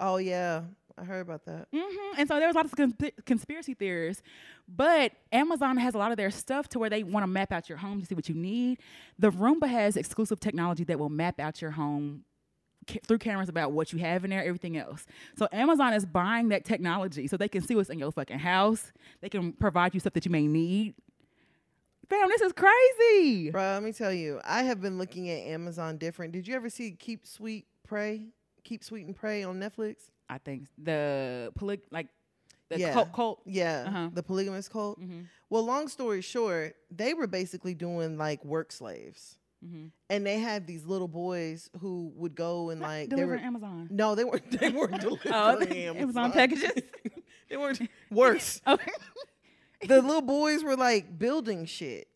Speaker 2: oh yeah, I heard about that.
Speaker 1: hmm And so there's a lot of consp- conspiracy theories, but Amazon has a lot of their stuff to where they want to map out your home to see what you need. The Roomba has exclusive technology that will map out your home ca- through cameras about what you have in there, everything else. So Amazon is buying that technology so they can see what's in your fucking house. They can provide you stuff that you may need. Fam, this is crazy.
Speaker 2: Bro, let me tell you, I have been looking at Amazon different. Did you ever see Keep Sweet Pray? Keep Sweet and Pray on Netflix?
Speaker 1: I think the poly- like the
Speaker 2: Yeah.
Speaker 1: cult cult.
Speaker 2: Yeah,
Speaker 1: Uh-huh.
Speaker 2: the polygamous cult.
Speaker 1: Mhm,
Speaker 2: Well, long story short, they were basically doing like work slaves.
Speaker 1: mhm.
Speaker 2: And they had these little boys who would go and like they
Speaker 1: Deliver
Speaker 2: were
Speaker 1: Amazon.
Speaker 2: no, they weren't they weren't delivering
Speaker 1: Oh,
Speaker 2: Amazon.
Speaker 1: Amazon packages.
Speaker 2: they weren't worse.
Speaker 1: Okay.
Speaker 2: the little boys were like building shit.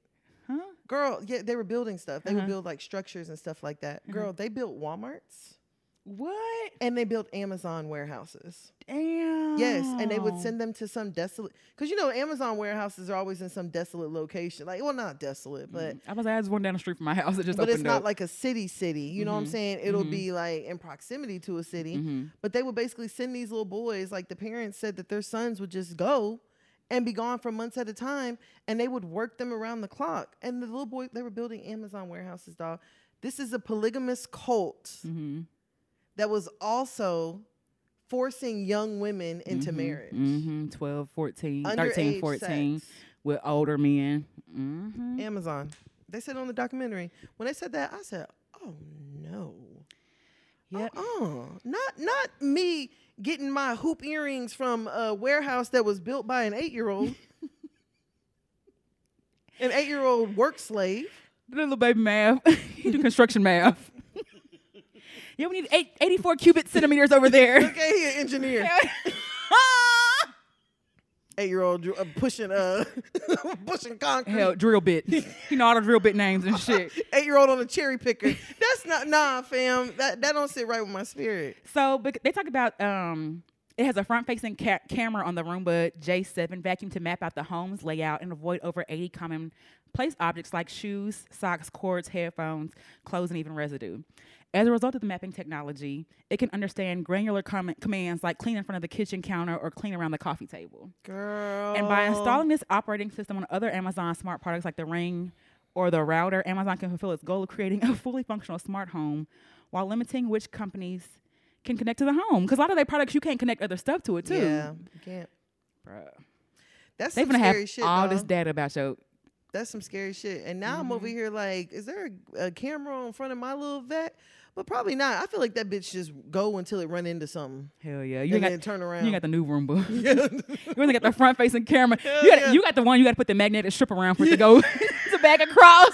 Speaker 1: Huh?
Speaker 2: Girl, yeah, they were building stuff. They would
Speaker 1: Uh-huh.
Speaker 2: build like structures and stuff like that. Girl, they built Walmarts
Speaker 1: What?
Speaker 2: and they built Amazon warehouses.
Speaker 1: Damn.
Speaker 2: Yes, and they
Speaker 1: Oh.
Speaker 2: would send them to some desolate because you know Amazon warehouses are always in some desolate location. Like, well, not desolate, but
Speaker 1: I was. I just one down the street from my house. It just
Speaker 2: but
Speaker 1: opened
Speaker 2: it's not
Speaker 1: up.
Speaker 2: like a city city. You know what I'm
Speaker 1: Mhm,
Speaker 2: saying? It'll
Speaker 1: mhm.
Speaker 2: be like in proximity to a city.
Speaker 1: Mhm.
Speaker 2: But they would basically send these little boys. Like the parents said that their sons would just go and be gone for months at a time, and they would work them around the clock. And the little boys they were building Amazon warehouses, dog. This is a polygamous cult
Speaker 1: Mhm.
Speaker 2: that was also forcing young women into
Speaker 1: Mhm.
Speaker 2: marriage.
Speaker 1: Mhm. 12, 14, 13,
Speaker 2: Underage
Speaker 1: 14
Speaker 2: sex.
Speaker 1: with older men. hmm
Speaker 2: Amazon. They said on the documentary when they said that, I said, "Oh no,
Speaker 1: Yep.
Speaker 2: uh-uh. not not me getting my hoop earrings from a warehouse that was built by an eight year old, an eight year old work slave."
Speaker 1: Little baby math. you do construction math. yeah, we need eight, 84 cubic centimeters over there.
Speaker 2: Okay, he an engineer, eight year old uh, pushing uh pushing concrete.
Speaker 1: Hell, drill bit. You know all the drill bit names and shit.
Speaker 2: Eight year old on a cherry picker. That's not nah, fam. That that don't sit right with my spirit.
Speaker 1: So bec- they talk about um, it has a front-facing ca- camera on the Roomba J7 vacuum to map out the home's layout and avoid over 80 common place objects like shoes, socks, cords, headphones, clothes, and even residue. As a result of the mapping technology, it can understand granular com- commands like clean in front of the kitchen counter or clean around the coffee table.
Speaker 2: Girl.
Speaker 1: And by installing this operating system on other Amazon smart products like the Ring or the router, Amazon can fulfill its goal of creating a fully functional smart home while limiting which companies can connect to the home. Because a lot of their products, you can't connect other stuff to it too.
Speaker 2: Yeah, you can't.
Speaker 1: Bruh.
Speaker 2: That's
Speaker 1: They
Speaker 2: some
Speaker 1: gonna have
Speaker 2: scary shit.
Speaker 1: all
Speaker 2: dog.
Speaker 1: this data about your
Speaker 2: That's some scary shit. And now I'm over
Speaker 1: Mm-hmm.
Speaker 2: here like, is there a, a camera in front of my little vet? But probably not. I feel like that bitch just go until it run into something.
Speaker 1: Hell yeah. You ain't
Speaker 2: And then
Speaker 1: got
Speaker 2: turn
Speaker 1: You
Speaker 2: around.
Speaker 1: ain't got the new Roomba. you
Speaker 2: yeah,
Speaker 1: only got the front facing camera.
Speaker 2: Hell
Speaker 1: You got,
Speaker 2: yeah.
Speaker 1: you got the one you got to put the magnetic strip around for it to go to back across.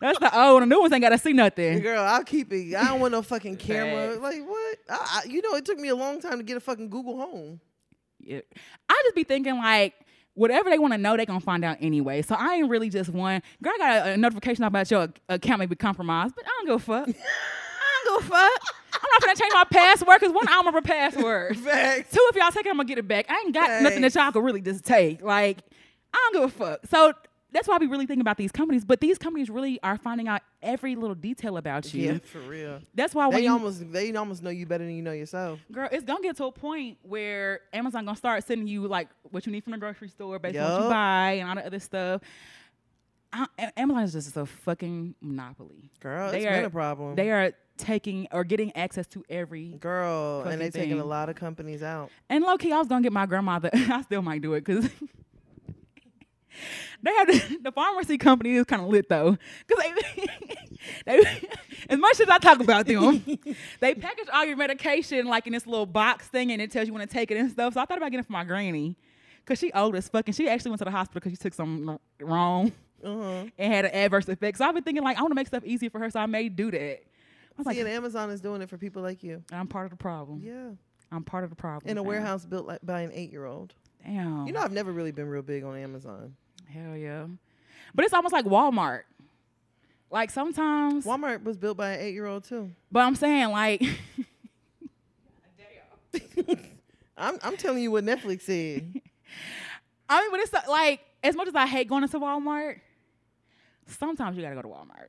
Speaker 1: That's the old. The new ones ain't got to see nothing.
Speaker 2: girl, I'll keep it. I don't want no fucking camera.
Speaker 1: Facts.
Speaker 2: Like what? I, I, you know, it took me a long time to get a fucking Google Home.
Speaker 1: Yeah. I just be thinking like whatever they want to know, they gonna find out anyway. So I ain't really just one. Girl, I got a, a notification about your ac- account may be compromised, but I don't give a fuck. I don't give a fuck. I'm not gonna change my password because one, I don't remember passwords.
Speaker 2: Facts.
Speaker 1: Two, if y'all take it, I'm gonna get it back. I ain't got nothing that
Speaker 2: Thanks.
Speaker 1: y'all could really just take. Like, I don't give a fuck. So that's why I be really thinking about these companies. But these companies really are finding out every little detail about you.
Speaker 2: Yeah, for real.
Speaker 1: That's why when
Speaker 2: They
Speaker 1: you,
Speaker 2: almost they almost know you better than you know yourself.
Speaker 1: girl, it's gonna get to a point where Amazon gonna start sending you like what you need from the grocery store based on what you
Speaker 2: Yup.
Speaker 1: buy and all the other stuff. I, A- Amazon is just a fucking monopoly.
Speaker 2: Girl,
Speaker 1: They
Speaker 2: it's been
Speaker 1: are-
Speaker 2: a problem.
Speaker 1: They are taking or getting access to every
Speaker 2: Girl, and they
Speaker 1: fucking
Speaker 2: taking a
Speaker 1: thing.
Speaker 2: lot of companies out.
Speaker 1: And low key, I was gonna get my grandmother. I still might do it because they have the, the pharmacy company is kind of lit though. Because they, they, as much as I talk about them, they package all your medication like in this little box thing, and it tells you when to take it and stuff. So I thought about getting it for my granny because she old as fuck, and she actually went to the hospital because she took something wr- wrong
Speaker 2: Uh-huh.
Speaker 1: and had an adverse effect. So I've been thinking like I want to make stuff easier for her, so I may do that. I was
Speaker 2: See, and
Speaker 1: like,
Speaker 2: Amazon is doing it for people like you.
Speaker 1: I'm part of the problem.
Speaker 2: Yeah.
Speaker 1: I'm part of the problem.
Speaker 2: In a
Speaker 1: fam.
Speaker 2: warehouse built like, by an eight year old.
Speaker 1: Damn.
Speaker 2: You know, I've never really been real big on Amazon.
Speaker 1: Hell yeah. But it's almost like Walmart. Like sometimes,
Speaker 2: Walmart was built by an eight year old, too.
Speaker 1: but I'm saying like,
Speaker 2: I'm, I'm telling you what Netflix said.
Speaker 1: I mean, but it's uh, like as much as I hate going into Walmart, sometimes you gotta go to Walmart.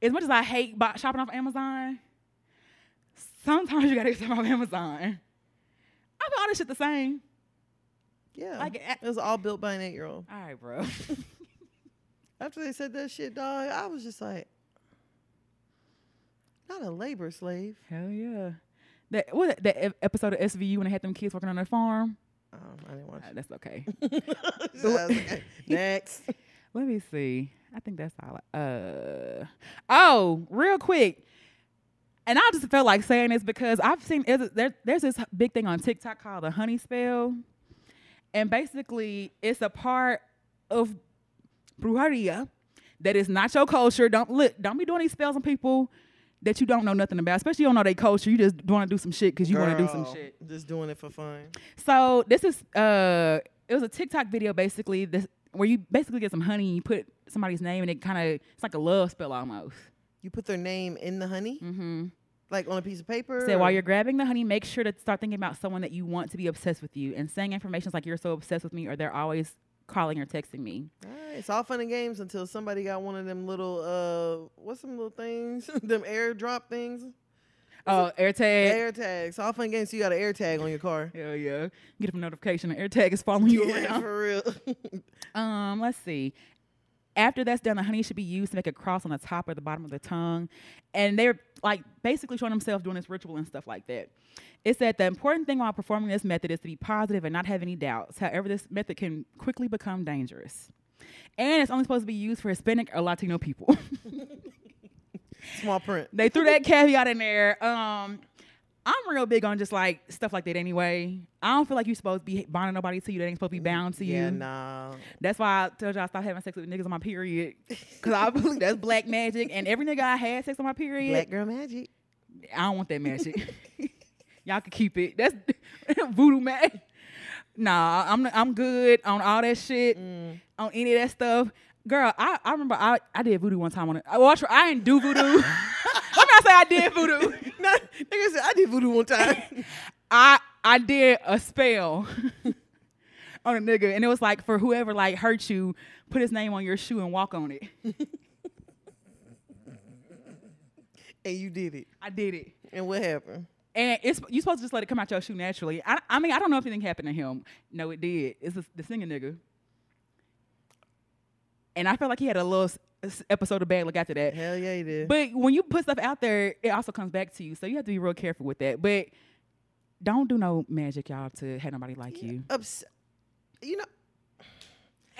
Speaker 1: As much as I hate buy, shopping off Amazon, sometimes you gotta shop off Amazon. I feel all this shit the same.
Speaker 2: Yeah.
Speaker 1: Like, a-
Speaker 2: it was all built by an eight year old.
Speaker 1: All right, bro.
Speaker 2: After they said that shit, dog, I was just like, not a labor slave.
Speaker 1: Hell yeah. That what was that- that ep- episode of SVU when they had them kids working on their farm?
Speaker 2: Um, I didn't watch
Speaker 1: Uh, that's okay.
Speaker 2: it. So I was like, "Okay, next.
Speaker 1: Let me see. I think that's all. I- uh oh, real quick. And I just felt like saying this because I've seen there's- there, there's this big thing on TikTok called the honey spell, and basically it's a part of brujeria that is not your culture. Don't look. Don't be doing these spells on people that you don't know nothing about. Especially you don't know their culture. You just want to do some shit because you want to do some
Speaker 2: Girl,
Speaker 1: shit.
Speaker 2: Just doing it for fun.
Speaker 1: So this is uh, it was a TikTok video basically this where you basically get some honey and you put somebody's name and it kind of it's like a love spell almost.
Speaker 2: You put their name in the honey,
Speaker 1: Mm-hmm.
Speaker 2: like on a piece of paper.
Speaker 1: Said
Speaker 2: or-
Speaker 1: while you're grabbing the honey, make sure to start thinking about someone that you want to be obsessed with you and saying affirmations like you're so obsessed with me or they're always calling or texting me.
Speaker 2: Alright, it's all fun and games until somebody got one of them little uh what's some little things? them airdrop things.
Speaker 1: Oh, AirTag.
Speaker 2: Air tags. All fun and games. So you got an air tag on your car.
Speaker 1: Hell yeah! Get a notification. An AirTag is following you
Speaker 2: Yeah,
Speaker 1: around.
Speaker 2: for real.
Speaker 1: Um, let's see. After that's done, the honey should be used to make a cross on the top or the bottom of the tongue. And they're like basically showing themselves doing this ritual and stuff like that. It said the important thing while performing this method is to be positive and not have any doubts. However, this method can quickly become dangerous. And it's only supposed to be used for Hispanic or Latino people.
Speaker 2: Small print.
Speaker 1: they threw that caveat in there. Um, I'm real big on just like stuff like that anyway. I don't feel like you're supposed to be bonding nobody to you that ain't supposed to be bound to you.
Speaker 2: Yeah, nah.
Speaker 1: That's why I told y'all I stopped having sex with niggas on my period. Cause I believe that's black magic. And every nigga I had sex on my period,
Speaker 2: Black girl magic.
Speaker 1: I don't want that magic. y'all can keep it. That's voodoo magic. Nah, I'm I'm good on all that shit, on any of that stuff. Girl, I, I remember I, I did voodoo one time on it. I, well, I, tr- I didn't do voodoo. I'm not saying I did voodoo.
Speaker 2: Nah, nigga said I did voodoo one time.
Speaker 1: I I did a spell on a nigga, and it was like for whoever like hurt you, put his name on your shoe and walk on it.
Speaker 2: and you did it.
Speaker 1: I did it.
Speaker 2: And what happened?
Speaker 1: And it's you're supposed to just let it come out your shoe naturally. I, I mean, I don't know if anything happened to him. No, it did. It's the, the singing nigga. And I felt like he had a little s- s- episode of bad luck after that.
Speaker 2: Hell yeah, you did.
Speaker 1: But when you put stuff out there, it also comes back to you. So you have to be real careful with that. But don't do no magic, y'all, to have nobody like you.
Speaker 2: Ups- you know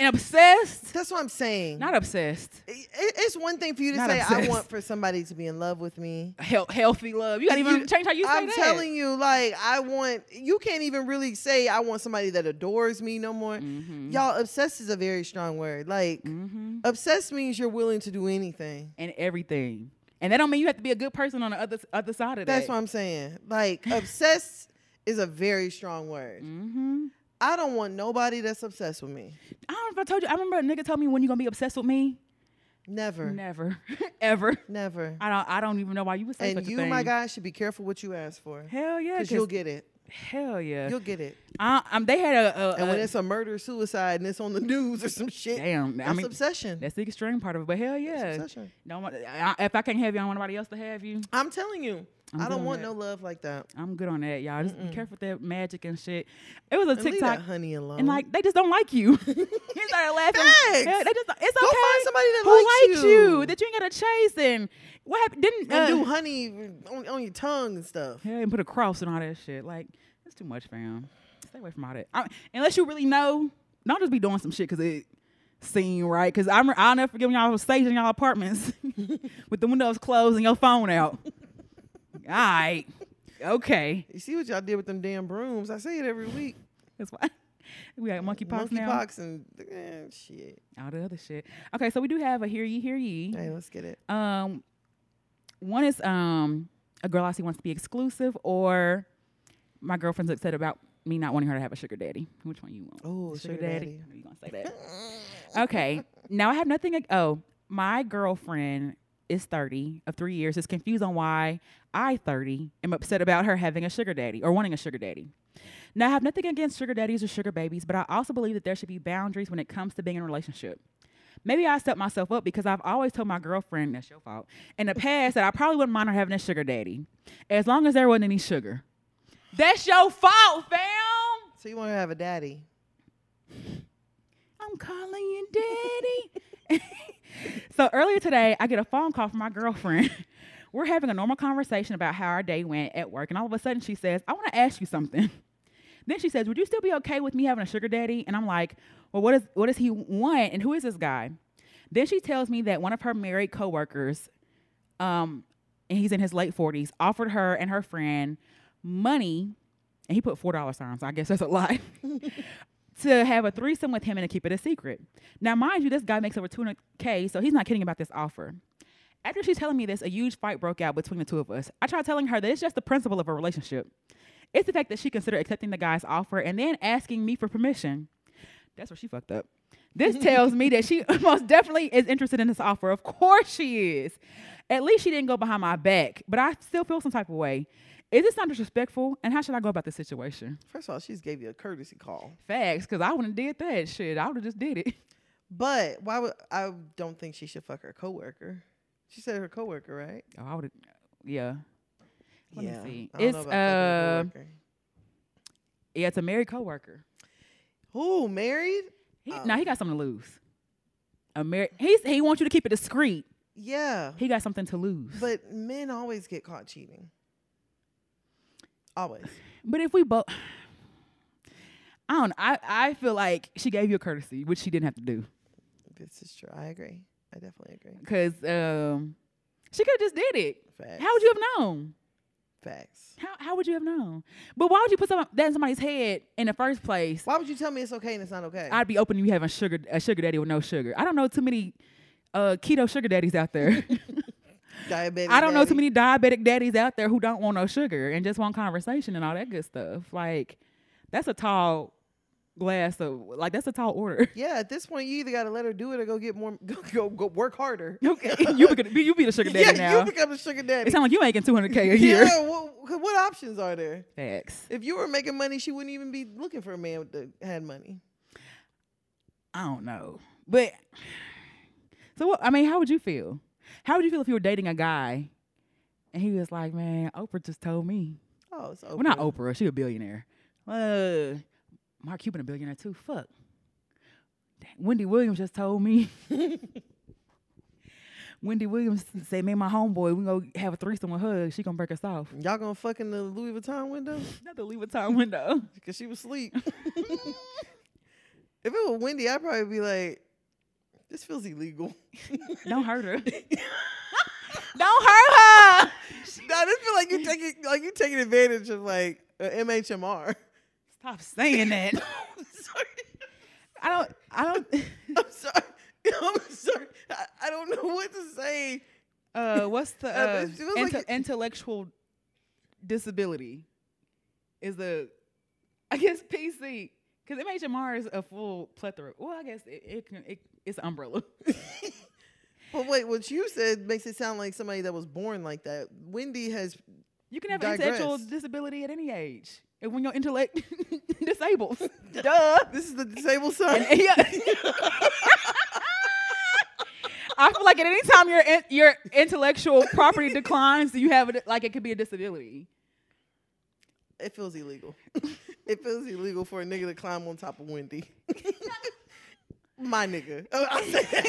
Speaker 1: and obsessed.
Speaker 2: That's what I'm saying.
Speaker 1: Not obsessed.
Speaker 2: I- i- it's one thing for you to
Speaker 1: Not
Speaker 2: say, I
Speaker 1: obsessed.
Speaker 2: want for somebody to be in love with me.
Speaker 1: Hel- healthy love. You gotta even
Speaker 2: You-
Speaker 1: change how you say
Speaker 2: I'm
Speaker 1: that.
Speaker 2: telling you, like, I want, you can't even really say, I want somebody that adores me no more.
Speaker 1: Mhm.
Speaker 2: Y'all, obsessed is a very strong word. Like,
Speaker 1: Mhm.
Speaker 2: obsessed means you're willing to do anything.
Speaker 1: and everything. And that don't mean you have to be a good person on the other other side of
Speaker 2: That's
Speaker 1: that.
Speaker 2: what I'm saying. Like, obsessed is a very strong word.
Speaker 1: Mm-hmm.
Speaker 2: I don't want nobody that's obsessed with me.
Speaker 1: I don't know if I told you. I remember a nigga told me when you gonna be obsessed with me.
Speaker 2: Never.
Speaker 1: Never, ever.
Speaker 2: Never.
Speaker 1: I don't. I don't even know why you would say
Speaker 2: and
Speaker 1: such a
Speaker 2: you,
Speaker 1: thing.
Speaker 2: my guy, should be careful what you ask for.
Speaker 1: Hell yeah.
Speaker 2: Because you'll get it.
Speaker 1: hell yeah.
Speaker 2: You'll get it.
Speaker 1: I, um, they had a. a,
Speaker 2: And when
Speaker 1: a-
Speaker 2: it's a murder suicide and it's on the news or some shit,
Speaker 1: damn.
Speaker 2: that's
Speaker 1: I mean,
Speaker 2: obsession.
Speaker 1: that's the extreme part of it. But hell
Speaker 2: That's
Speaker 1: yeah.
Speaker 2: obsession.
Speaker 1: Don't want, I, I- if I can't have you, I don't want nobody else to have you.
Speaker 2: I'm telling you,
Speaker 1: I'm
Speaker 2: I'm I do
Speaker 1: doing
Speaker 2: not want
Speaker 1: that.
Speaker 2: no love like that.
Speaker 1: I'm good on that, y'all. Just be careful with that magic and shit. It was a
Speaker 2: And leave
Speaker 1: TikTok,
Speaker 2: that honey alone.
Speaker 1: and like they just don't like you. he started laughing.
Speaker 2: Facts.
Speaker 1: Yeah, they just, it's
Speaker 2: Go
Speaker 1: okay.
Speaker 2: find somebody that
Speaker 1: who
Speaker 2: likes you.
Speaker 1: that you ain't gotta chase. And what happened? Didn't
Speaker 2: and
Speaker 1: uh,
Speaker 2: do honey on, on your tongue and stuff.
Speaker 1: Yeah, and put a cross and all that shit. Like, it's too much, fam. Stay away from all that. I, unless you really know, don't just be doing some shit because it seemed right. Because I'm, I'll never forget when y'all was staging y'all apartments with the windows closed and your phone out. all right. Okay.
Speaker 2: You see what y'all did with them damn brooms? I say it every week.
Speaker 1: That's why. We got monkeypox now.
Speaker 2: Monkeypox and eh, shit.
Speaker 1: All the other shit. Okay, so we do have a hear ye, hear ye.
Speaker 2: Hey, let's get it.
Speaker 1: Um, one is um a girl I see wants to be exclusive, or my girlfriend's upset about me not wanting her to have a sugar daddy. Which one you want?
Speaker 2: Oh, sugar daddy.
Speaker 1: I knew You gonna say that? okay. Now I have nothing. ag- Oh, my girlfriend is thirty of three years. Is confused on why I thirty am upset about her having a sugar daddy or wanting a sugar daddy. Now I have nothing against sugar daddies or sugar babies, but I also believe that there should be boundaries when it comes to being in a relationship. Maybe I set myself up because I've always told my girlfriend that's your fault in the past that I probably wouldn't mind her having a sugar daddy, as long as there wasn't any sugar. That's your fault, fam.
Speaker 2: So you want to have a daddy?
Speaker 1: I'm calling you daddy. so earlier today, I get a phone call from my girlfriend. We're having a normal conversation about how our day went at work, and all of a sudden she says, I want to ask you something. Then she says, Would you still be okay with me having a sugar daddy? And I'm like, Well, what, is, what does he want? And who is this guy? Then she tells me that one of her married coworkers, um, and he's in his late 40s, offered her and her friend money, and he put $4 signs. I guess that's a lot. to have a threesome with him and to keep it a secret. Now, mind you, this guy makes over 200K, so he's not kidding about this offer. After she's telling me this, a huge fight broke out between the two of us. I tried telling her that it's just the principle of a relationship. It's the fact that she considered accepting the guy's offer and then asking me for permission. That's where she fucked up. This tells me that she most definitely is interested in this offer. Of course she is. At least she didn't go behind my back, but I still feel some type of way. Is this not disrespectful? And how should I go about this situation?
Speaker 2: First of all, she's gave you a courtesy call.
Speaker 1: Facts, because I wouldn't did that shit. I would have just did it.
Speaker 2: But why would I don't think she should fuck her coworker? She said her coworker, right?
Speaker 1: Oh, I would have. Yeah. Let me see.
Speaker 2: I don't
Speaker 1: It's,
Speaker 2: know about
Speaker 1: uh, Yeah, it's a married coworker.
Speaker 2: who married?
Speaker 1: He,
Speaker 2: Oh.
Speaker 1: Now he got something to lose. A married. He's he wants you to keep it discreet.
Speaker 2: Yeah,
Speaker 1: He got something to lose.
Speaker 2: but men always get caught cheating. Always.
Speaker 1: But if we both. I don't. I I feel like she gave you a courtesy, which she didn't have to do,
Speaker 2: This is true. I agree. I definitely agree.
Speaker 1: because um, she could have just did it.
Speaker 2: Facts.
Speaker 1: How would you have known?
Speaker 2: Facts.
Speaker 1: How how would you have known? But why would you put some, that in somebody's head in the first place?
Speaker 2: Why would you tell me it's okay and it's not okay?
Speaker 1: I'd be open to you having sugar a sugar daddy with no sugar. I don't know too many uh, keto sugar daddies out there.
Speaker 2: Diabetic.
Speaker 1: I don't know too many
Speaker 2: daddy.
Speaker 1: diabetic daddies out there who don't want no sugar and just want conversation and all that good stuff. Like that's a tall glass of like that's a tall order.
Speaker 2: Yeah, at this point, you either got to let her do it or go get more. Go go, go work harder.
Speaker 1: okay, you become you be the sugar
Speaker 2: yeah,
Speaker 1: daddy
Speaker 2: you
Speaker 1: now.
Speaker 2: become a sugar daddy.
Speaker 1: it sounds like you making two hundred k a year.
Speaker 2: yeah. What, what options are there?
Speaker 1: Facts.
Speaker 2: If you were making money, she wouldn't even be looking for a man with that had money.
Speaker 1: I don't know, but so what? I mean, how would you feel? How would you feel if you were dating a guy and he was like, "Man, Oprah just told me."
Speaker 2: Oh, it's Oprah.
Speaker 1: Well, not Oprah. She a billionaire. Uh, Mark Cuban a billionaire too. Fuck. Dang, Wendy Williams just told me. Wendy Williams said, "Me and my homeboy, we gonna have a threesome with her. She gonna break us off."
Speaker 2: Y'all gonna fuck in the Louis Vuitton window
Speaker 1: Not the leave a time window.
Speaker 2: because she was asleep. If it were windy, I'd probably be like, this feels illegal.
Speaker 1: Don't hurt her. Don't hurt her.
Speaker 2: Nah, this feel like you taking like you taking advantage of like a MHMR.
Speaker 1: Stop saying that.
Speaker 2: I'm sorry.
Speaker 1: I don't. I don't.
Speaker 2: I'm sorry. I'm sorry. I, I don't know what to say.
Speaker 1: Uh, what's the
Speaker 2: Uh,
Speaker 1: uh,
Speaker 2: it feels
Speaker 1: inte-
Speaker 2: like it-
Speaker 1: intellectual disability? Is the I guess PC because MHMR is a full plethora. Well, I guess it, it can. It, it's an umbrella.
Speaker 2: But wait, what you said makes it sound like somebody that was born like that. Wendy has
Speaker 1: You can have intellectual
Speaker 2: Digress.
Speaker 1: disability at any age, and when your intellect disables,
Speaker 2: duh. This is the disabled son.
Speaker 1: And- yeah. I feel like at any time your in, your intellectual property declines, you have it like it could be a disability.
Speaker 2: It feels illegal. it feels illegal for a nigga to climb on top of Wendy. My nigga. Oh, I'll say that.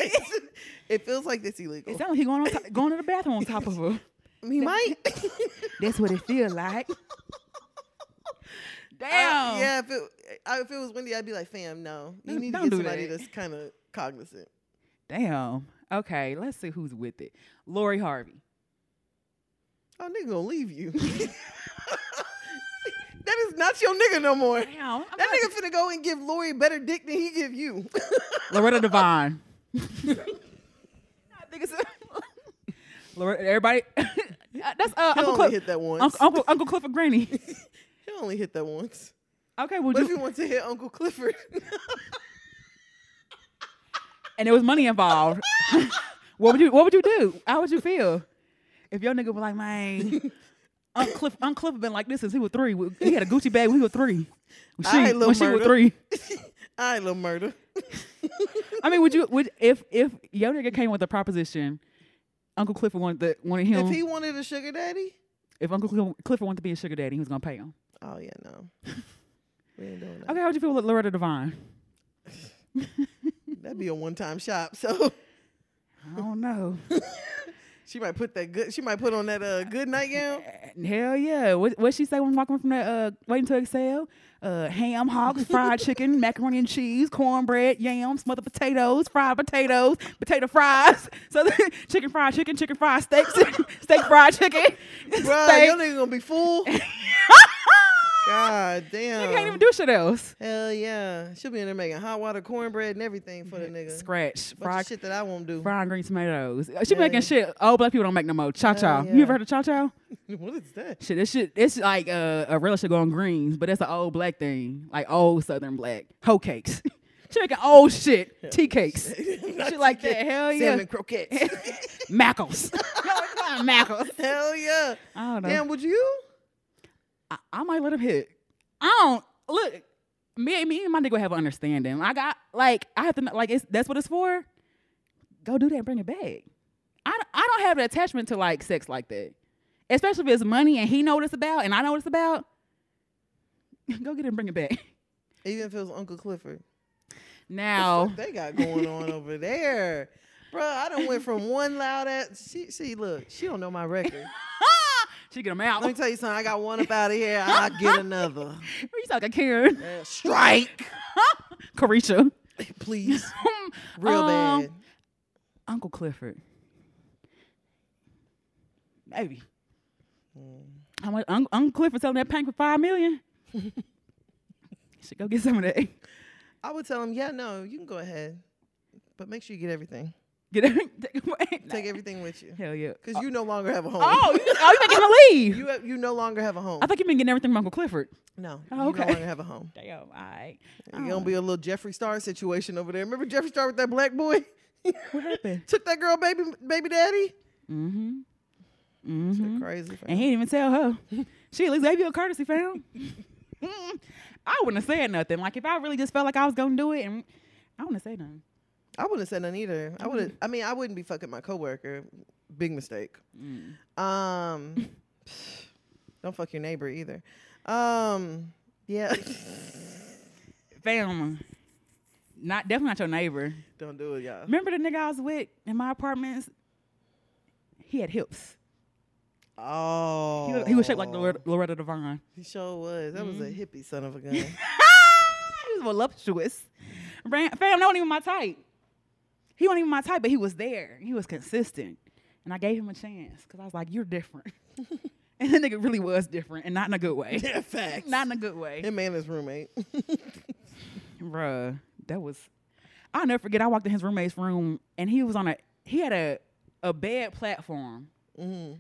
Speaker 2: it feels like it's illegal.
Speaker 1: It sounds like he going on top, going to the bathroom on top of her.
Speaker 2: he might.
Speaker 1: That's what it feels like. Damn.
Speaker 2: I- yeah, if it, I, if it was Wendy, I'd be like, fam, no. You
Speaker 1: Don't-
Speaker 2: need
Speaker 1: don't
Speaker 2: to
Speaker 1: do
Speaker 2: get somebody
Speaker 1: that.
Speaker 2: that's kind of cognizant.
Speaker 1: Damn. Okay, let's see who's with it. Lori Harvey.
Speaker 2: Oh, nigga gonna leave you. that is not your nigga no more.
Speaker 1: Damn. I'm
Speaker 2: That
Speaker 1: not-
Speaker 2: nigga finna go and give Lori better dick than he give you.
Speaker 1: Loretta Devine. I think it's Loretta, everybody. That's uh,
Speaker 2: He
Speaker 1: Uncle,
Speaker 2: only
Speaker 1: Cliff,
Speaker 2: hit that once.
Speaker 1: Uncle, Uncle, Uncle Clifford Granny.
Speaker 2: He only hit that once.
Speaker 1: Okay, well,
Speaker 2: What if he
Speaker 1: you,
Speaker 2: wants to hit Uncle Clifford?
Speaker 1: and there was money involved. what would you What would you do? How would you feel if your nigga was like, man, Uncle Cliff, Uncle Clifford been like this since he was three. He had a Gucci bag when he was three. When
Speaker 2: All right,
Speaker 1: she,
Speaker 2: little
Speaker 1: when she was
Speaker 2: murder.
Speaker 1: three.
Speaker 2: I little murder.
Speaker 1: I mean, would you would if if your nigga came with a proposition, Uncle Clifford wanted the, wanted him.
Speaker 2: If
Speaker 1: If,
Speaker 2: he wanted a sugar daddy,
Speaker 1: Uncle Cliff- Clifford wanted to be a sugar daddy, he was gonna pay him.
Speaker 2: oh yeah, no. We ain't doing that.
Speaker 1: Okay, how would you feel with Loretta Devine?
Speaker 2: That'd be a one time shop. So
Speaker 1: I don't know.
Speaker 2: she might put that good she might put on that uh good nightgown.
Speaker 1: Hell yeah! What what she say when walking from that uh waiting to exhale? Uh, ham hocks, fried chicken, macaroni and cheese, cornbread, yams, smothered potatoes, fried potatoes, potato fries. So chicken fried chicken, chicken fried steaks, steak fried chicken.
Speaker 2: Bruh,
Speaker 1: steak.
Speaker 2: your nigga gonna be full. God damn.
Speaker 1: Nigga can't even do shit else.
Speaker 2: Hell yeah. She'll be in there making hot water cornbread and everything for the nigga.
Speaker 1: Scratch,
Speaker 2: Bunch
Speaker 1: fried
Speaker 2: of shit that I won't do.
Speaker 1: fried green tomatoes. Uh, She
Speaker 2: Yeah.
Speaker 1: making shit old black people don't make no more. Cha cha.
Speaker 2: Hell
Speaker 1: You
Speaker 2: yeah.
Speaker 1: ever heard of cha cha?
Speaker 2: what is that?
Speaker 1: Shit, this shit, it's like uh, a relish should go on greens, but it's an old black thing, like old southern black hoe cakes. she making old shit, tea cakes,
Speaker 2: Not
Speaker 1: shit like
Speaker 2: chicken,
Speaker 1: that. Hell Oh, yeah,
Speaker 2: Salmon croquettes.
Speaker 1: mackles. no, it's not mackles.
Speaker 2: Hell yeah.
Speaker 1: I don't know.
Speaker 2: Damn, would you?
Speaker 1: I, I might let him hit. I don't look. Me, me and my nigga have an understanding. I got like I have to kn- like it's that's what it's for. Go do that and bring it back. I don't- I don't have an attachment to like sex like that, especially if it's money and he know what it's about and I know what it's about. Go get it and bring it back.
Speaker 2: Even if it was Uncle Clifford.
Speaker 1: Now
Speaker 2: fuck
Speaker 1: Oh.
Speaker 2: they got going on over there. Bruh, I done went from one loud ass. She, she, look, she don't know my record.
Speaker 1: she get him out.
Speaker 2: Let me tell you something. I got one up out of here. I'll get another.
Speaker 1: you talking Karen,
Speaker 2: Uh, strike,
Speaker 1: Carisha,
Speaker 2: please. Real
Speaker 1: Um,
Speaker 2: bad.
Speaker 1: Uncle Clifford? Maybe.
Speaker 2: Mm.
Speaker 1: How much Uncle, Uncle Clifford selling that paint for five million? Should go get some of that.
Speaker 2: I would tell him, yeah, no, you can go ahead, but make sure you get everything.
Speaker 1: Get everything. Take,
Speaker 2: Take everything with you,
Speaker 1: Hell yeah.
Speaker 2: because you no longer have a home.
Speaker 1: Oh, you, oh, you making her leave?
Speaker 2: you have, you no longer have a home.
Speaker 1: I think you've been getting everything from Uncle Clifford.
Speaker 2: no,
Speaker 1: Oh,
Speaker 2: you
Speaker 1: okay.
Speaker 2: no longer have a home.
Speaker 1: Damn, all right. Oh,
Speaker 2: You're gonna be a little Jeffree Star situation over there. Remember Jeffree Star with that black boy?
Speaker 1: What happened?
Speaker 2: Took that girl, baby, baby daddy.
Speaker 1: Mm-hmm.
Speaker 2: Shit
Speaker 1: Mm-hmm.
Speaker 2: Crazy. fam.
Speaker 1: And he didn't even tell her. she at least gave you a courtesy, fam. I wouldn't have said nothing. Like if I really just felt like I was gonna do it, and I wouldn't have said nothing.
Speaker 2: I wouldn't have said none either. I would. have
Speaker 1: Mm-hmm.
Speaker 2: I mean, I wouldn't be fucking my coworker. Big mistake.
Speaker 1: Mm.
Speaker 2: Um, don't fuck your neighbor either. Um, yeah.
Speaker 1: Fam, not definitely not your neighbor.
Speaker 2: don't do it, y'all.
Speaker 1: Remember the nigga I was with in my apartments? He had hips.
Speaker 2: Oh,
Speaker 1: He, was, he was shaped like Mm-hmm. Loretta, Loretta Devine.
Speaker 2: He sure was. That was a hippie son of a gun.
Speaker 1: he was voluptuous. Ran, fam, that wasn't even my type. He wasn't even my type, but he was there. He was consistent. And I gave him a chance because I was like, you're different. and the nigga really was different and not in a good way.
Speaker 2: Yeah, facts.
Speaker 1: not in a good way.
Speaker 2: Him and his roommate.
Speaker 1: Bruh, that was. I'll never forget. I walked in his roommate's room and he was on a. He had a a bed platform.
Speaker 2: hmm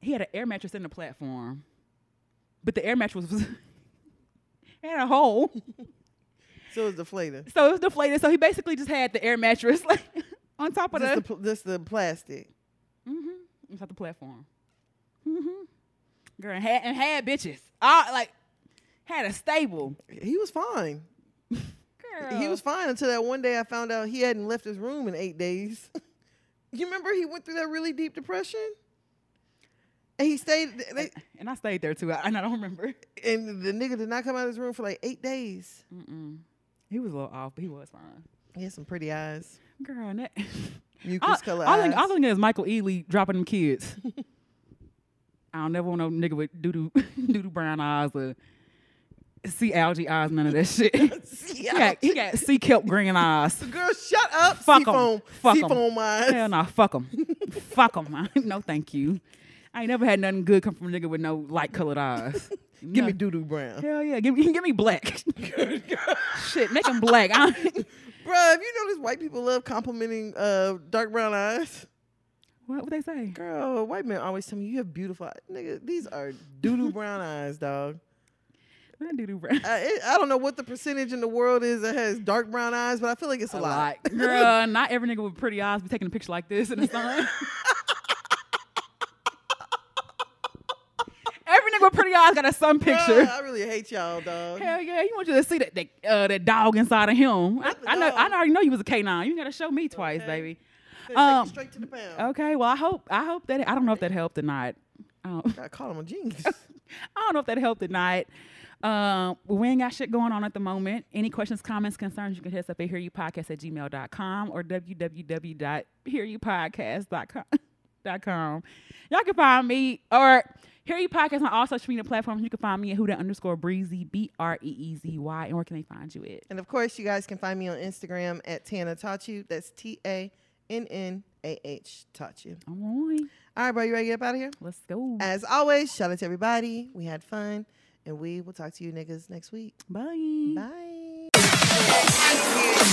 Speaker 1: He had an air mattress in the platform, but the air mattress was it had a hole,
Speaker 2: So is the flavor.
Speaker 1: so it was deflated. So he basically just had the air mattress like on top of
Speaker 2: Just
Speaker 1: the.
Speaker 2: the, pl- just the plastic.
Speaker 1: mm-hmm. It was on the platform. Mm-hmm. Girl and had and had bitches. Ah, like had a stable.
Speaker 2: He was fine.
Speaker 1: Girl,
Speaker 2: He was fine until that one day I found out he hadn't left his room in eight days. you remember he went through that really deep depression? And he stayed, th-
Speaker 1: And, and I stayed there too, I- and I don't remember.
Speaker 2: they, and the nigga did not come out of his room for like eight days.
Speaker 1: Mm-mm. He was a little off, but he was fine.
Speaker 2: He had some pretty eyes,
Speaker 1: Girl, and that.
Speaker 2: mucus
Speaker 1: I,
Speaker 2: color
Speaker 1: I
Speaker 2: eyes.
Speaker 1: think I think it's Michael Ealy dropping them kids. I don't never want no nigga with doo doo doo doo brown eyes or sea algae eyes, none of that shit. he, got, he got sea kelp green eyes.
Speaker 2: Girl, shut up.
Speaker 1: Fuck 'em.
Speaker 2: seafoam,
Speaker 1: Fuck 'em.
Speaker 2: seafoam eyes.
Speaker 1: Hell no, fuck them, fuck them. no, thank you. I ain't never had nothing good come from a nigga with no light colored eyes.
Speaker 2: Give
Speaker 1: No.
Speaker 2: me doo doo brown.
Speaker 1: Hell yeah, give me give me black. shit, make him black. I,
Speaker 2: Bruh, if you notice white people love complimenting uh, dark brown eyes.
Speaker 1: what would they say?
Speaker 2: Girl, white men always tell me you have beautiful eyes. Nigga, these are doo doo brown eyes, dog.
Speaker 1: Not doo doo brown.
Speaker 2: I, it, I don't know what the percentage in the world is that has dark brown eyes, but I feel like it's a, lot.
Speaker 1: Girl, not every nigga with pretty eyes be taking a picture like this in the sun. every nigga with pretty eyes got a sun picture.
Speaker 2: Bruh, I really hate y'all, dog.
Speaker 1: Hell yeah, you want you to see that that, uh, that dog inside of him. I,
Speaker 2: the
Speaker 1: I know I
Speaker 2: dog.
Speaker 1: already know you was a canine. You ain't gotta show me twice,
Speaker 2: Okay.
Speaker 1: baby.
Speaker 2: Take
Speaker 1: um,
Speaker 2: it straight to the pound.
Speaker 1: Okay, well I hope I hope that I don't know if that helped or not. Um,
Speaker 2: I call him a genius.
Speaker 1: I don't know if that helped or not. Um, but we ain't got shit going on at the moment. Any questions, comments, concerns, you can hit us up at hearyoupodcast at gmail.com or www.hearyoupodcast.com. dot com. Y'all can find me or hear you podcast on all social media platforms. You can find me at Huda underscore breezy, B R E E Z Y. And where can they find you at?
Speaker 2: and of course, you guys can find me on Instagram at Tana Tachu. That's T A N N A H Tachu.
Speaker 1: All right,
Speaker 2: All right, bro, you ready to get up out of here?
Speaker 1: let's go.
Speaker 2: As always, shout out to everybody. We had fun, and we will talk to you niggas next week.
Speaker 1: Bye.
Speaker 2: Bye.